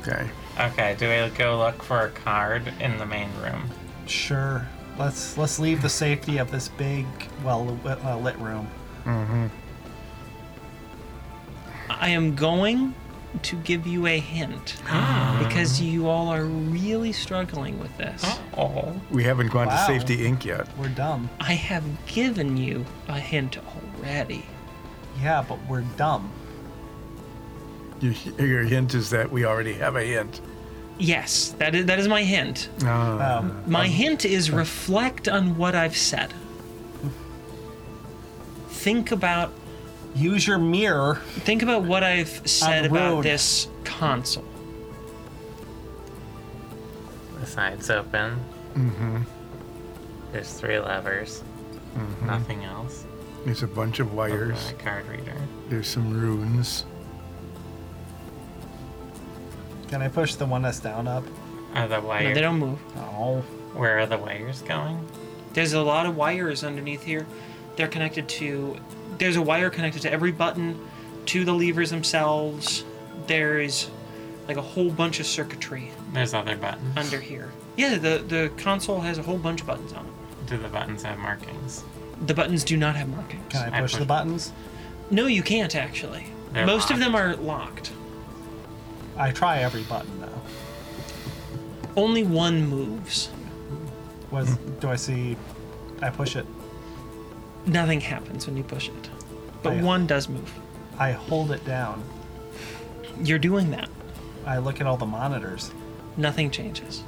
[SPEAKER 5] Okay.
[SPEAKER 3] Okay. Do we go look for a card in the main room?
[SPEAKER 2] Sure. Let's let's leave the safety of this big, well uh, lit room.
[SPEAKER 1] I am going to give you a hint because you all are really struggling with this.
[SPEAKER 3] Oh.
[SPEAKER 5] We haven't gone
[SPEAKER 2] Wow.
[SPEAKER 5] to Safety Inc. yet.
[SPEAKER 2] We're dumb.
[SPEAKER 1] I have given you a hint already.
[SPEAKER 2] Yeah, but we're dumb.
[SPEAKER 5] Your, your hint is that we already have a hint.
[SPEAKER 1] Yes, that is that is my hint.
[SPEAKER 5] Uh,
[SPEAKER 2] Um,
[SPEAKER 1] My hint is reflect on what I've said. Think about
[SPEAKER 2] use your mirror.
[SPEAKER 1] think about what I've said about
[SPEAKER 2] road.
[SPEAKER 1] this console.
[SPEAKER 3] The side's open. Mm-hmm. There's three levers. Nothing else.
[SPEAKER 5] there's a bunch of
[SPEAKER 3] There's
[SPEAKER 5] wires.
[SPEAKER 3] a card reader.
[SPEAKER 5] There's some runes.
[SPEAKER 2] Can I push the one that's down up?
[SPEAKER 3] Are the
[SPEAKER 1] No,
[SPEAKER 3] wires?
[SPEAKER 1] they don't move.
[SPEAKER 2] Oh,
[SPEAKER 3] Where are the wires going?
[SPEAKER 1] There's a lot of wires underneath here. They're connected to. There's a wire connected to every button, to the levers themselves. There is like a whole bunch of circuitry
[SPEAKER 3] There's other buttons.
[SPEAKER 1] under here. Yeah, the, the console has a whole bunch of buttons on it.
[SPEAKER 3] Do the buttons have markings?
[SPEAKER 1] The buttons do not have markings.
[SPEAKER 2] can I
[SPEAKER 3] I
[SPEAKER 2] push the
[SPEAKER 3] push-
[SPEAKER 2] buttons?
[SPEAKER 1] No, you can't actually.
[SPEAKER 3] They're
[SPEAKER 1] Most of
[SPEAKER 3] locked.
[SPEAKER 1] them are locked.
[SPEAKER 2] I try every button now.
[SPEAKER 1] Only one moves.
[SPEAKER 2] Was do I see? I push it.
[SPEAKER 1] Nothing happens when you push it. But
[SPEAKER 2] Oh, yeah.
[SPEAKER 1] one does move.
[SPEAKER 2] I hold it down.
[SPEAKER 1] You're doing that.
[SPEAKER 2] I look at all the monitors.
[SPEAKER 1] Nothing changes.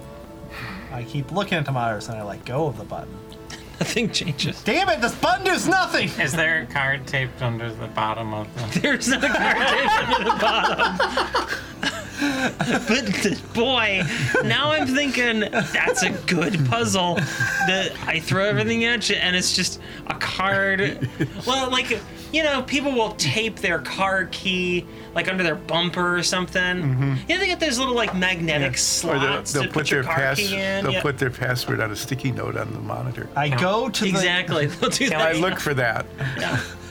[SPEAKER 2] I keep looking at the monitors and I let go of the button.
[SPEAKER 1] Nothing changes.
[SPEAKER 2] Damn it! This button does nothing.
[SPEAKER 3] Is there a card taped under the bottom of the?
[SPEAKER 1] There's not a card taped to the bottom. but th- boy, now I'm thinking that's a good puzzle. That I throw everything at you, and it's just a card. Well, like you know, people will tape their car key like under their bumper or something. You know, they get those little like magnetic
[SPEAKER 5] Mm-hmm. Or they'll,
[SPEAKER 1] slots
[SPEAKER 5] they'll
[SPEAKER 1] to
[SPEAKER 5] put,
[SPEAKER 1] put
[SPEAKER 5] their
[SPEAKER 1] your car
[SPEAKER 5] pass,
[SPEAKER 1] key in.
[SPEAKER 5] they'll
[SPEAKER 1] yeah.
[SPEAKER 5] put their password on a sticky note on the monitor.
[SPEAKER 2] I go to the
[SPEAKER 1] exactly. They'll do
[SPEAKER 3] Can
[SPEAKER 1] that.
[SPEAKER 5] I look for that.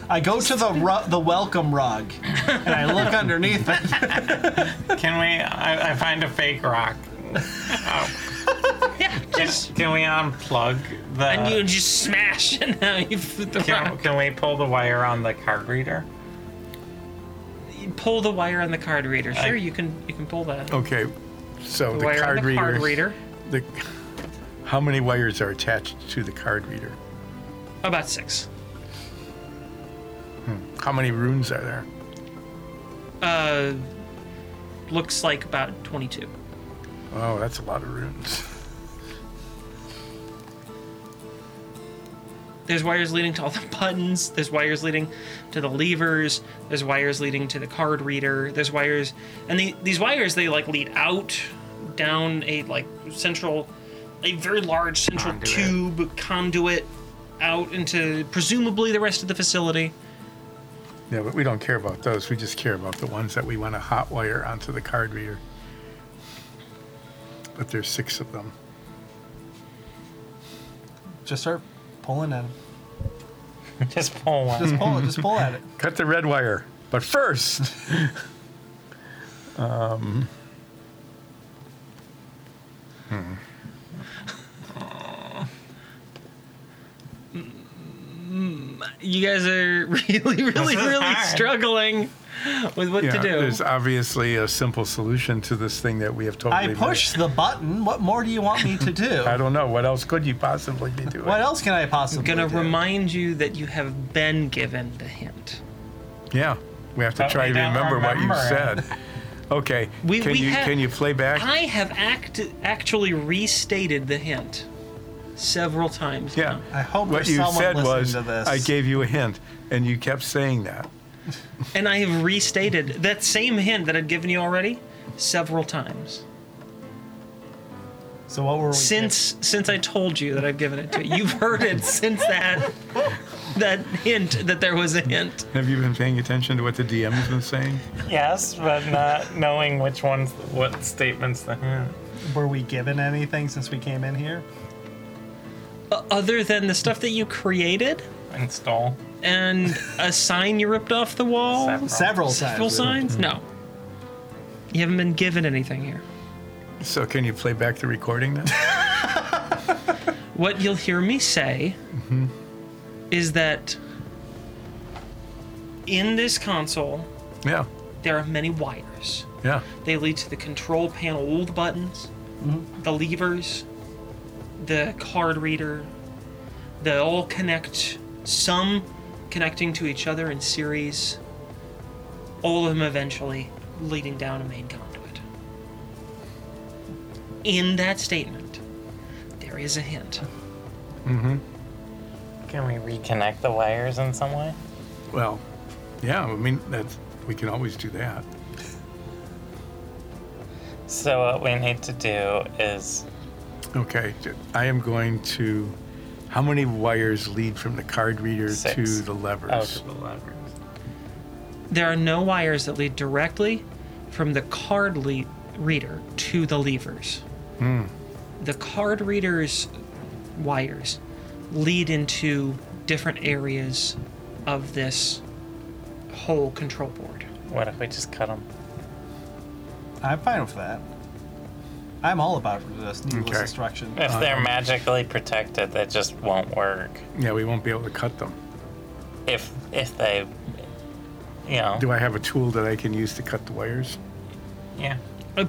[SPEAKER 2] I go to the ru- the welcome rug and I look underneath it.
[SPEAKER 3] Can we? I, I find a fake rock.
[SPEAKER 1] Yeah, just
[SPEAKER 3] Can we unplug the?
[SPEAKER 1] and you just smash it. Now you put the
[SPEAKER 3] Can,
[SPEAKER 1] rock.
[SPEAKER 3] can we pull the wire on the card reader?
[SPEAKER 1] You pull the wire on the card reader. Sure,
[SPEAKER 3] I-
[SPEAKER 1] you can you can pull that.
[SPEAKER 5] Okay, so the,
[SPEAKER 1] the wire
[SPEAKER 5] card,
[SPEAKER 1] on the
[SPEAKER 5] reader,
[SPEAKER 1] card reader.
[SPEAKER 5] The, how many wires are attached to the card reader?
[SPEAKER 1] About six.
[SPEAKER 5] How many runes are there?
[SPEAKER 1] Uh, looks like about twenty-two.
[SPEAKER 5] Oh, that's a lot of runes.
[SPEAKER 1] There's wires leading to all the buttons. There's wires leading to the levers. There's wires leading to the card reader. There's wires, and the, these wires they like lead out down a like central, a very large central
[SPEAKER 3] Conduit.
[SPEAKER 1] tube conduit out into presumably the rest of the facility.
[SPEAKER 5] Yeah, but we don't care about those. We just care about the ones that we want to hot wire onto the card reader. But there's six of them.
[SPEAKER 2] Just start pulling at it.
[SPEAKER 3] Just pull one.
[SPEAKER 2] Just pull it. Oh, Just pull at it.
[SPEAKER 5] Cut the red wire. But first,
[SPEAKER 1] You guys are really, really,
[SPEAKER 3] is
[SPEAKER 1] really
[SPEAKER 3] hard.
[SPEAKER 1] struggling with what
[SPEAKER 5] yeah,
[SPEAKER 1] to do.
[SPEAKER 5] there's obviously a simple solution to this thing that we have totally.
[SPEAKER 2] I push the button. What more do you want me to do?
[SPEAKER 5] I don't know. What else could you possibly be doing?
[SPEAKER 2] What else can I possibly
[SPEAKER 1] gonna
[SPEAKER 2] do?
[SPEAKER 1] remind you that you have been given the hint.
[SPEAKER 5] Yeah, we have to
[SPEAKER 3] But
[SPEAKER 5] try
[SPEAKER 3] we
[SPEAKER 5] to
[SPEAKER 3] don't
[SPEAKER 5] remember, what you
[SPEAKER 3] remember.
[SPEAKER 5] said. Okay,
[SPEAKER 1] We-
[SPEAKER 5] can
[SPEAKER 1] we
[SPEAKER 5] you
[SPEAKER 1] have-
[SPEAKER 5] can you play back?
[SPEAKER 1] I have act actually restated the hint several times.
[SPEAKER 5] yeah.
[SPEAKER 2] I hope
[SPEAKER 5] What
[SPEAKER 2] there's
[SPEAKER 5] you
[SPEAKER 2] someone
[SPEAKER 5] said
[SPEAKER 2] listening
[SPEAKER 5] was
[SPEAKER 2] to this.
[SPEAKER 5] I gave you a hint, and you kept saying that.
[SPEAKER 1] and I have restated that same hint that I'd given you already several times
[SPEAKER 2] So what were we?
[SPEAKER 1] since since I told you that I've given it to you. You've heard it since that that hint that there was a hint.
[SPEAKER 5] Have you been paying attention to what the DM has been saying?
[SPEAKER 3] Yes, but not knowing which ones, what statements the hint.
[SPEAKER 2] Were we given anything since we came in here?
[SPEAKER 1] O- Other than the stuff that you created
[SPEAKER 3] Install.
[SPEAKER 1] and a sign you ripped off the wall,
[SPEAKER 3] Several.
[SPEAKER 2] Several times.
[SPEAKER 1] several signs. No, you haven't been given anything here.
[SPEAKER 5] So can you play back the recording then?
[SPEAKER 1] what you'll hear me say is that in this console
[SPEAKER 5] yeah.
[SPEAKER 1] there are many wires
[SPEAKER 5] Yeah.
[SPEAKER 1] they lead to the control panel all the buttons the levers the card reader they all connect some connecting to each other in series all of them eventually leading down a main conduit in that statement there is a hint
[SPEAKER 3] Can we reconnect the wires in some way?
[SPEAKER 5] Well, yeah, I mean that's we can always do that.
[SPEAKER 3] So what we need to do is
[SPEAKER 5] Okay. j- I am going to how many wires lead from the card reader
[SPEAKER 3] Six.
[SPEAKER 5] to the levers?
[SPEAKER 3] oh, to the levers.
[SPEAKER 1] There are no wires that lead directly from the card le- reader to the levers.
[SPEAKER 3] Hmm.
[SPEAKER 1] The card reader's wires lead into different areas of this whole control board.
[SPEAKER 3] What if we just cut them?
[SPEAKER 2] I'm fine with that. I'm all about this needless
[SPEAKER 5] Okay.
[SPEAKER 2] destruction.
[SPEAKER 3] If
[SPEAKER 1] Uh,
[SPEAKER 3] they're magically protected, that just won't work.
[SPEAKER 5] Yeah, we won't be able to cut them.
[SPEAKER 3] If if they, you know,
[SPEAKER 5] Do I have a tool that I can use to cut the wires?
[SPEAKER 3] yeah.
[SPEAKER 1] Uh,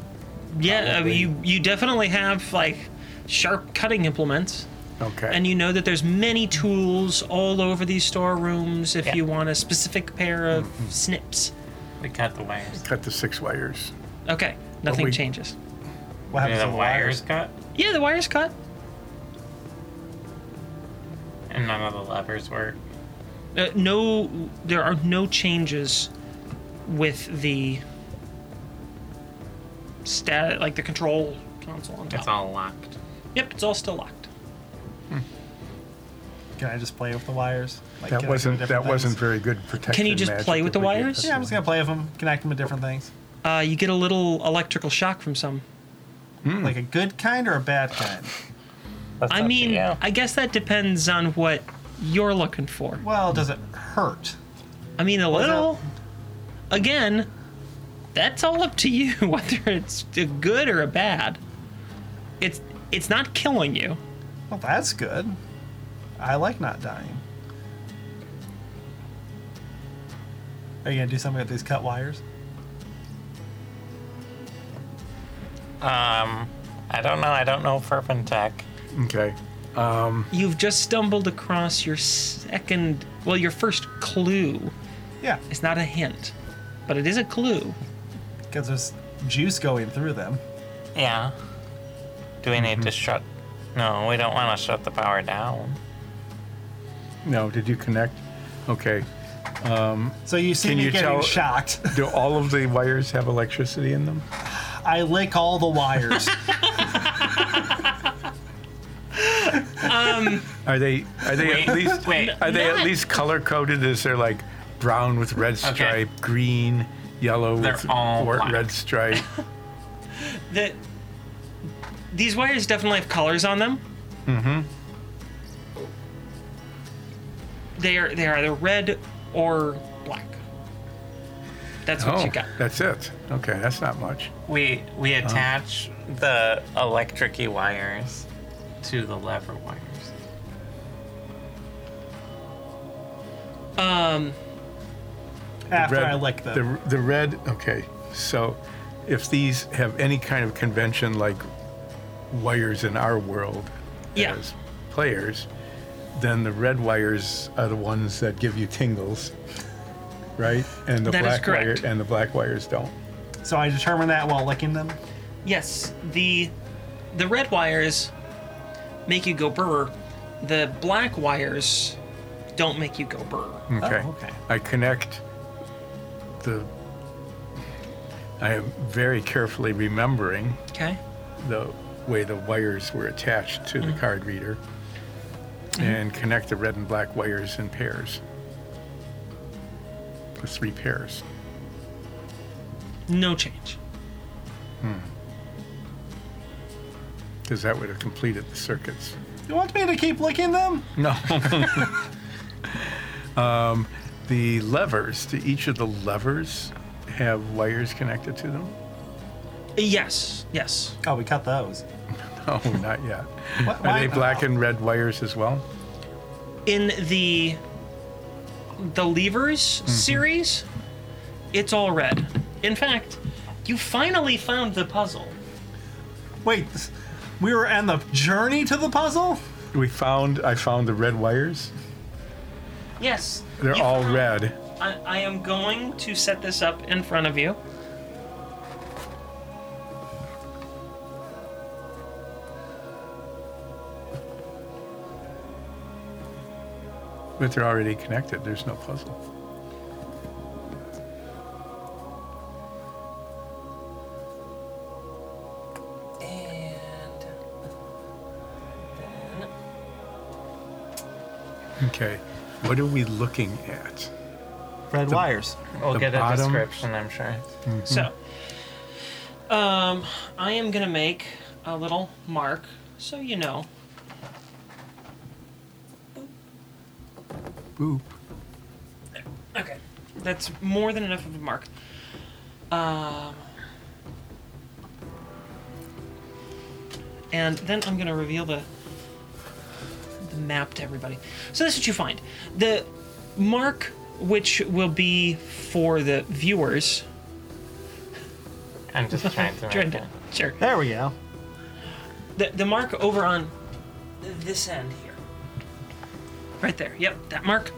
[SPEAKER 1] yeah, uh,
[SPEAKER 3] Probably.
[SPEAKER 1] you you definitely have like sharp cutting implements.
[SPEAKER 5] Okay.
[SPEAKER 1] and you know that there's many tools all over these storerooms if
[SPEAKER 3] Yeah. Mm-hmm.
[SPEAKER 1] you want a specific pair of snips.
[SPEAKER 3] We cut the wires.
[SPEAKER 5] cut the six wires.
[SPEAKER 1] Okay, nothing
[SPEAKER 5] we-
[SPEAKER 1] changes.
[SPEAKER 2] What happens
[SPEAKER 3] the
[SPEAKER 2] to the
[SPEAKER 3] wires cut,
[SPEAKER 1] Yeah, the wire's cut.
[SPEAKER 3] and none of the levers work.
[SPEAKER 1] Uh, no, there are no changes with the stat, like the control console on top.
[SPEAKER 3] It's all locked.
[SPEAKER 1] Yep, it's all still locked.
[SPEAKER 2] Can I just play with the wires? Like, connect
[SPEAKER 5] That
[SPEAKER 2] them to
[SPEAKER 5] wasn't that
[SPEAKER 2] different things?
[SPEAKER 5] wasn't very good protection.
[SPEAKER 1] Can you just
[SPEAKER 5] magic
[SPEAKER 1] play with
[SPEAKER 5] that
[SPEAKER 1] the
[SPEAKER 5] we did.
[SPEAKER 1] wires?
[SPEAKER 2] Yeah, I'm just gonna play with them, connect them to different things.
[SPEAKER 1] Uh, you get a little electrical shock from some.
[SPEAKER 5] Hmm.
[SPEAKER 2] Like a good kind or a bad kind.
[SPEAKER 3] That's up
[SPEAKER 1] I
[SPEAKER 3] to
[SPEAKER 1] mean,
[SPEAKER 3] you.
[SPEAKER 1] I guess that depends on what you're looking for.
[SPEAKER 2] Well, does it hurt?
[SPEAKER 1] I mean, a
[SPEAKER 2] that?
[SPEAKER 1] little. Again, that's all up to you whether it's a good or a bad. It's it's not killing you.
[SPEAKER 2] Well, that's good. I like not dying. Are you gonna do something with these cut wires?
[SPEAKER 3] um, I don't know. I don't know Furpentech.
[SPEAKER 5] Okay.
[SPEAKER 1] You've just stumbled across your second, well, your first clue.
[SPEAKER 2] Yeah,
[SPEAKER 1] It's not a hint, but it is a clue.
[SPEAKER 2] because there's juice going through them.
[SPEAKER 3] Yeah. Do we
[SPEAKER 1] Mm-hmm.
[SPEAKER 3] need to shut? No, we don't want to shut the power down.
[SPEAKER 5] No, did you connect? Okay.
[SPEAKER 2] So you see
[SPEAKER 5] Can
[SPEAKER 2] me
[SPEAKER 5] you
[SPEAKER 2] getting
[SPEAKER 5] tell-
[SPEAKER 2] shocked.
[SPEAKER 5] Do all of the wires have electricity in them?
[SPEAKER 2] I lick all the wires.
[SPEAKER 5] Are they are they
[SPEAKER 3] Wait,
[SPEAKER 5] at least
[SPEAKER 3] wait.
[SPEAKER 5] are they
[SPEAKER 1] Not-
[SPEAKER 5] at least color coded? Is there like brown with red
[SPEAKER 3] Okay.
[SPEAKER 5] stripe, green, yellow
[SPEAKER 3] They're
[SPEAKER 5] with
[SPEAKER 3] all
[SPEAKER 5] or-
[SPEAKER 3] black.
[SPEAKER 5] red stripe?
[SPEAKER 1] The, these wires definitely have colors on them. Mm-hmm. They are they are either red or black. That's what
[SPEAKER 5] oh,
[SPEAKER 1] you got.
[SPEAKER 5] that's it. Okay, that's not much.
[SPEAKER 3] We we attach the electricy wires to the lever wires.
[SPEAKER 2] After
[SPEAKER 5] red-
[SPEAKER 2] I lick them.
[SPEAKER 5] The, the red, okay. So if these have any kind of convention like wires in our world
[SPEAKER 1] Yeah.
[SPEAKER 5] as players, then the red wires are the ones that give you tingles, right? And the
[SPEAKER 1] That is
[SPEAKER 5] black
[SPEAKER 1] correct.
[SPEAKER 5] wire and the black wires don't.
[SPEAKER 2] So I determine that while licking them.
[SPEAKER 1] Yes, the the red wires make you go brr. The black wires don't make you go brr.
[SPEAKER 5] Okay.
[SPEAKER 2] okay.
[SPEAKER 5] I connect the. I am very carefully remembering
[SPEAKER 1] Okay.
[SPEAKER 5] the way the wires were attached to the card reader and connect the red and black wires in pairs. The three pairs.
[SPEAKER 1] No change.
[SPEAKER 5] Because that would have completed the circuits.
[SPEAKER 2] You want me to keep licking them?
[SPEAKER 5] No. um, the levers, to each of the levers, have wires connected to them?
[SPEAKER 1] Yes. Yes.
[SPEAKER 2] Oh, we cut those.
[SPEAKER 5] No, Oh, not yet.
[SPEAKER 2] What-
[SPEAKER 5] Are
[SPEAKER 2] why-
[SPEAKER 5] they black and red wires as well?
[SPEAKER 1] in the the levers
[SPEAKER 5] Mm-hmm.
[SPEAKER 1] series it's all red in fact you finally found the puzzle
[SPEAKER 2] Wait, this- we were on the journey to the puzzle?
[SPEAKER 5] We found, I found the red wires.
[SPEAKER 1] yes
[SPEAKER 5] They're
[SPEAKER 1] you
[SPEAKER 5] all
[SPEAKER 1] found-
[SPEAKER 5] red.
[SPEAKER 1] I, I am going to set this up in front of you
[SPEAKER 5] But they're already connected. There's no puzzle.
[SPEAKER 1] and then
[SPEAKER 5] Okay. What are we looking at?
[SPEAKER 2] Red wires.
[SPEAKER 3] We'll
[SPEAKER 5] The
[SPEAKER 3] get a
[SPEAKER 5] bottom-
[SPEAKER 3] description, I'm sure.
[SPEAKER 1] So,
[SPEAKER 5] Mm-hmm.
[SPEAKER 1] um, I am gonna make a little mark so you know.
[SPEAKER 5] Boop.
[SPEAKER 1] Okay, that's more than enough of a mark. Um, and then I'm gonna reveal the the map to everybody. So this is what you find. The mark, which will be for the viewers,
[SPEAKER 3] I'm just trying to make it.
[SPEAKER 1] Jordan, sure.
[SPEAKER 2] There we go.
[SPEAKER 1] the, the mark over on this end here. Right there. Yep, that mark.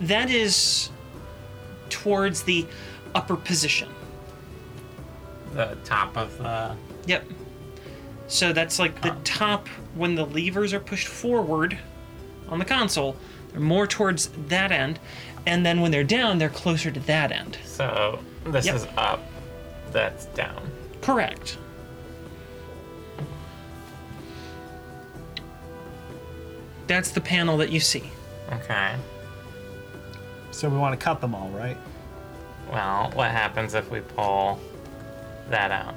[SPEAKER 1] That is towards the upper position.
[SPEAKER 3] the top of the.
[SPEAKER 1] Yep. So that's like the top when the levers are pushed forward on the console. They're more towards that end. And then when they're down, they're closer to that end.
[SPEAKER 3] So this
[SPEAKER 1] Yep.
[SPEAKER 3] is up, that's down.
[SPEAKER 1] Correct. That's the panel that you see.
[SPEAKER 3] Okay.
[SPEAKER 2] So we want to cut them all, right?
[SPEAKER 3] Well, what happens if we pull that out,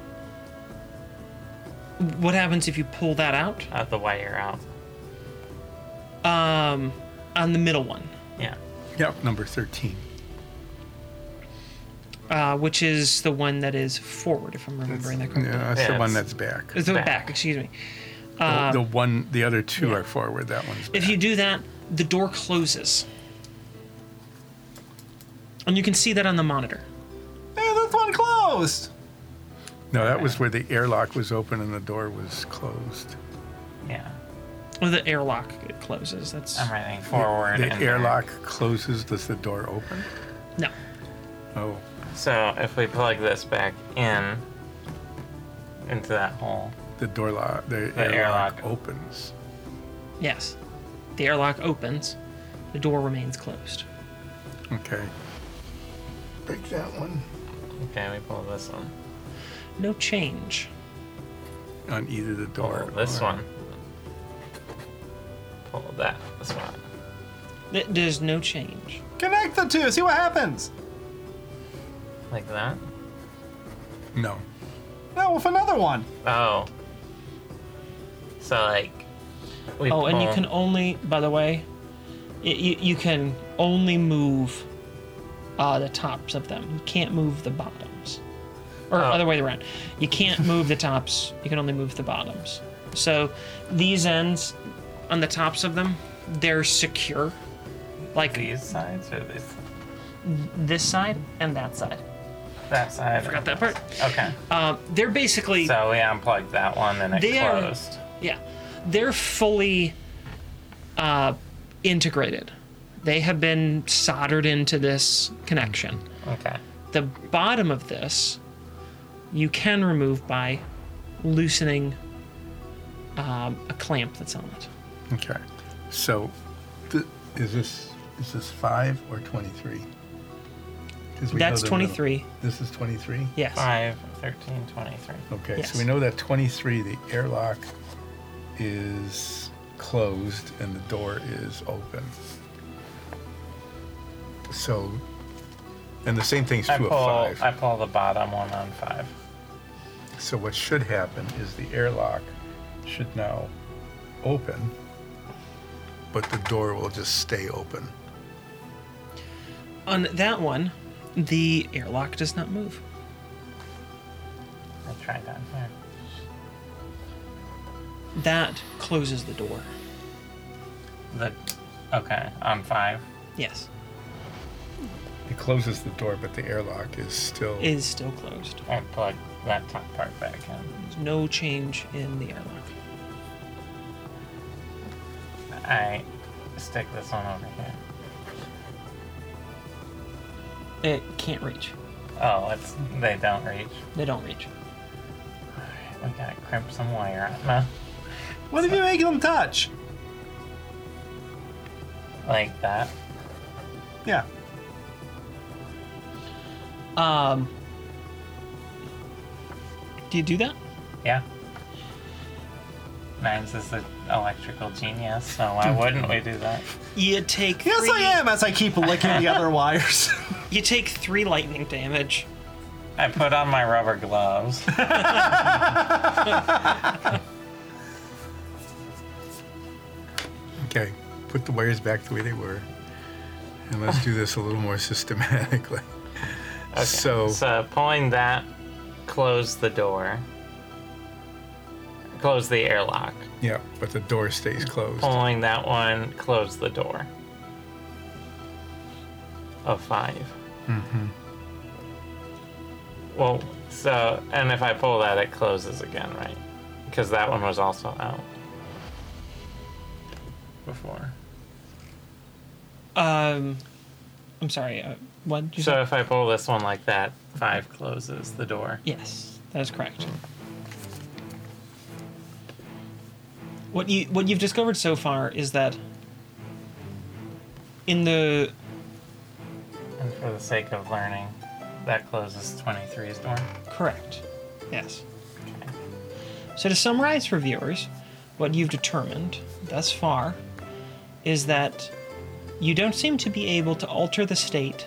[SPEAKER 1] what happens if you pull that out
[SPEAKER 3] uh, the wire out?
[SPEAKER 1] um, on the middle one,
[SPEAKER 3] Yeah.
[SPEAKER 5] Yep, number 13.
[SPEAKER 1] uh, which is the one that is forward, if I'm remembering that correctly.
[SPEAKER 5] Yeah, that's the
[SPEAKER 3] Yeah,
[SPEAKER 5] one
[SPEAKER 3] it's-
[SPEAKER 5] that's back.
[SPEAKER 1] It's the
[SPEAKER 3] Back.
[SPEAKER 1] back. excuse me.
[SPEAKER 5] The- the one, the other two are forward. That one's back.
[SPEAKER 1] If you do that, the door closes. And you can see that on the monitor.
[SPEAKER 2] Hey, this one closed.
[SPEAKER 5] no, that was where the airlock was open and the door was closed.
[SPEAKER 3] Yeah.
[SPEAKER 1] Or the airlock it closes. That's
[SPEAKER 3] I'm writing forward.
[SPEAKER 5] The
[SPEAKER 3] and
[SPEAKER 5] airlock closes. Does the door open?
[SPEAKER 1] no.
[SPEAKER 5] Oh,
[SPEAKER 3] back. So if we plug this back in into that hole,
[SPEAKER 5] the door lock. The,
[SPEAKER 3] airlock.
[SPEAKER 5] airlock opens.
[SPEAKER 1] Yes. The airlock opens. The door remains closed.
[SPEAKER 5] Okay. Break that one.
[SPEAKER 3] okay, we pull this one.
[SPEAKER 1] No change.
[SPEAKER 5] On either the
[SPEAKER 3] Pull
[SPEAKER 5] door.
[SPEAKER 3] this
[SPEAKER 5] or-
[SPEAKER 3] one. Pull that. This one.
[SPEAKER 1] Th- There's no change.
[SPEAKER 2] Connect the two. See what happens.
[SPEAKER 3] Like that.
[SPEAKER 5] No.
[SPEAKER 2] No, with another one.
[SPEAKER 3] Oh. So like. We
[SPEAKER 1] Oh, and you
[SPEAKER 3] pull-
[SPEAKER 1] can only, by the way, y you, you can only move uh, the tops of them. You can't move the bottoms. Or
[SPEAKER 3] Oh.
[SPEAKER 1] other way around. You can't move the tops. You can only move the bottoms. So these ends on the tops of them, they're secure. Like
[SPEAKER 3] these sides or this
[SPEAKER 1] this side and that side.
[SPEAKER 3] that side.
[SPEAKER 1] Forgot that part.
[SPEAKER 3] Okay.
[SPEAKER 1] Um, they're basically
[SPEAKER 3] So we unplugged that one and it
[SPEAKER 1] They are-
[SPEAKER 3] closed.
[SPEAKER 1] Yeah, they're fully uh, integrated. They have been soldered into this connection.
[SPEAKER 3] Okay.
[SPEAKER 1] The bottom of this you can remove by loosening um, a clamp that's on it.
[SPEAKER 5] Okay. So, th- is this is this five or twenty-three? 'Cause we know
[SPEAKER 1] That's
[SPEAKER 5] the middle.
[SPEAKER 1] 23.
[SPEAKER 5] This is 23?
[SPEAKER 1] Yes.
[SPEAKER 3] 5, 13, 23.
[SPEAKER 5] Okay,
[SPEAKER 1] Yes.
[SPEAKER 5] so we know that 23, the airlock is closed and the door is open. So, and the same thing's
[SPEAKER 3] I
[SPEAKER 5] true
[SPEAKER 3] pull,
[SPEAKER 5] of
[SPEAKER 3] I
[SPEAKER 5] 5.
[SPEAKER 3] pull the bottom one on 5.
[SPEAKER 5] So, what should happen is the airlock should now open, but the door will just stay open.
[SPEAKER 1] On that one, the airlock does not move.
[SPEAKER 3] I tried that here.
[SPEAKER 1] That closes the door.
[SPEAKER 3] The, okay, on 5.
[SPEAKER 1] Yes.
[SPEAKER 5] It closes the door, but the airlock is still.
[SPEAKER 1] Is still closed.
[SPEAKER 3] I plug that top part back in.
[SPEAKER 1] There's no change in the airlock.
[SPEAKER 3] I stick this one over here.
[SPEAKER 1] It can't reach.
[SPEAKER 3] Oh, it's they don't reach.
[SPEAKER 1] They don't reach.
[SPEAKER 3] We gotta crimp some wire on them.
[SPEAKER 2] What if you make them touch?
[SPEAKER 3] Like that.
[SPEAKER 2] Yeah.
[SPEAKER 1] Um, do you do that?
[SPEAKER 3] Yeah. Nines is an electrical genius, so why wouldn't we do that?
[SPEAKER 1] You take
[SPEAKER 2] Yes,
[SPEAKER 1] three,
[SPEAKER 2] I am. As I keep licking the other wires.
[SPEAKER 1] You take three lightning damage.
[SPEAKER 3] I put on my rubber gloves.
[SPEAKER 5] Okay, put the wires back the way they were. And let's do this a little more systematically. So,
[SPEAKER 3] So pulling that, close the door. Close the airlock.
[SPEAKER 5] yeah, but the door stays closed.
[SPEAKER 3] Pulling that one, close the door. Of five. Mm-hmm. Well, so and if I pull that, it closes again, right? Because that one was also out before.
[SPEAKER 1] Um, I'm sorry. Uh, what? did You
[SPEAKER 3] So
[SPEAKER 1] say?
[SPEAKER 3] if I pull this one like that, five closes the door.
[SPEAKER 1] Yes, that is correct. What you what you've discovered so far is that in the
[SPEAKER 3] And for the sake of learning, that closes 23's door.
[SPEAKER 1] correct. Yes. So to summarize for viewers, what you've determined thus far is that you don't seem to be able to alter the state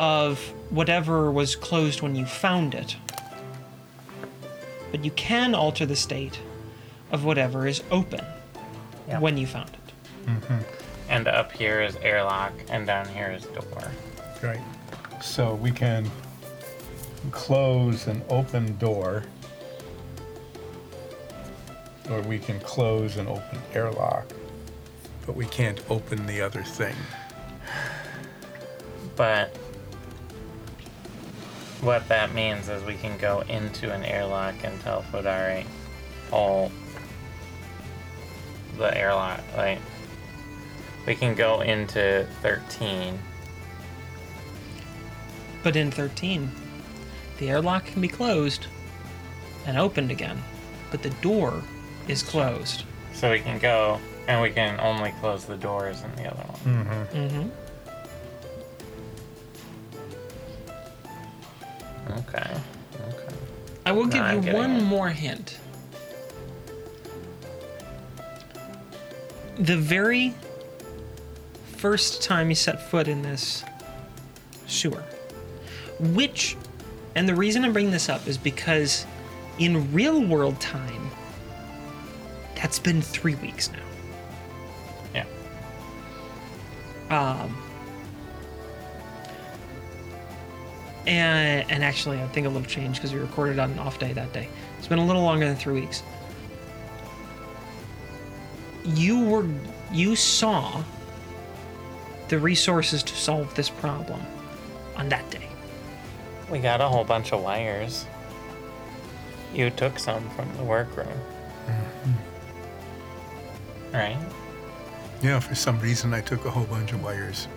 [SPEAKER 1] of whatever was closed when you found it. But you can alter the state of whatever is open
[SPEAKER 3] Yeah.
[SPEAKER 1] when you found it.
[SPEAKER 3] And up here is airlock, and down here is door.
[SPEAKER 5] Right. So we can close an open door, or we can close an open airlock, but we can't open the other thing.
[SPEAKER 3] But what that means is we can go into an airlock and tell Fodari, all the airlock. Like, we can go into 13.
[SPEAKER 1] But in 13, the airlock can be closed and opened again, but the door is closed.
[SPEAKER 3] So we can go, and we can only close the doors in the other one. Mm-hmm. Mm-hmm. Okay. Okay.
[SPEAKER 1] I will
[SPEAKER 3] No,
[SPEAKER 1] give
[SPEAKER 3] I'm
[SPEAKER 1] you
[SPEAKER 3] getting
[SPEAKER 1] one
[SPEAKER 3] it.
[SPEAKER 1] more hint. The very first time you set foot in this sewer, which, and the reason I'm bringing this up is because in real world time, that's been three weeks now.
[SPEAKER 3] Yeah.
[SPEAKER 1] and, and actually i think a little change because we recorded on an off day that day it's been a little longer than three weeks you were you saw the resources to solve this problem on that day
[SPEAKER 3] We got a whole bunch of wires. You took some from the workroom. Mm-hmm. Right?
[SPEAKER 5] Yeah, for some reason I took a whole bunch of wires.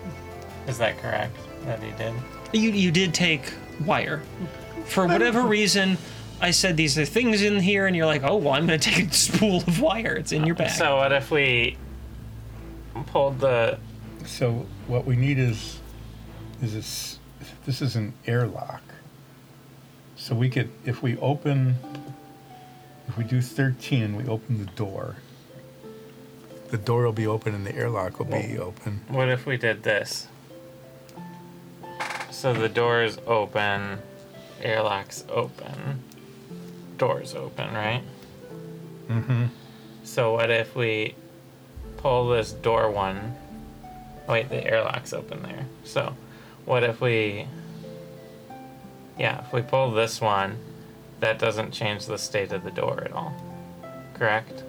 [SPEAKER 3] Is that correct that he did?
[SPEAKER 1] you you did take wire for whatever reason i said these are things in here and you're like oh well i'm gonna take a spool of wire it's in your bag
[SPEAKER 3] So what if we pulled the
[SPEAKER 5] So what we need is is this this is an airlock. So we could, if we open, if we do 13, we open the door.
[SPEAKER 4] The door will be open and the airlock will be open.
[SPEAKER 3] What if we did this? So the door is open, airlock's open, door's open, right? Mm-hmm. So what if we pull this door one? Wait, the airlock's open there. So what if we. Yeah, if we pull this one, that doesn't change the state of the door at all. Correct?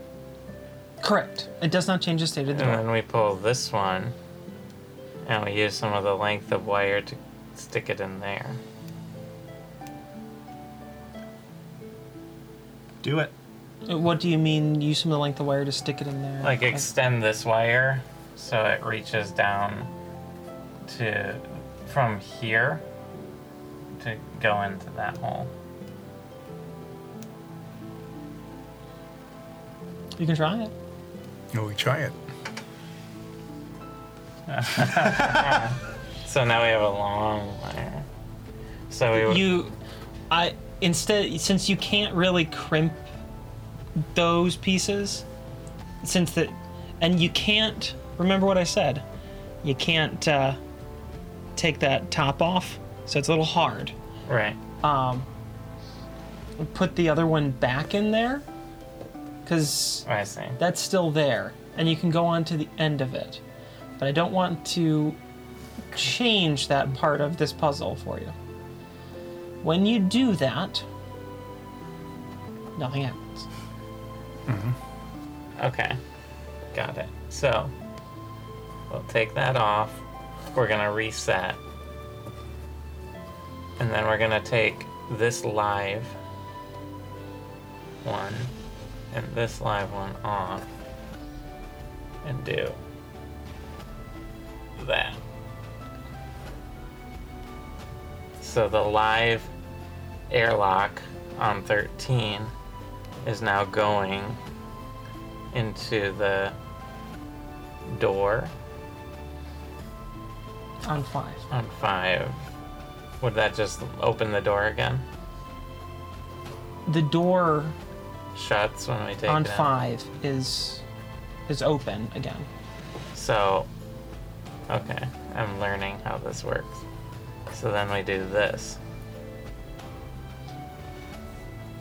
[SPEAKER 1] Correct. It does not change the state of the
[SPEAKER 3] And
[SPEAKER 1] door.
[SPEAKER 3] then we pull this one, and we use some of the length of wire to stick it in there.
[SPEAKER 2] Do it.
[SPEAKER 1] Uh, What do you mean? Use some of the length of wire to stick it in there?
[SPEAKER 3] Like extend this wire so it reaches down to from here to go into that hole.
[SPEAKER 1] you can try it.
[SPEAKER 4] No, we try it.
[SPEAKER 3] So now we have a long wire. So we would
[SPEAKER 1] you i instead since you can't really crimp those pieces since that and you can't remember what i said you can't uh, take that top off so it's a little hard
[SPEAKER 3] right.
[SPEAKER 1] put the other one back in there because
[SPEAKER 3] I see.
[SPEAKER 1] that's still there and you can go on to the end of it but i don't want to change that part of this puzzle for you when you do that nothing happens
[SPEAKER 3] Okay. Got it. So we'll take that off. We're going to reset. And then we're going to take this live one and this live one off and do that. So the live airlock on 13 is now going into the door
[SPEAKER 1] on five
[SPEAKER 3] on five. Would that just open the door again?
[SPEAKER 1] the door
[SPEAKER 3] Shuts when we take
[SPEAKER 1] on
[SPEAKER 3] it out.
[SPEAKER 1] five is is open again
[SPEAKER 3] So, okay, I'm learning how this works. So then we do this.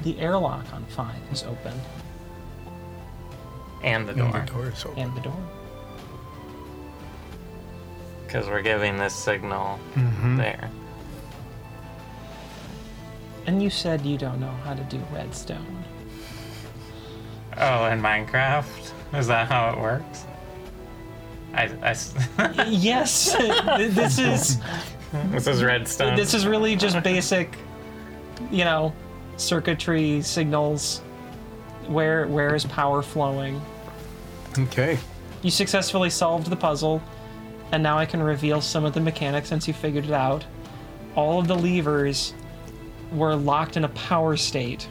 [SPEAKER 1] the airlock on five is open
[SPEAKER 3] And the
[SPEAKER 4] And
[SPEAKER 3] door.
[SPEAKER 4] the door is open.
[SPEAKER 1] and the door
[SPEAKER 3] Because we're giving this signal
[SPEAKER 4] Mm-hmm.
[SPEAKER 3] there.
[SPEAKER 1] and you said you don't know how to do redstone
[SPEAKER 3] Oh, in Minecraft? Is that how it works? I, I s-
[SPEAKER 1] yes this is
[SPEAKER 3] this is redstone.
[SPEAKER 1] This is really just basic, you know, circuitry signals. Where where is power flowing?
[SPEAKER 4] Okay.
[SPEAKER 1] You successfully solved the puzzle, and now I can reveal some of the mechanics since you figured it out. All of the levers were locked in a power state,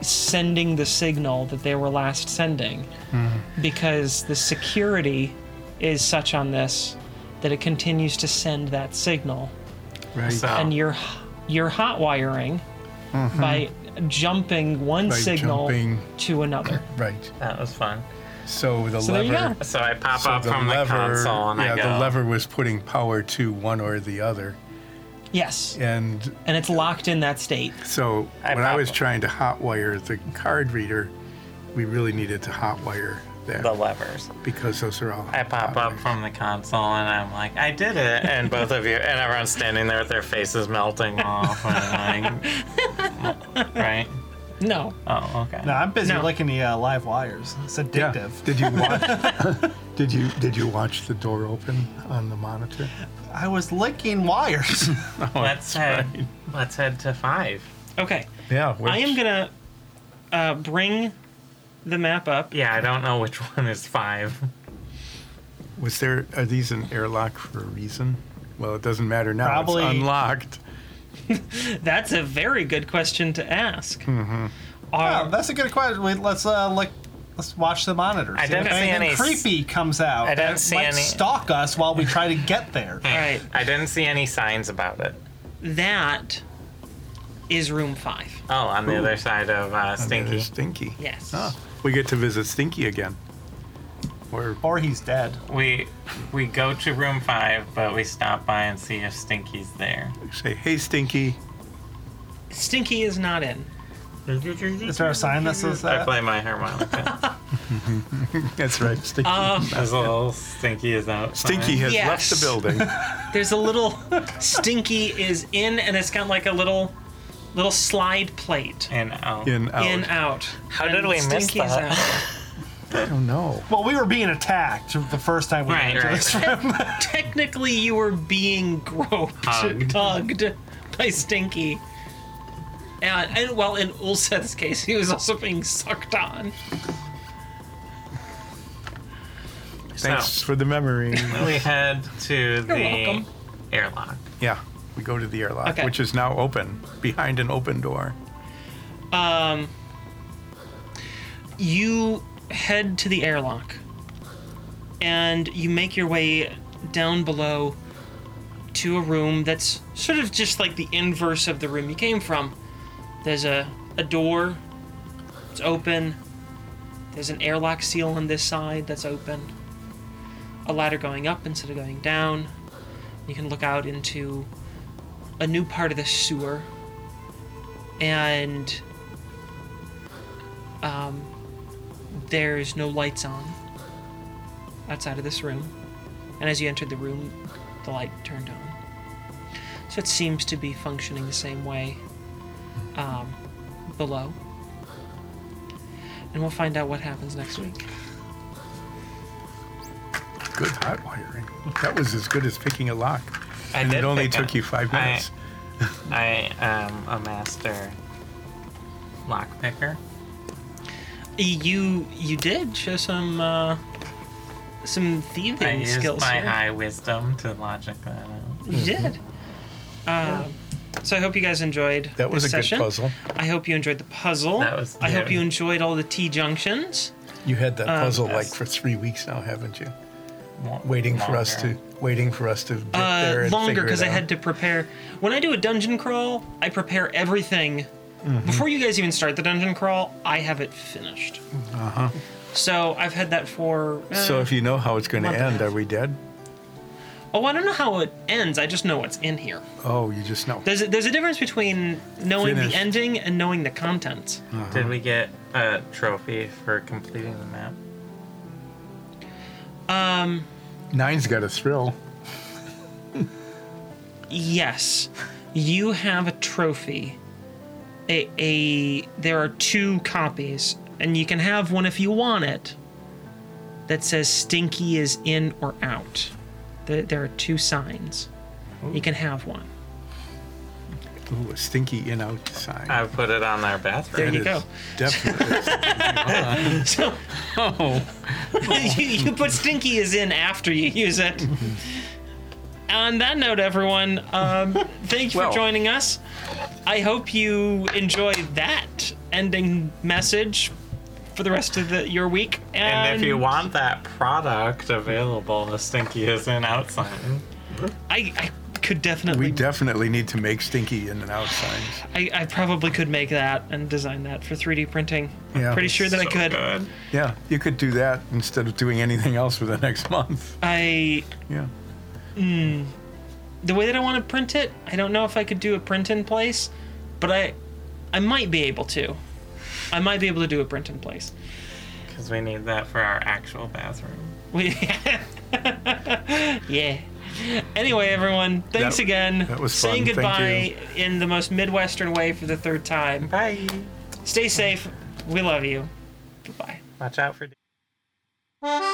[SPEAKER 1] sending the signal that they were last sending, because the security is such on this that it continues to send that signal
[SPEAKER 4] Right.
[SPEAKER 3] So-
[SPEAKER 1] and you're you're hot wiring by jumping one
[SPEAKER 4] Mm-hmm. By
[SPEAKER 1] signal
[SPEAKER 4] jumping.
[SPEAKER 1] to another.
[SPEAKER 4] Right.
[SPEAKER 3] that was fun.
[SPEAKER 4] So the
[SPEAKER 1] So there
[SPEAKER 4] lever.
[SPEAKER 1] you go.
[SPEAKER 3] So I pop
[SPEAKER 4] so
[SPEAKER 3] up from the console and
[SPEAKER 4] yeah,
[SPEAKER 3] I go.
[SPEAKER 4] the lever was putting power to one or the other,
[SPEAKER 1] Yes,
[SPEAKER 4] and
[SPEAKER 1] and it's locked in that state.
[SPEAKER 4] so
[SPEAKER 3] I
[SPEAKER 4] when I
[SPEAKER 3] pop-
[SPEAKER 4] was trying to hotwire the card reader, we really needed to hotwire that
[SPEAKER 3] the levers.
[SPEAKER 4] because those are all.
[SPEAKER 3] I pop up from the console and I'm like, I did it. And both of you, and everyone's standing there with their faces melting off. And like, right?
[SPEAKER 1] No,
[SPEAKER 3] Oh, okay.
[SPEAKER 2] No, I'm busy licking the uh, live wires. It's
[SPEAKER 4] Yeah.
[SPEAKER 2] addictive.
[SPEAKER 4] Did you watch? did you did you watch the door open on the monitor?
[SPEAKER 2] I was licking wires.
[SPEAKER 3] let's, head, let's head to five.
[SPEAKER 1] okay.
[SPEAKER 4] Yeah.
[SPEAKER 1] I am gonna uh, bring the map up.
[SPEAKER 3] Yeah, I don't know which one is five.
[SPEAKER 4] Was there? Are these an airlock for a reason? Well, it doesn't matter now.
[SPEAKER 2] Probably-
[SPEAKER 4] It's unlocked.
[SPEAKER 1] That's a very good question to ask.
[SPEAKER 4] Mm-hmm.
[SPEAKER 2] Oh, that's a good question. Wait, let's uh, lick Let's watch the monitor.
[SPEAKER 3] I
[SPEAKER 2] see
[SPEAKER 3] don't
[SPEAKER 2] if
[SPEAKER 3] see
[SPEAKER 2] anything
[SPEAKER 3] any-
[SPEAKER 2] creepy comes out.
[SPEAKER 3] I don't
[SPEAKER 2] that
[SPEAKER 3] see
[SPEAKER 2] might
[SPEAKER 3] any-
[SPEAKER 2] Stalk us while we try to get there.
[SPEAKER 1] All right.
[SPEAKER 3] I didn't see any signs about it.
[SPEAKER 1] That is room five.
[SPEAKER 3] Oh, on the other side of uh,
[SPEAKER 5] Stinky.
[SPEAKER 3] Stinky.
[SPEAKER 5] Stinky.
[SPEAKER 1] Yes.
[SPEAKER 5] Ah, we get to visit Stinky again. Or
[SPEAKER 2] Or he's dead.
[SPEAKER 3] We we go to room five, but we stop by and see if Stinky's there.
[SPEAKER 5] say, hey, Stinky.
[SPEAKER 1] Stinky is not in.
[SPEAKER 2] Is there a sign that says
[SPEAKER 3] I
[SPEAKER 2] that?
[SPEAKER 3] play my harmonica.
[SPEAKER 5] That's right. Stinky,
[SPEAKER 1] Um,
[SPEAKER 3] As little Stinky is out.
[SPEAKER 5] Stinky has
[SPEAKER 1] Yes.
[SPEAKER 5] left the building.
[SPEAKER 1] There's a little Stinky is in, and it's got like a little little slide plate.
[SPEAKER 3] And oh. out.
[SPEAKER 5] In, out.
[SPEAKER 1] In out.
[SPEAKER 3] How did
[SPEAKER 1] And
[SPEAKER 3] we miss
[SPEAKER 1] Stinky is
[SPEAKER 3] that?
[SPEAKER 1] out.
[SPEAKER 5] I
[SPEAKER 1] Oh,
[SPEAKER 5] don't know.
[SPEAKER 2] Well, we were being attacked the first time we
[SPEAKER 3] Right,
[SPEAKER 2] went
[SPEAKER 3] right,
[SPEAKER 2] into this
[SPEAKER 3] right.
[SPEAKER 2] room.
[SPEAKER 1] Technically, you were being groped,
[SPEAKER 3] Hugged.
[SPEAKER 1] hugged, by Stinky. And, and well, in Ulseth's case, he was also being sucked on.
[SPEAKER 5] Thanks for the memory.
[SPEAKER 3] We head to the
[SPEAKER 1] welcome.
[SPEAKER 3] airlock.
[SPEAKER 5] yeah, we go to the airlock,
[SPEAKER 1] Okay.
[SPEAKER 5] which is now open behind an open door.
[SPEAKER 1] you head to the airlock and you make your way down below to a room that's sort of just like the inverse of the room you came from. There's a, a door, it's open. There's an airlock seal on this side that's open. A ladder going up instead of going down. You can look out into a new part of the sewer. And There's no lights on outside of this room. And as you entered the room, the light turned on. So it seems to be functioning the same way um, below. And we'll find out what happens next week.
[SPEAKER 5] Good hot wiring. That was as good as picking a lock.
[SPEAKER 3] I
[SPEAKER 5] And it
[SPEAKER 3] did
[SPEAKER 5] only
[SPEAKER 3] pick
[SPEAKER 5] took
[SPEAKER 3] up-
[SPEAKER 5] you five
[SPEAKER 3] I-
[SPEAKER 5] minutes.
[SPEAKER 3] I am a master lock picker.
[SPEAKER 1] You you did show some uh, some thieving
[SPEAKER 3] I used
[SPEAKER 1] skills.
[SPEAKER 3] my
[SPEAKER 1] here.
[SPEAKER 3] high wisdom to logic uh, that out.
[SPEAKER 1] You did. Um, so I hope you guys enjoyed.
[SPEAKER 5] That was
[SPEAKER 1] this
[SPEAKER 5] a good
[SPEAKER 1] session.
[SPEAKER 5] puzzle.
[SPEAKER 1] I hope you enjoyed the puzzle.
[SPEAKER 3] That was
[SPEAKER 1] I hope
[SPEAKER 3] very-
[SPEAKER 1] you enjoyed all the T junctions.
[SPEAKER 5] You had
[SPEAKER 1] Um,
[SPEAKER 5] that puzzle like
[SPEAKER 3] yes.
[SPEAKER 5] for three weeks now, haven't you?
[SPEAKER 3] Mo-
[SPEAKER 5] Waiting for us to
[SPEAKER 3] longer.
[SPEAKER 5] waiting for us to get there
[SPEAKER 1] Uh,
[SPEAKER 5] and
[SPEAKER 1] longer
[SPEAKER 5] figure it
[SPEAKER 1] because I
[SPEAKER 5] out.
[SPEAKER 1] had to prepare. When I do a dungeon crawl, I prepare everything.
[SPEAKER 5] Mm-hmm.
[SPEAKER 1] Before you guys even start the dungeon crawl, I have it finished. Uh huh. So I've had that for. Uh,
[SPEAKER 5] Uh-huh. So if you know how it's going to
[SPEAKER 1] Month and a
[SPEAKER 5] end,
[SPEAKER 1] half.
[SPEAKER 5] are we dead?
[SPEAKER 1] oh, I don't know how it ends. I just know what's in here.
[SPEAKER 5] Oh, you just know.
[SPEAKER 1] There's a, there's a difference between knowing
[SPEAKER 5] Finished.
[SPEAKER 1] the ending and knowing the contents.
[SPEAKER 3] Did we get a trophy for completing the map?
[SPEAKER 5] Nine's got a thrill.
[SPEAKER 1] Yes, you have a trophy. A, a there are two copies, and you can have one if you want it. That says Stinky is in or out. There, there are two signs. You can have one.
[SPEAKER 5] Ooh, a stinky in out sign.
[SPEAKER 3] I put it on our
[SPEAKER 1] There
[SPEAKER 3] bathroom.
[SPEAKER 1] you
[SPEAKER 5] That is
[SPEAKER 1] go.
[SPEAKER 5] Definitely.
[SPEAKER 1] So you, you put Stinky is in after you use it. On that note, everyone, um, thank you
[SPEAKER 5] Well.
[SPEAKER 1] for joining us. I hope you enjoyed that ending message for the rest of the, your week. And,
[SPEAKER 3] And if you want that product available, the stinky is in outside.
[SPEAKER 1] I, I could definitely,
[SPEAKER 5] we definitely need to make stinky in and out signs.
[SPEAKER 1] I, I probably could make that and design that for 3D printing.
[SPEAKER 5] Yeah.
[SPEAKER 1] Pretty sure that I
[SPEAKER 3] So
[SPEAKER 1] could.
[SPEAKER 3] good.
[SPEAKER 5] Yeah, you could do that instead of doing anything else for the next month.
[SPEAKER 1] I
[SPEAKER 5] Yeah.
[SPEAKER 1] the way that I want to print it, I don't know if I could do a print in place, but I I might be able to. I might be able to do a print in place.
[SPEAKER 3] Because we need that for our actual bathroom.
[SPEAKER 1] We Yeah. Anyway, everyone, thanks
[SPEAKER 5] That-
[SPEAKER 1] again.
[SPEAKER 5] that was
[SPEAKER 1] Saying
[SPEAKER 5] fun. Thank
[SPEAKER 1] goodbye
[SPEAKER 5] you.
[SPEAKER 1] in the most Midwestern way for the third time.
[SPEAKER 3] Bye.
[SPEAKER 1] Stay safe. We love you. Goodbye.
[SPEAKER 3] Watch out for.
[SPEAKER 10] Thank you.